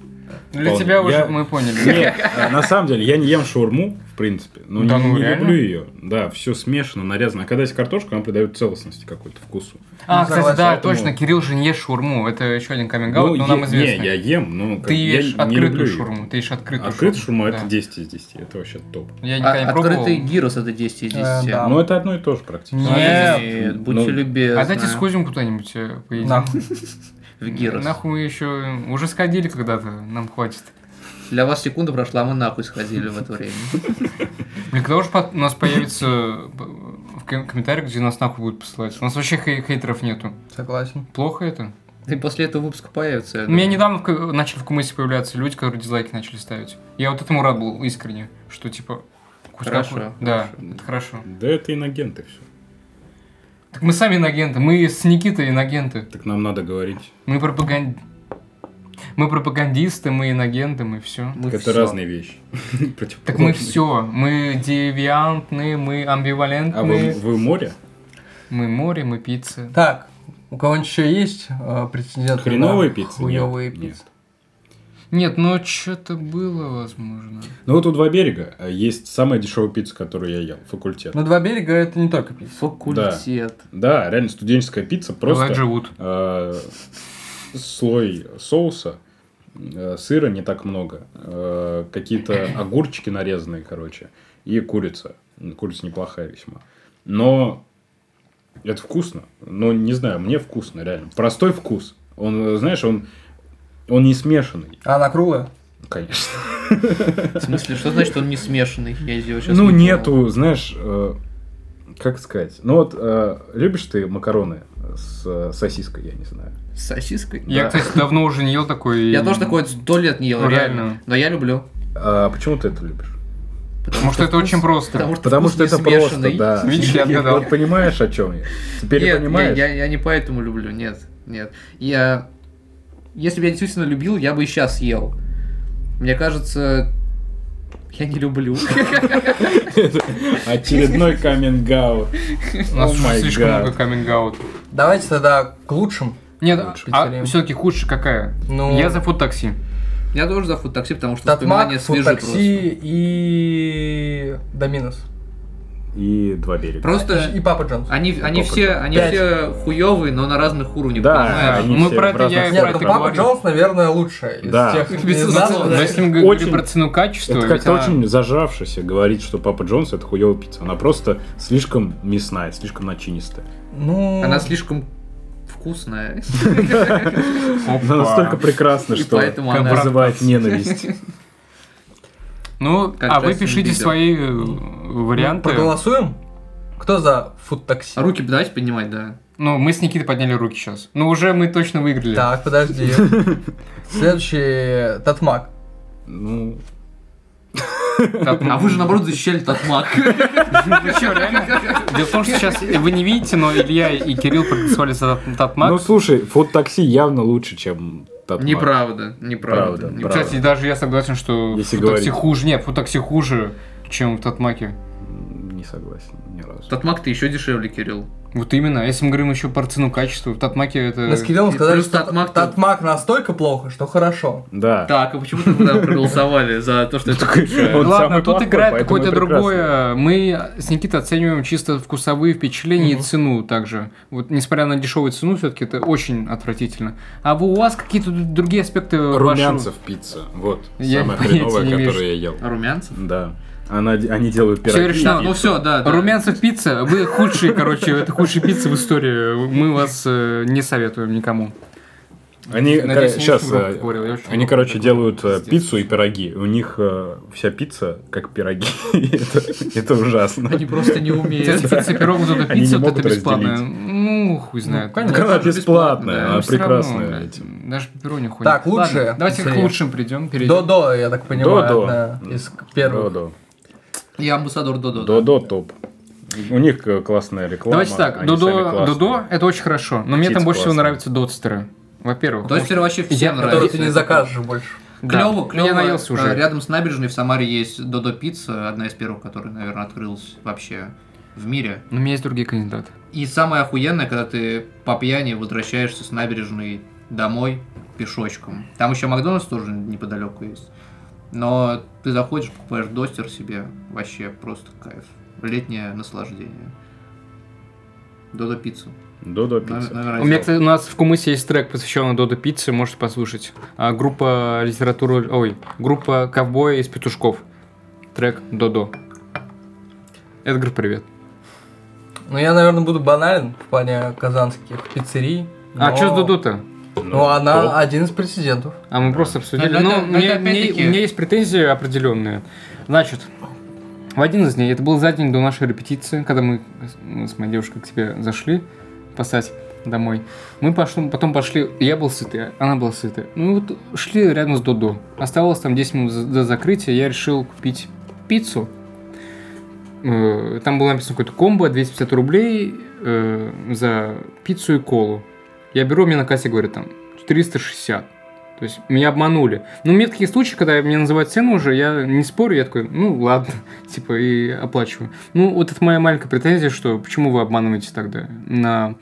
A: Для
B: Вполне.
A: тебя уже
B: Я-
A: мы поняли.
B: Нет, э, на самом деле, я не ем шаурму, в принципе. Но
A: Да
B: не,
A: ну,
B: не
A: реально?
B: люблю ее. Да, все смешано, нарезано. А когда есть картошка, она придает целостности какой-то вкусу.
A: А,
D: Ну,
A: кстати,
D: согласен,
A: да,
B: поэтому-
A: точно, Кирилл же не ест шаурму. Это еще один каминг
B: Ну,
A: но
B: е-
A: нам
B: Не, я
A: известно.
B: ем, но как-
A: Ты
B: я
A: ешь
B: не люблю
A: открытую
B: её.
A: шаурму, ты ешь открытую
B: Открытая шаурма
A: Да.
B: это 10 из 10. Это вообще топ.
A: Я
C: А-
A: никогда не пробовал.
C: открытый гирос это 10 из 10.
D: Э, да.
B: Но это одно и то же практически.
A: Нет.
C: Нет, будьте
B: Ну,
C: любезны.
A: А дайте сходим куда-нибудь э, поедим.
D: Нахуй.
C: В в Гирос.
A: Нахуй мы еще уже сходили когда-то, нам хватит.
C: Для вас секунда прошла, а мы нахуй сходили в это время.
A: Блин, когда уж по- у нас появится э, в ком- комментариях, где нас нахуй будут посылать? У нас вообще хей- хейтеров нету.
D: Согласен.
A: Плохо это?
C: И после этого выпуска появится. я
A: У меня
C: думаю.
A: недавно в К- начали в КМСе появляться люди, которые дизлайки начали ставить. Я вот этому рад был искренне, что типа... хоть
C: Хорошо,
A: какой- Да, это хорошо.
B: Да это инагенты все.
A: Так мы сами инагенты, мы с Никитой инагенты.
B: Так нам надо говорить.
A: Мы пропаган... Мы пропагандисты, мы инагенты, мы все.
C: Мы
B: Так это
C: всё.
B: разные вещи.
A: Так мы
B: Противоположные.
A: все. Мы девиантные, мы амбивалентные.
B: А вы, вы море?
A: Мы море, мы пицца.
D: Так, у кого-нибудь еще есть э, претендент?
B: Хреновые пиццы?
D: Хуевые
B: Нет,
D: пиццы.
A: Нет, но что-то было, возможно.
B: Ну вот у два берега а, есть самая дешевая пицца, которую я ел. Факультет.
D: Но Ну, два берега это не только пицца.
C: Факультет.
B: Да, реально студенческая пицца
A: Бывает,
B: просто
A: живут.
B: а, слой соуса, э, сыра не так много, э, какие-то огурчики нарезанные, короче, и курица. М, Курица неплохая весьма. Но это вкусно. Но не знаю, мне вкусно, реально. Простой вкус. Он, э, знаешь, он, он не смешанный,
D: А она круглая?
B: конечно.
C: В смысле, что значит он не смешанный? Я его сейчас
B: ну,
C: не понял.
B: нету, знаешь, э, как сказать. Ну вот, э, любишь ты макароны с э, сосиской, я не знаю.
C: С сосиской?
A: Я,
C: Да.
A: кстати, давно уже не ел такой.
C: Я тоже такое сто лет не ел,
A: Ну,
C: реально.
A: реально.
C: Но я люблю.
B: А почему ты это любишь?
C: Потому
A: Потому что это очень просто.
C: Потому что,
B: Потому
C: вкус
B: что
C: не
B: это
C: смешанный.
B: просто, да.
A: Видишь, я отгадал.
B: Вот понимаешь, о чем я? Теперь
C: Нет,
B: понимаешь?
C: Я, я- я не поэтому люблю, нет, нет. Я, если бы я действительно любил, я бы и сейчас ел. Мне кажется, я не люблю.
B: Очередной каминг
A: У нас
B: Oh
A: уже
B: my
A: слишком
B: God.
A: много каминг
D: Давайте тогда к лучшим.
A: Нет,
D: Лучше.
A: а
D: Пиццерия.
A: все-таки худшая какая?
D: Ну,
A: Я за фуд такси.
C: Я тоже за фуд-такси, потому что
D: Татмак,
C: воспоминания свежи просто.
D: Фудтакси и Доминос.
B: И два берега.
C: Просто
D: И Папа Джонс.
C: они, они
B: Сколько?
C: все, они
D: Пять.
C: все хуевые, но на разных уровнях.
B: Да,
C: понимаешь?
B: они
A: Мы
B: все
A: про
B: в
A: это
B: разных
A: я и
D: Нет,
A: про
D: ну
B: странах.
A: это
D: Папа
A: говорю.
D: Джонс, наверное, лучшая из
B: Да.
D: тех
C: Безусловно.
A: Но
D: названных.
A: если мы говорим
B: Очень-
A: про цену качества,
B: Это
A: ведь
B: как-то
A: она-
B: очень зажавшийся говорит, что Папа Джонс это хуёвая пицца. Она просто слишком мясная, слишком начинистая.
D: Ну,
C: Она слишком вкусная.
B: Она настолько прекрасна,
C: И
B: что
C: поэтому она-
B: вызывает ненависть.
A: Ну,
C: Как
A: а вы
C: Джастин
A: пишите
C: Бибер.
A: свои э, варианты.
D: проголосуем? Кто за фуд-такси?
C: Руки давайте поднимать, да.
A: Ну, мы с Никитой подняли руки сейчас. Ну, уже мы точно выиграли.
D: Так, подожди. Следующий Татмак.
B: Ну,
C: А вы же, наоборот, защищали Татмак.
A: Ну, Дело в том, что сейчас вы не видите, но Илья и Кирилл проголосовали за Тат- Татмак.
B: ну слушай, фуд такси явно лучше, чем Татмак.
C: Неправда, неправда.
B: Правда,
C: неправда.
B: правда.
A: Кстати, даже я согласен, что
B: Если
A: в такси
B: говорить.
A: хуже. Нет, в такси хуже, чем в Татмаке.
B: Не согласен ни разу.
C: Татмак-то еще дешевле, Кирилл.
A: Вот именно. А Если мы говорим еще про цену качества, в Татмаке это...
D: Мы с Кириллом
C: Э, и
D: сказали,
C: плюс
D: что
C: Татмак-
D: Татмак настолько плохо, что хорошо.
B: Да.
C: Так, а почему тогда проголосовали за то, что это
B: Он
C: худшее?
B: самый
A: Ладно, тут
B: плохой,
A: играет
B: поэтому
A: какое-то
B: и прекрасный.
A: другое. Мы с Никитой оцениваем чисто вкусовые впечатления и
D: Мгм.
A: цену также. Вот, несмотря на дешевую цену, все-таки это очень отвратительно. А вы- у вас какие-то д- другие аспекты
B: Румянцев пицца. Вот.
A: Я
B: Самая
A: понятия
B: хреновая,
A: не вижу.
B: которую я ел.
C: А Румянцев?
B: Да. Она, они делают
A: Всё
B: пироги.
A: решено.
C: Ну
B: и-
C: все, да. да.
A: вашу... Румянцев пицца, вы худшие, короче, это худшие пиццы в истории. Мы вас э, не советуем никому.
B: Они,
A: Надеюсь, я не
B: сейчас,
A: очень громко говорил, я очень
B: они,
A: громко
B: короче,
A: говорил.
B: делают э,
A: Пиздец.
B: пиццу и пироги. У них э, вся пицца как пироги. Это- Это ужасно.
C: Они просто не умеют.
A: Кстати, пицца, пирог, вот эта
B: Они не
A: пицца, вот
B: могут
A: это бесплатная.
B: разделить.
A: Ну, хуй знает.
B: Так она
C: Даже
B: бесплатная, она
A: Но всё равно,
B: прекрасная.
A: блядь,
B: этим.
A: Даже пепперони не хуйня.
D: Так, лучшее.
A: Ладно, давайте к
D: Пиццерия.
A: лучшим придем. перейдем.
D: Додо, я так понимаю,
B: Додо.
D: одна из первых.
B: Додо.
C: Я амбассадор Додо. да.
B: Додо топ. У них э, классная реклама.
A: Давайте так,
B: они а сами
A: Додо,
B: классные.
A: Додо это очень хорошо, но мне там
B: Птицы
A: больше всего
B: классные.
A: нравятся дотстеры. Во-первых, ну,
C: То есть теперь вообще всем
D: Который ты не
C: нравится.
D: закажешь больше.
C: Клево, клево.
A: Я наелся уже.
C: э, Рядом с набережной в Самаре есть Додо Пицца, одна из первых, которая, наверное, открылась вообще в мире.
A: Но у меня есть другие кандидаты.
C: И самое охуенное, когда ты по пьяни возвращаешься с набережной домой пешочком. Там еще Макдональдс тоже неподалеку есть. Но ты заходишь, покупаешь достер себе, вообще просто кайф. Летнее наслаждение. Додо пиццу.
B: Додо
C: Номер-
B: пицца.
C: номер
A: У, меня,
C: один.
A: кстати, у нас в Кумысе есть трек, посвященный Додо Пицце, можете послушать. А, группа литературы, ой, группа Ковбоя из Петушков. Трек Додо. Эдгар, привет.
D: Ну, я, наверное, буду банален в плане казанских пиццерий.
A: А
D: но-
A: что с Додо-то?
D: Ну, она один из претендентов.
A: А мы просто обсудили.
C: Но это-
A: Ну,
C: но
A: мне-
C: это
A: мне- у
C: опять-таки-
A: меня есть претензии определенные. Значит, в один из дней, это был за день до нашей репетиции, когда мы с- мы с моей девушкой к тебе зашли спасать домой. Мы пошли, потом пошли, я был сытый, она была сытая. Ну вот шли рядом с Додо. Оставалось там 10 минут за- до закрытия, я решил купить пиццу. Э, Там было написано какое-то комбо, 250 рублей э, за пиццу и колу. Я беру, мне на кассе говорят там 460. То есть меня обманули. Но у меня такие случаи, когда мне называют цену уже, я не спорю, я такой, ну ладно, типа и оплачиваю. Ну вот это моя маленькая претензия, что почему вы обманываете тогда на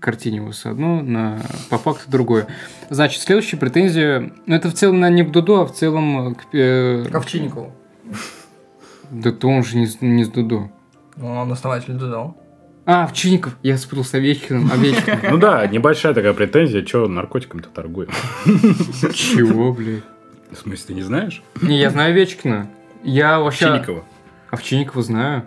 A: картине у вас одно, на по факту другое. Значит, следующая претензия, ну это в целом на не к Дудо, а в целом э, к... э,
D: Ковчинникову.
A: Да то он же не, с- не с Дудо.
D: Ну, он основатель Дудо.
A: А, Овчинников, я спутал с Овечкиным, Овечкин.
B: Ну да, небольшая такая претензия, что наркотиками-то торгуем.
A: Чего, блядь?
B: В смысле, ты не знаешь?
A: Не, я знаю Овечкина. Я вообще...
B: Щенникова.
A: Овчинникова знаю.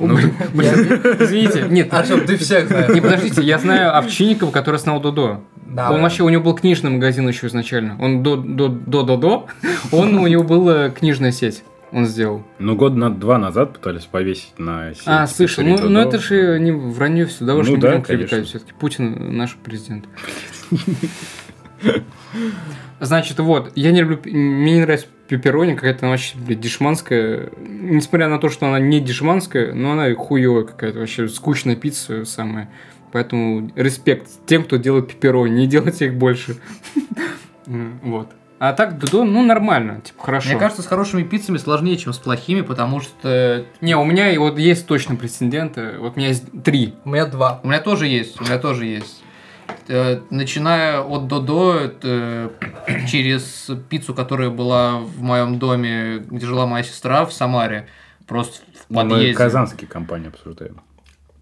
B: Ну,
A: Извините, нет,
D: Артем, А ты всех
A: Не,
D: знаешь.
A: подождите, я знаю Овчинникова, который основал Додо.
D: Да.
A: он вообще, у него был книжный магазин еще изначально. Он до до до до, до. Он у него была книжная сеть. Он сделал.
B: Ну, год на два назад пытались повесить на сеть
A: а, слышал.
B: пиццерий
A: Ну, ну
B: Додо.
A: это же не вранье все. Давай
B: Ну
A: уж не
B: да,
A: будем клеветать
B: конечно.
A: все-таки. Путин наш президент. Значит, вот, я не люблю, пи- мне не нравится пепперони, какая-то она вообще, блядь, дешманская. Несмотря на то, что она не дешманская, но она хуевая какая-то, вообще скучная пицца самая. Поэтому респект тем, кто делает пепперони, не делайте их больше. М, Вот. А так, Дудо, ну, нормально, типа, хорошо.
C: Мне кажется, с хорошими пиццами сложнее, чем с плохими, потому что э,
A: не, у меня и вот есть точно претенденты, вот у меня есть три.
D: У меня два.
C: у меня тоже есть, у меня тоже есть. Э, Начиная от Додо, э, через пиццу, которая была в моем доме, где жила моя сестра в Самаре, просто в
B: Ну,
C: подъезде.
B: Мы казанские компании обсуждаем.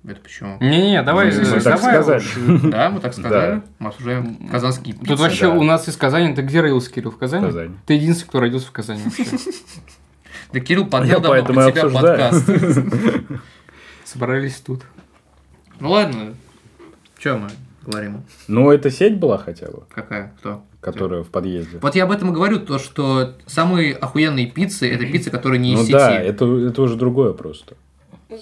C: Это почему?
A: Не-не, давай,
B: Мы
A: э,
B: Ну, так
A: давай.
B: сказали.
A: уж.
C: Да, мы так сказали.
B: Да.
C: Мы обсуждаем казанские пиццы.
A: Тут вообще
B: Да.
A: у нас из Казани, ты где родился, Кирилл, в Казани?
B: Казань.
A: Ты единственный, кто родился в Казани вообще.
C: Да Кирилл
B: Я
C: поднял давно
B: поэтому и
C: под тебя подкаст.
B: обсуждаю.
A: Собрались тут.
C: Ну ладно, что мы говорим?
B: Ну, это сеть была хотя бы,
C: Какая? Кто?
B: которая в подъезде.
C: Вот я об этом и говорю, то, что самые охуенные пиццы это пиццы, которые не из
B: Ну
C: сети.
B: да, это, это уже другое просто.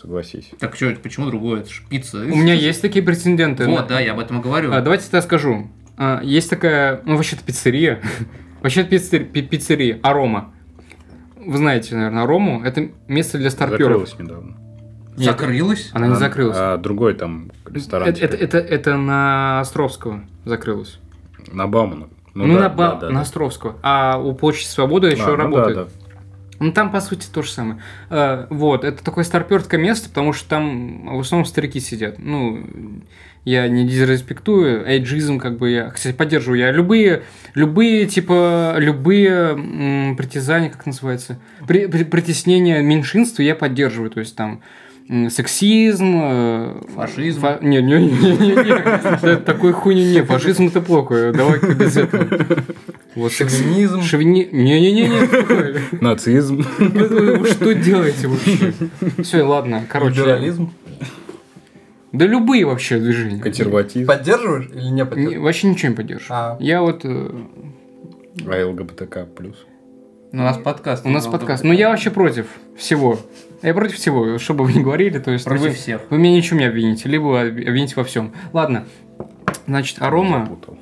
B: Согласись.
C: Так что, почему другое? Это же пицца.
B: Ну,
A: У меня есть такие претенденты.
C: Вот, да, я об этом и говорю.
A: А, Давайте я скажу. А, Есть такая, ну вообще-то пиццерия. Вообще-то пиццер- пи- пиццерия. Арома. Вы знаете, наверное, Арому. Это место для старперов.
B: Закрылась недавно.
A: нет.
C: Закрылась?
A: Она не закрылась.
B: А другой там ресторан.
A: Это, это,
B: теперь.
A: это, это на Островского закрылось.
B: На Баумана.
A: Ну,
B: да,
A: на, Ба-
B: да, да,
A: на
B: да.
A: Островского. А у Площади Свободы еще
B: А, ну да,
A: работает.
B: да.
A: Ну, там, по сути, то же самое. Э, вот, это такое старперское место, потому что там в основном старики сидят. Ну, я не дизреспектую, эйджизм как бы я, кстати, поддерживаю. Я любые, любые, типа, любые м, притязания, как называется, при- при- притеснения меньшинства я поддерживаю. То есть там м, сексизм, э,
C: Фашизм.
A: фа- Не, не, не, не, не. Да, такой хуйни не, фашизм это плохо, давай без этого. Вот,
D: Шовинизм.
A: шовини... Не-не-не, такое.
B: Нацизм.
A: Ну, вы- вы Что делаете вообще? Все, ладно, короче.
D: Либерализм.
A: Да любые вообще движения.
B: Консерватизм.
D: Поддерживаешь или не
A: Не-
D: поддерживаешь?
A: Вообще ничего не поддерживаю.
D: А,
A: Я вот... э,
B: А ЛГБТК плюс.
C: Ну, у нас подкаст.
A: У нас подкаст. Ну, я вообще против всего. Я против всего, что бы вы ни говорили. То есть
C: Против
A: вы,
C: всех.
A: вы меня ничем не обвините, либо об- обвините во всем. Ладно. Значит, Арома...
B: Запутал.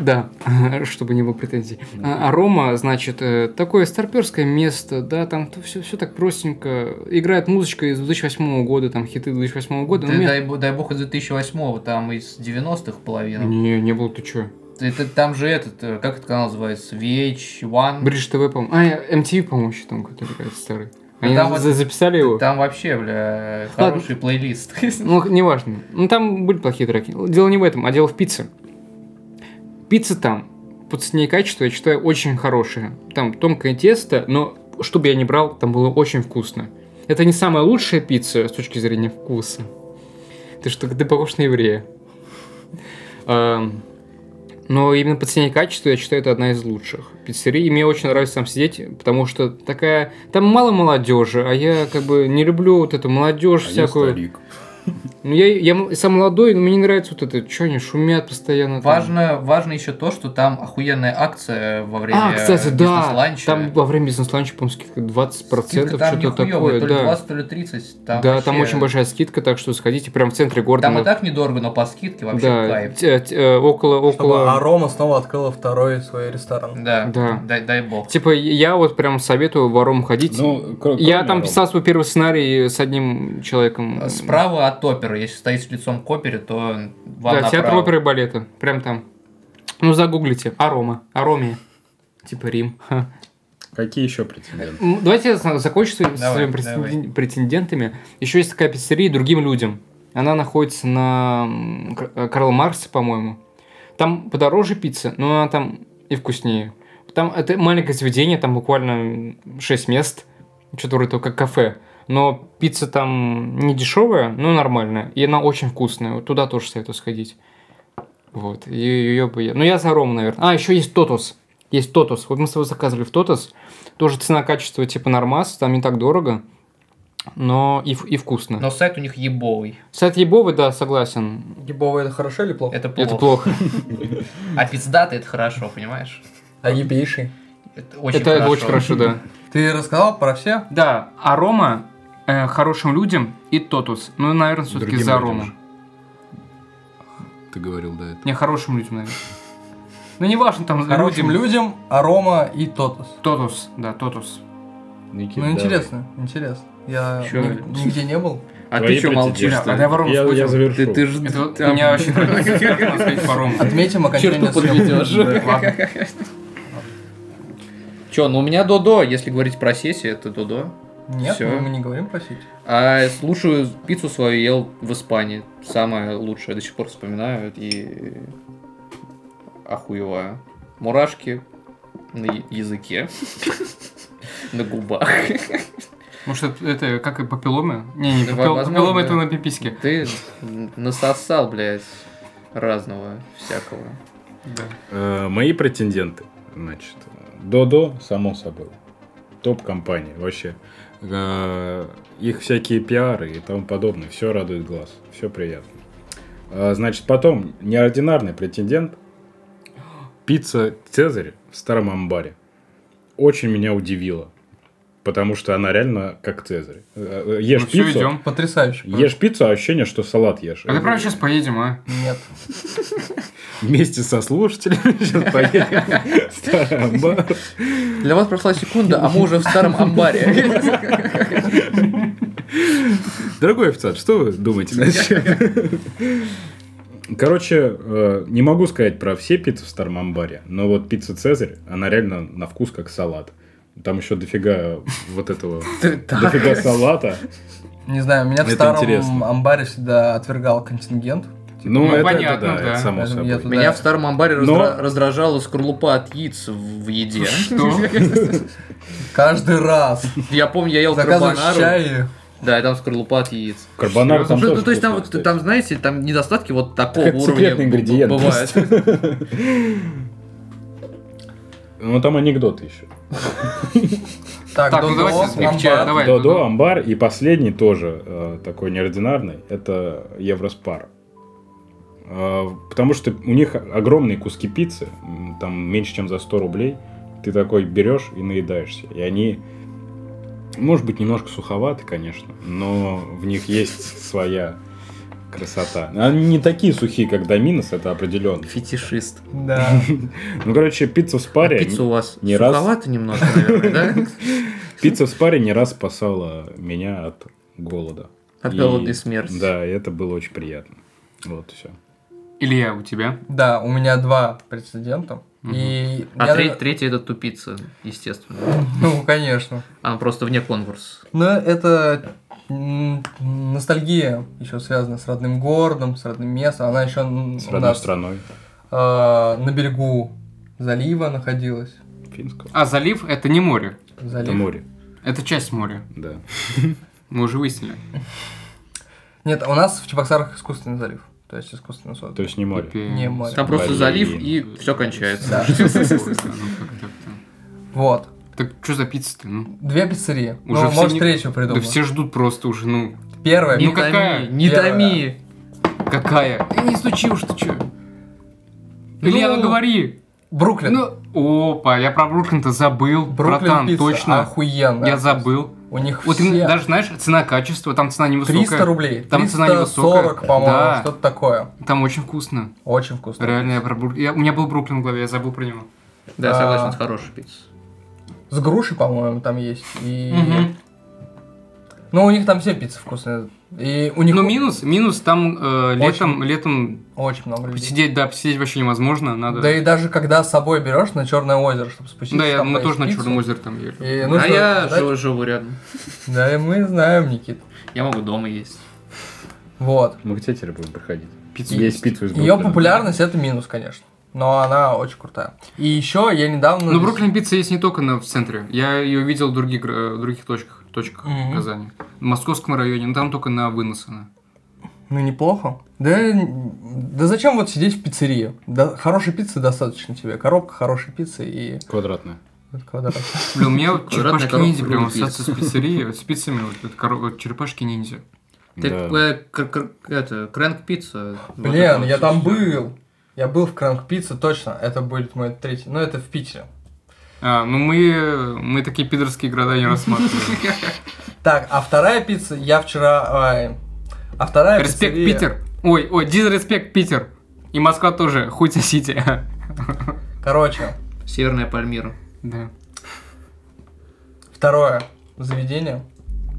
A: Да, чтобы не было претензий. А, Арома, значит, э, такое старперское место, да, там все, все так простенько. Играет музычка из 2008 года, там хиты 2008 года.
C: Да
A: Ну, мне-
C: дай, бо- дай бог из 2008-го, там из 90-х половина.
A: Не, не было, ты чё?
C: Это, там же этот, э, как этот канал называется, VH1.
A: Бридж ТВ, по-моему. А, э, MTV, по-моему, еще там какой-то какой-то старый. Они
C: там
A: за-
C: вот-
A: записали его?
C: Там вообще, бля,
A: Ладно.
C: хороший плейлист.
A: Ну, неважно. Ну, там были плохие треки. Дело не в этом, а дело в пицце. Пицца там по цене и качеству, я считаю, очень хорошая. Там тонкое тесто, но что бы я ни брал, там было очень вкусно. Это не самая лучшая пицца с точки зрения вкуса. Ты что, ты похож на еврея. Эм, Но именно по цене и качеству, я считаю, это одна из лучших пиццерий. И мне очень нравится там сидеть, потому что такая... Там мало молодежи, а я как бы не люблю вот эту молодежь
B: А я
A: всякую.
B: старик.
A: Ну, я, я м- сам молодой, но мне не нравится вот это, что они шумят постоянно. там.
C: Важно, важно еще то, что там охуенная акция во время
A: А, кстати, да,
C: бизнес-ланча.
A: там во время бизнес-ланча, по-моему, скидка 20%,
C: Скидка там
A: что-то такое,
C: нихуёвая, то ли
A: да.
C: 20, то ли 30. Там
A: да,
C: вообще-
A: там очень большая скидка, так что сходите прямо в центре города.
C: Там
A: на-
C: и так недорого, но по скидке вообще
A: да,
C: кайф.
A: т- т- около,
D: Чтобы
A: около...
D: Арома снова открыла второй свой ресторан.
C: Да,
A: Да.
C: Дай, дай бог.
A: Типа, я вот прям советую в Арому ходить.
B: Ну, кро-
A: я
B: кроме
A: там
B: Рома.
A: писал свой первый сценарий с одним человеком.
C: А, Справа от оперы, если стоите лицом к опере, то вам
A: да,
C: направо.
A: театр оперы и балета. Прям там. Ну, загуглите. Арома. Аромия. Типа Рим. Ха.
B: Какие еще претенденты?
A: М, Давайте я с- закончу с с
C: Давай,
A: своими претенден- претендентами. Еще есть такая пиццерия «Другим людям». Она находится на м, К- э, Карла Маркса, по-моему. Там подороже пицца, но она там и вкуснее. Там это маленькое заведение, там буквально 6 мест. Что-то вроде того, как кафе. Но пицца там не дешевая, но нормальная. И она очень вкусная. Вот туда тоже советую сходить. Вот. И ее бы я... Ну, я за Рому, наверное. А, еще есть Тотус. Есть Тотус. Вот мы с тобой заказывали в Тотус. Тоже цена-качество типа нормас, там не так дорого, но и, в- и вкусно.
C: Но сайт у них ебовый.
A: Сайт Ебовый, да, согласен.
D: Ебово это хорошо или плохо?
C: Это плохо.
A: Это плохо.
C: А пиздатый это хорошо, понимаешь?
D: А ебейший?
C: Это очень
A: Это
C: хорошо.
A: очень хорошо, да.
D: Ты рассказал про все?
A: Да, Арома, э, хорошим людям и Тотус. Ну, наверное, все-таки
B: Другим
A: за
B: людям
A: Арому.
B: же. Ты говорил до этого.
A: Не, хорошим людям, наверное. Ну, не важно, там
D: Хорошим
A: людям.
D: людям Арома и Тотус.
A: Тотус, да, Тотус.
B: Никит,
D: Ну
B: давай.
D: интересно, интересно. Я
C: Чё?
D: ни- нигде не был.
C: А
B: Твои
C: ты что молчишь?
B: претенденты.
A: Да, а давай в Рому
B: я, я
A: сходим.
B: завершу.
C: Ты, ты ж
A: Это вот
C: там
A: меня вообще нравится, я хотел сказать по Арому.
D: Отметим окончание
C: черту
D: съемки.
C: подведешь. Че, ну у меня Додо, если говорить про сессии, это Додо.
D: Нет,
C: Всё.
D: мы мы не говорим про сеть.
C: А лучшую пиццу свою ел в Испании. Самая лучшая, до сих пор вспоминаю и охуеваю. Мурашки на я- языке, на губах.
A: Может, это- это как и папилломы? Не, не,
C: Да,
A: папил-
C: возможно,
A: папилломы
C: да.
A: это на пипиське.
C: Ты насосал, блядь, разного всякого.
A: Да.
B: Э, мои претенденты, значит, Додо, само собой, топ-компания вообще. Э, их всякие пиары и тому подобное, все радует глаз, все приятно. Э, значит, потом неординарный претендент, пицца Цезарь в старом амбаре. Очень меня удивила, потому что она реально как Цезарь. Э, э, Ешь
A: Ну, все,
B: пиццу,
A: идем.
D: Потрясающе. правда.
B: ешь пиццу, а ощущение, что салат ешь.
A: А ты правда сейчас поедем, а?
D: Нет.
B: Вместе со слушателями сейчас поедем в старый амбар.
C: Для вас прошла секунда, а мы уже в старом амбаре.
B: Дорогой официант, что вы думаете на этот счет? Короче, э, не могу сказать про все пиццы в старом амбаре, но вот пицца Цезарь, она реально на вкус как салат. Там еще дофига вот этого, дофига салата.
D: Не знаю, меня в
B: Это
D: старом
B: интересно.
D: амбаре всегда отвергал контингент.
B: Ну,
A: Ну,
B: это- это
A: понятно,
B: да,
A: да.
B: это само
D: Я
B: собой.
D: туда-
C: Меня в старом амбаре
B: Но-
C: раздра- раздражала скорлупа от яиц в в еде.
D: Каждый раз
C: Я помню, я ел
D: заказываешь
C: карбонару.
D: чай. и-
C: Да, и там скорлупа от яиц.
B: Карбонара там
C: Ну,
B: тоже
C: то есть там,
B: вкусно,
C: вот, там, знаете, там недостатки вот такого
B: Это
C: уровня
B: секретный ингредиент
C: б- бывают.
B: кстати. Ну, там анекдоты еще.
D: Так,
A: Так, ну
D: Додо,
A: давайте смягчаем,
D: амбар.
A: давай.
B: Додо,
A: Додо.
B: амбар и последний тоже э, такой неординарный, это Евроспар. Э, потому что у них огромные куски пиццы, м, там меньше, чем за 100 рублей. Ты такой берешь и наедаешься. И они, может быть, немножко суховаты, конечно, но в них есть своя красота. Они не такие сухие, как Доминос, это определенно.
C: Фетишист.
D: Да.
B: Ну, короче, пицца в
C: А
B: спаре...
C: пицца у вас
B: не раз.
C: суховато немного, наверное, да?
B: Пицца в спаре не раз спасала меня от голода.
C: От
B: И-
C: голодной смерти.
B: Да, и это было очень приятно. Вот все.
A: Илья, у тебя?
D: Да, у меня два прецедента. И
C: А
D: я-
C: тре- третья это тупица, естественно.
D: Ну, конечно.
C: Она просто вне конкурса.
D: Но это м, ностальгия еще связана с родным городом, с родным местом. Она еще
B: С
D: у
B: родной
D: нас
B: страной.
D: а, на берегу залива находилась.
B: Финского.
A: А залив это не море.
B: Это
D: Залив.
B: море,
A: Это часть моря.
B: да.
A: Мы уже выяснили.
D: Нет, у нас в Чебоксарах искусственный залив. То есть искусственно
B: То
D: создан.
B: есть не море.
A: Пипец.
D: Не море.
C: Там просто
B: Блин.
C: залив и все кончается.
D: Да.
A: Что такое? Ну, как так-то?
D: Вот.
A: Так что за пицца-то, ну?
D: Две пиццерии.
A: Уже
D: ну,
A: все
D: может,
A: не-
D: третью
A: Да
D: придумать.
A: все ждут просто уже, ну.
D: Первая.
C: Не
D: ну
C: томи,
D: какая?
C: не
D: Первая.
C: томи.
A: Какая?
D: Ты не стучи уж, ты че?
A: Или
C: Ну,
A: она ну, говори.
D: Бруклин.
A: Ну, опа, я про Бруклин-то забыл.
D: Бруклин
A: Братан,
D: пицца.
A: точно.
D: Охуенно.
A: Я забыл.
D: У них
A: Вот
D: все...
A: именно, даже знаешь, цена-качество, там цена невысокая.
D: 300 рублей.
A: Там цена
D: 340,
A: невысокая.
D: по-моему,
A: Да.
D: что-то такое.
A: Там очень вкусно.
D: Очень вкусно.
A: Реально, я про Бруклин. я- У меня был Бруклин в голове, я забыл про него.
C: Да, я
D: А.
C: согласен, с хорошей пиццей.
D: С грушей, по-моему, там есть. И...
A: Мгм.
D: Ну, у них там все пиццы вкусные. И у них
A: Но Ну, минус, минус там э, летом, летом
D: очень много людей.
A: посидеть, да, посидеть вообще невозможно, надо.
D: Да и даже когда с собой берешь на Черное озеро, чтобы спуститься.
A: Да, я,
D: там
A: мы
D: поесть
A: тоже на
D: пиццу.
A: Черном озере там ели.
D: И
C: А
D: нужно
C: я
D: ждать-
C: живу, живу рядом.
D: Да, и мы знаем, Никит.
C: Я могу дома есть.
D: Вот.
B: Мы где теперь будем проходить?
A: Пиццу
B: Есть пиццу из
D: Ее
B: Бруклина.
D: популярность это минус, конечно. Но она очень крутая. И еще я недавно.
A: Но Ну, Бруклин пицца есть не только на, в центре. Я ее видел в других, гра- э, других точках, точках
D: Мгм.
A: Казани. В московском районе, но там только на вынос она.
D: Ну неплохо. Да, да зачем вот сидеть в пиццерии? Да, хорошей пиццы достаточно тебе. Коробка хорошей пиццы и
B: Квадратная.
D: квадрат.
A: Блин, у меня
C: Квадратная
A: черепашки ниндзя
C: коробка
A: прям
C: любит
A: ассоциация с пиццерией, вот с пиццами, вот, это коро- вот черепашки ниндзя.
C: Ты
B: Да.
C: э, кр- кр- это, крэнк-пицца. Вот это
D: Блин,
C: вот
D: я там
C: всё.
D: был. Я был в Кранк Пицце, точно. Это будет мой третий. Ну, это в Питере.
A: А, ну мы, мы такие пидорские города не рассматриваем.
D: Так, а вторая пицца я вчера... ай, а вторая
A: Респект
D: пиццерия-
A: Питер. Ой, ой, дизреспект Питер. И Москва тоже, хуйте сити.
D: Короче,
C: Северная Пальмира.
A: Да.
D: второе заведение,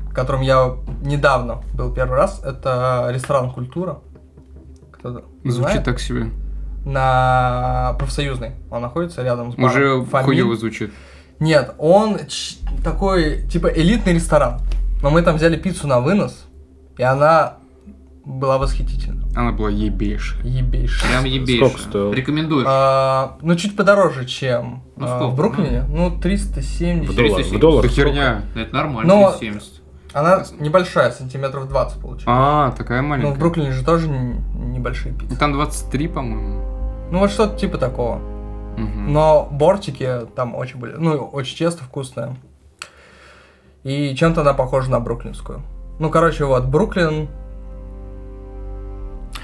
D: в котором я недавно был первый раз, это ресторан «Культура». Кто-то
A: Звучит
D: знает?
A: так себе.
D: На профсоюзной. Он находится рядом с баром.
A: Уже
D: Фамиль-
A: хуево звучит.
D: Нет, он ч- такой, типа, элитный ресторан. Но мы там взяли пиццу на вынос, и она была восхитительна.
A: Она была ебейшая.
D: Ебейшая.
C: Прям
B: Сколько
C: ебейшая.
B: стоил?
C: Рекомендую.
D: А, ну, чуть подороже, чем
C: Ну,
D: а,
C: сколько,
D: в Бруклине. Ну, 370.
B: В доллар.
C: 370.
B: В доллар.
A: Да
B: сколько?
A: херня.
C: Это нормально,
D: Но-
C: 370.
D: Она небольшая, сантиметров 20 получается.
A: А, такая
D: ну, в
A: маленькая. Ну,
D: Бруклине же тоже н- небольшие пиццы.
A: Там 23, по-моему.
D: Ну, вот что-то типа такого.
A: Мгм.
D: Но бортики там очень были, ну, очень честно вкусные. И чем-то она похожа на бруклинскую. Ну, короче, вот, Бруклин,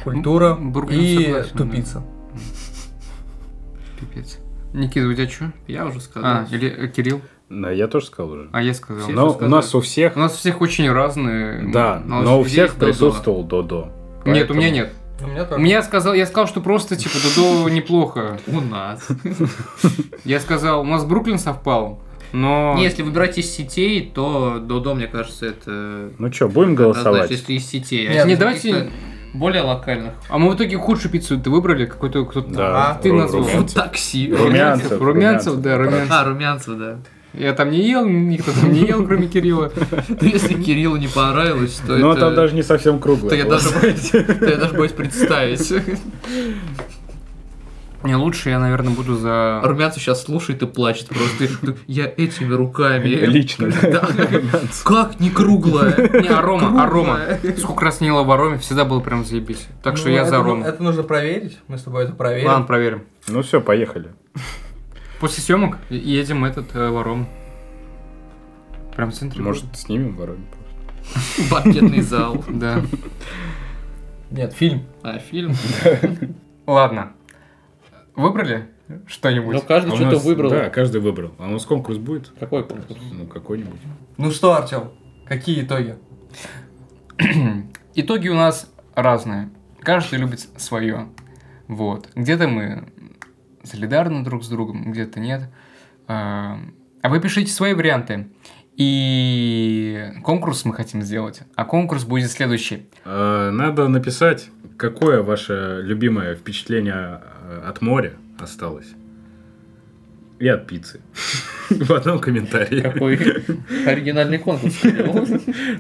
D: культура
A: М, Бруклин
D: и
A: согласен,
D: тупица.
A: Пипец. Никита, у тебя что?
C: Я уже сказал.
A: А, или э, Кирилл?
B: Да, я тоже сказал уже.
A: А я сказал. Ну,
C: Все.
B: Ну, Но
C: что
B: у нас у всех,
A: У нас у всех очень разные. ну,
B: да,
A: м,
B: но у
C: здесь
B: всех
C: Додо.
B: присутствовал Додо.
A: Нет, у
B: Поэтому-
A: меня нет.
D: У меня
A: У
D: тоже.
A: меня сказал, я сказал, что просто типа Дудо неплохо.
C: У нас.
A: Я сказал, у нас Бруклин совпал, но...
C: Не, если выбирать из сетей, то Додо, мне кажется, это...
B: Ну что, будем
C: Значит,
B: голосовать?
C: если из сетей.
D: Нет,
C: если
A: не, давайте-
C: каких-то Более локальных.
A: А мы в итоге худшую пиццу ты выбрали, какой-то кто-то...
B: Да,
A: А, ты
B: Ру-
A: назвал.
B: Румянцев.
A: Фу, такси. Румянцев,
B: Румянцев, Румянцев.
A: да, Румянцев.
C: А, румянцев, да.
A: Я там не ел, никто там не ел, кроме Кирилла.
C: Ну, Если Кириллу не понравилось, то
B: Но
C: это...
B: Ну, там даже не совсем круглый.
C: то я
B: был.
C: даже, боюсь- то я даже боюсь представить.
A: Не, лучше я, наверное, буду за...
C: Армянцев сейчас слушает и плачет просто. Я этими руками...
B: Лично.
C: Да. Как не круглая?
A: Не, а Арома,
C: Круглая.
A: Арома. Сколько раз не ела в Ароме, всегда было прям заебись. Так что
D: Ну,
A: я
D: это
A: за
D: ну-
A: Арому.
D: Это нужно проверить, мы с тобой это проверим.
A: Ладно, проверим.
B: Ну все, поехали.
A: После съемок е- едем этот э, в Арому. Прям в центре.
B: Может, снимем воронку? просто?
C: Банкетный зал.
A: Да.
D: Нет, фильм.
C: А фильм?
A: Ладно. Выбрали что-нибудь?
C: Ну, каждый
B: А у
C: что-то
B: нас-
C: выбрал.
B: Да, каждый выбрал. А у нас конкурс будет?
C: Какой конкурс?
B: Ну, какой-нибудь.
D: Ну что, Артем, какие итоги?
A: Итоги у нас разные. Каждый любит свое. Вот. Где-то мы солидарны друг с другом, где-то нет. А а вы пишите свои варианты. И конкурс мы хотим сделать. А конкурс будет следующий.
B: А, Надо написать, какое ваше любимое впечатление э, от моря осталось. И от пиццы. В одном комментарии.
C: Какой оригинальный конкурс. Кирилл.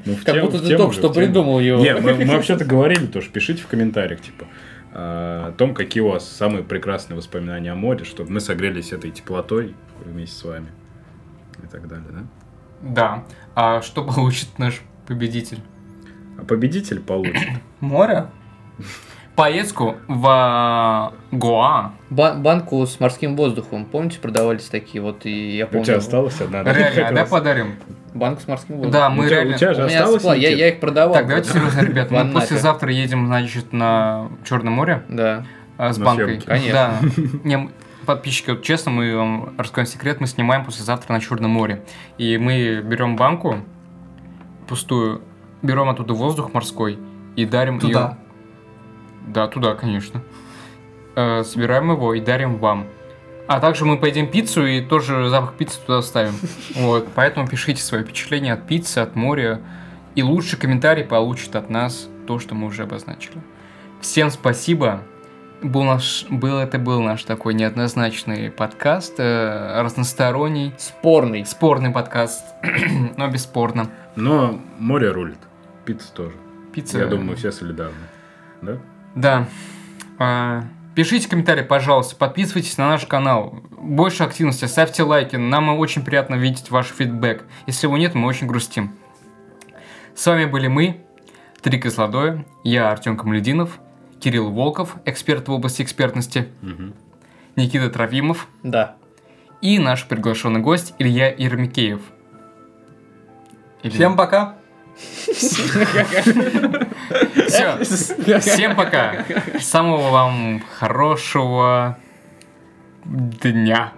B: Ну, в
C: Как
B: тему-
C: будто
B: в
C: ты
B: тему
C: только
B: же,
C: что
B: в тему.
C: придумал его.
B: Не, мы, мы вообще-то говорили тоже, пишите в комментариях, типа, а, о том, какие у вас самые прекрасные воспоминания о море, чтобы мы согрелись этой теплотой вместе с вами. И так далее, да?
A: Да. А что получит наш победитель?
B: А победитель получит.
D: Море?
A: поездку в а, Гоа.
C: Ба- банку с морским воздухом, помните, продавались такие вот, и я
B: У
C: помню.
B: тебя осталась одна, да?
A: Реально, а
B: Как
A: дай
B: раз.
A: подарим.
C: Банку с морским воздухом.
A: Да,
B: У
A: мы
B: тебя у
A: реально...
B: тебя же
C: У меня
B: осталось?
C: сплав- я,
B: Никит?
C: я их продавал.
A: Так, давайте серьезно, ребят,
C: В
A: мы
C: Анапе.
A: послезавтра едем, значит, на Черное море
C: Да.
A: а, с
B: На
A: банкой.
B: съемки.
C: Конечно.
A: Да. Не, м- подписчики, вот честно, мы вам раскроем секрет, мы снимаем послезавтра на Черном море. И мы берем банку пустую, берем оттуда воздух морской и дарим ее-
D: Туда.
A: Да, туда, конечно. Э, собираем его и дарим вам. А также мы поедим пиццу и тоже запах пиццы туда ставим. Вот, поэтому пишите свои впечатления от пиццы, от моря. И лучший комментарий получит от нас то, что мы уже обозначили. Всем спасибо. Был наш, был, это был наш такой неоднозначный подкаст, э, разносторонний,
C: Спорный.
A: спорный подкаст, но бесспорно.
B: Но море рулит. Пицца тоже.
A: Пицца.
B: Я думаю, мы все солидарны. Да?
A: Да. А, Пишите комментарии, пожалуйста, подписывайтесь на наш канал. Больше активности, ставьте лайки. Нам очень приятно видеть ваш фидбэк. Если его нет, мы очень грустим. С вами были мы, Три Кислодоя, я Артем Камлединов, Кирилл Волков, эксперт в области экспертности,
B: Мгм.
A: Никита Трофимов
C: Да.
A: и наш приглашенный гость Илья Ермикеев.
D: Всем пока!
A: Все. Всем пока. Самого вам хорошего дня.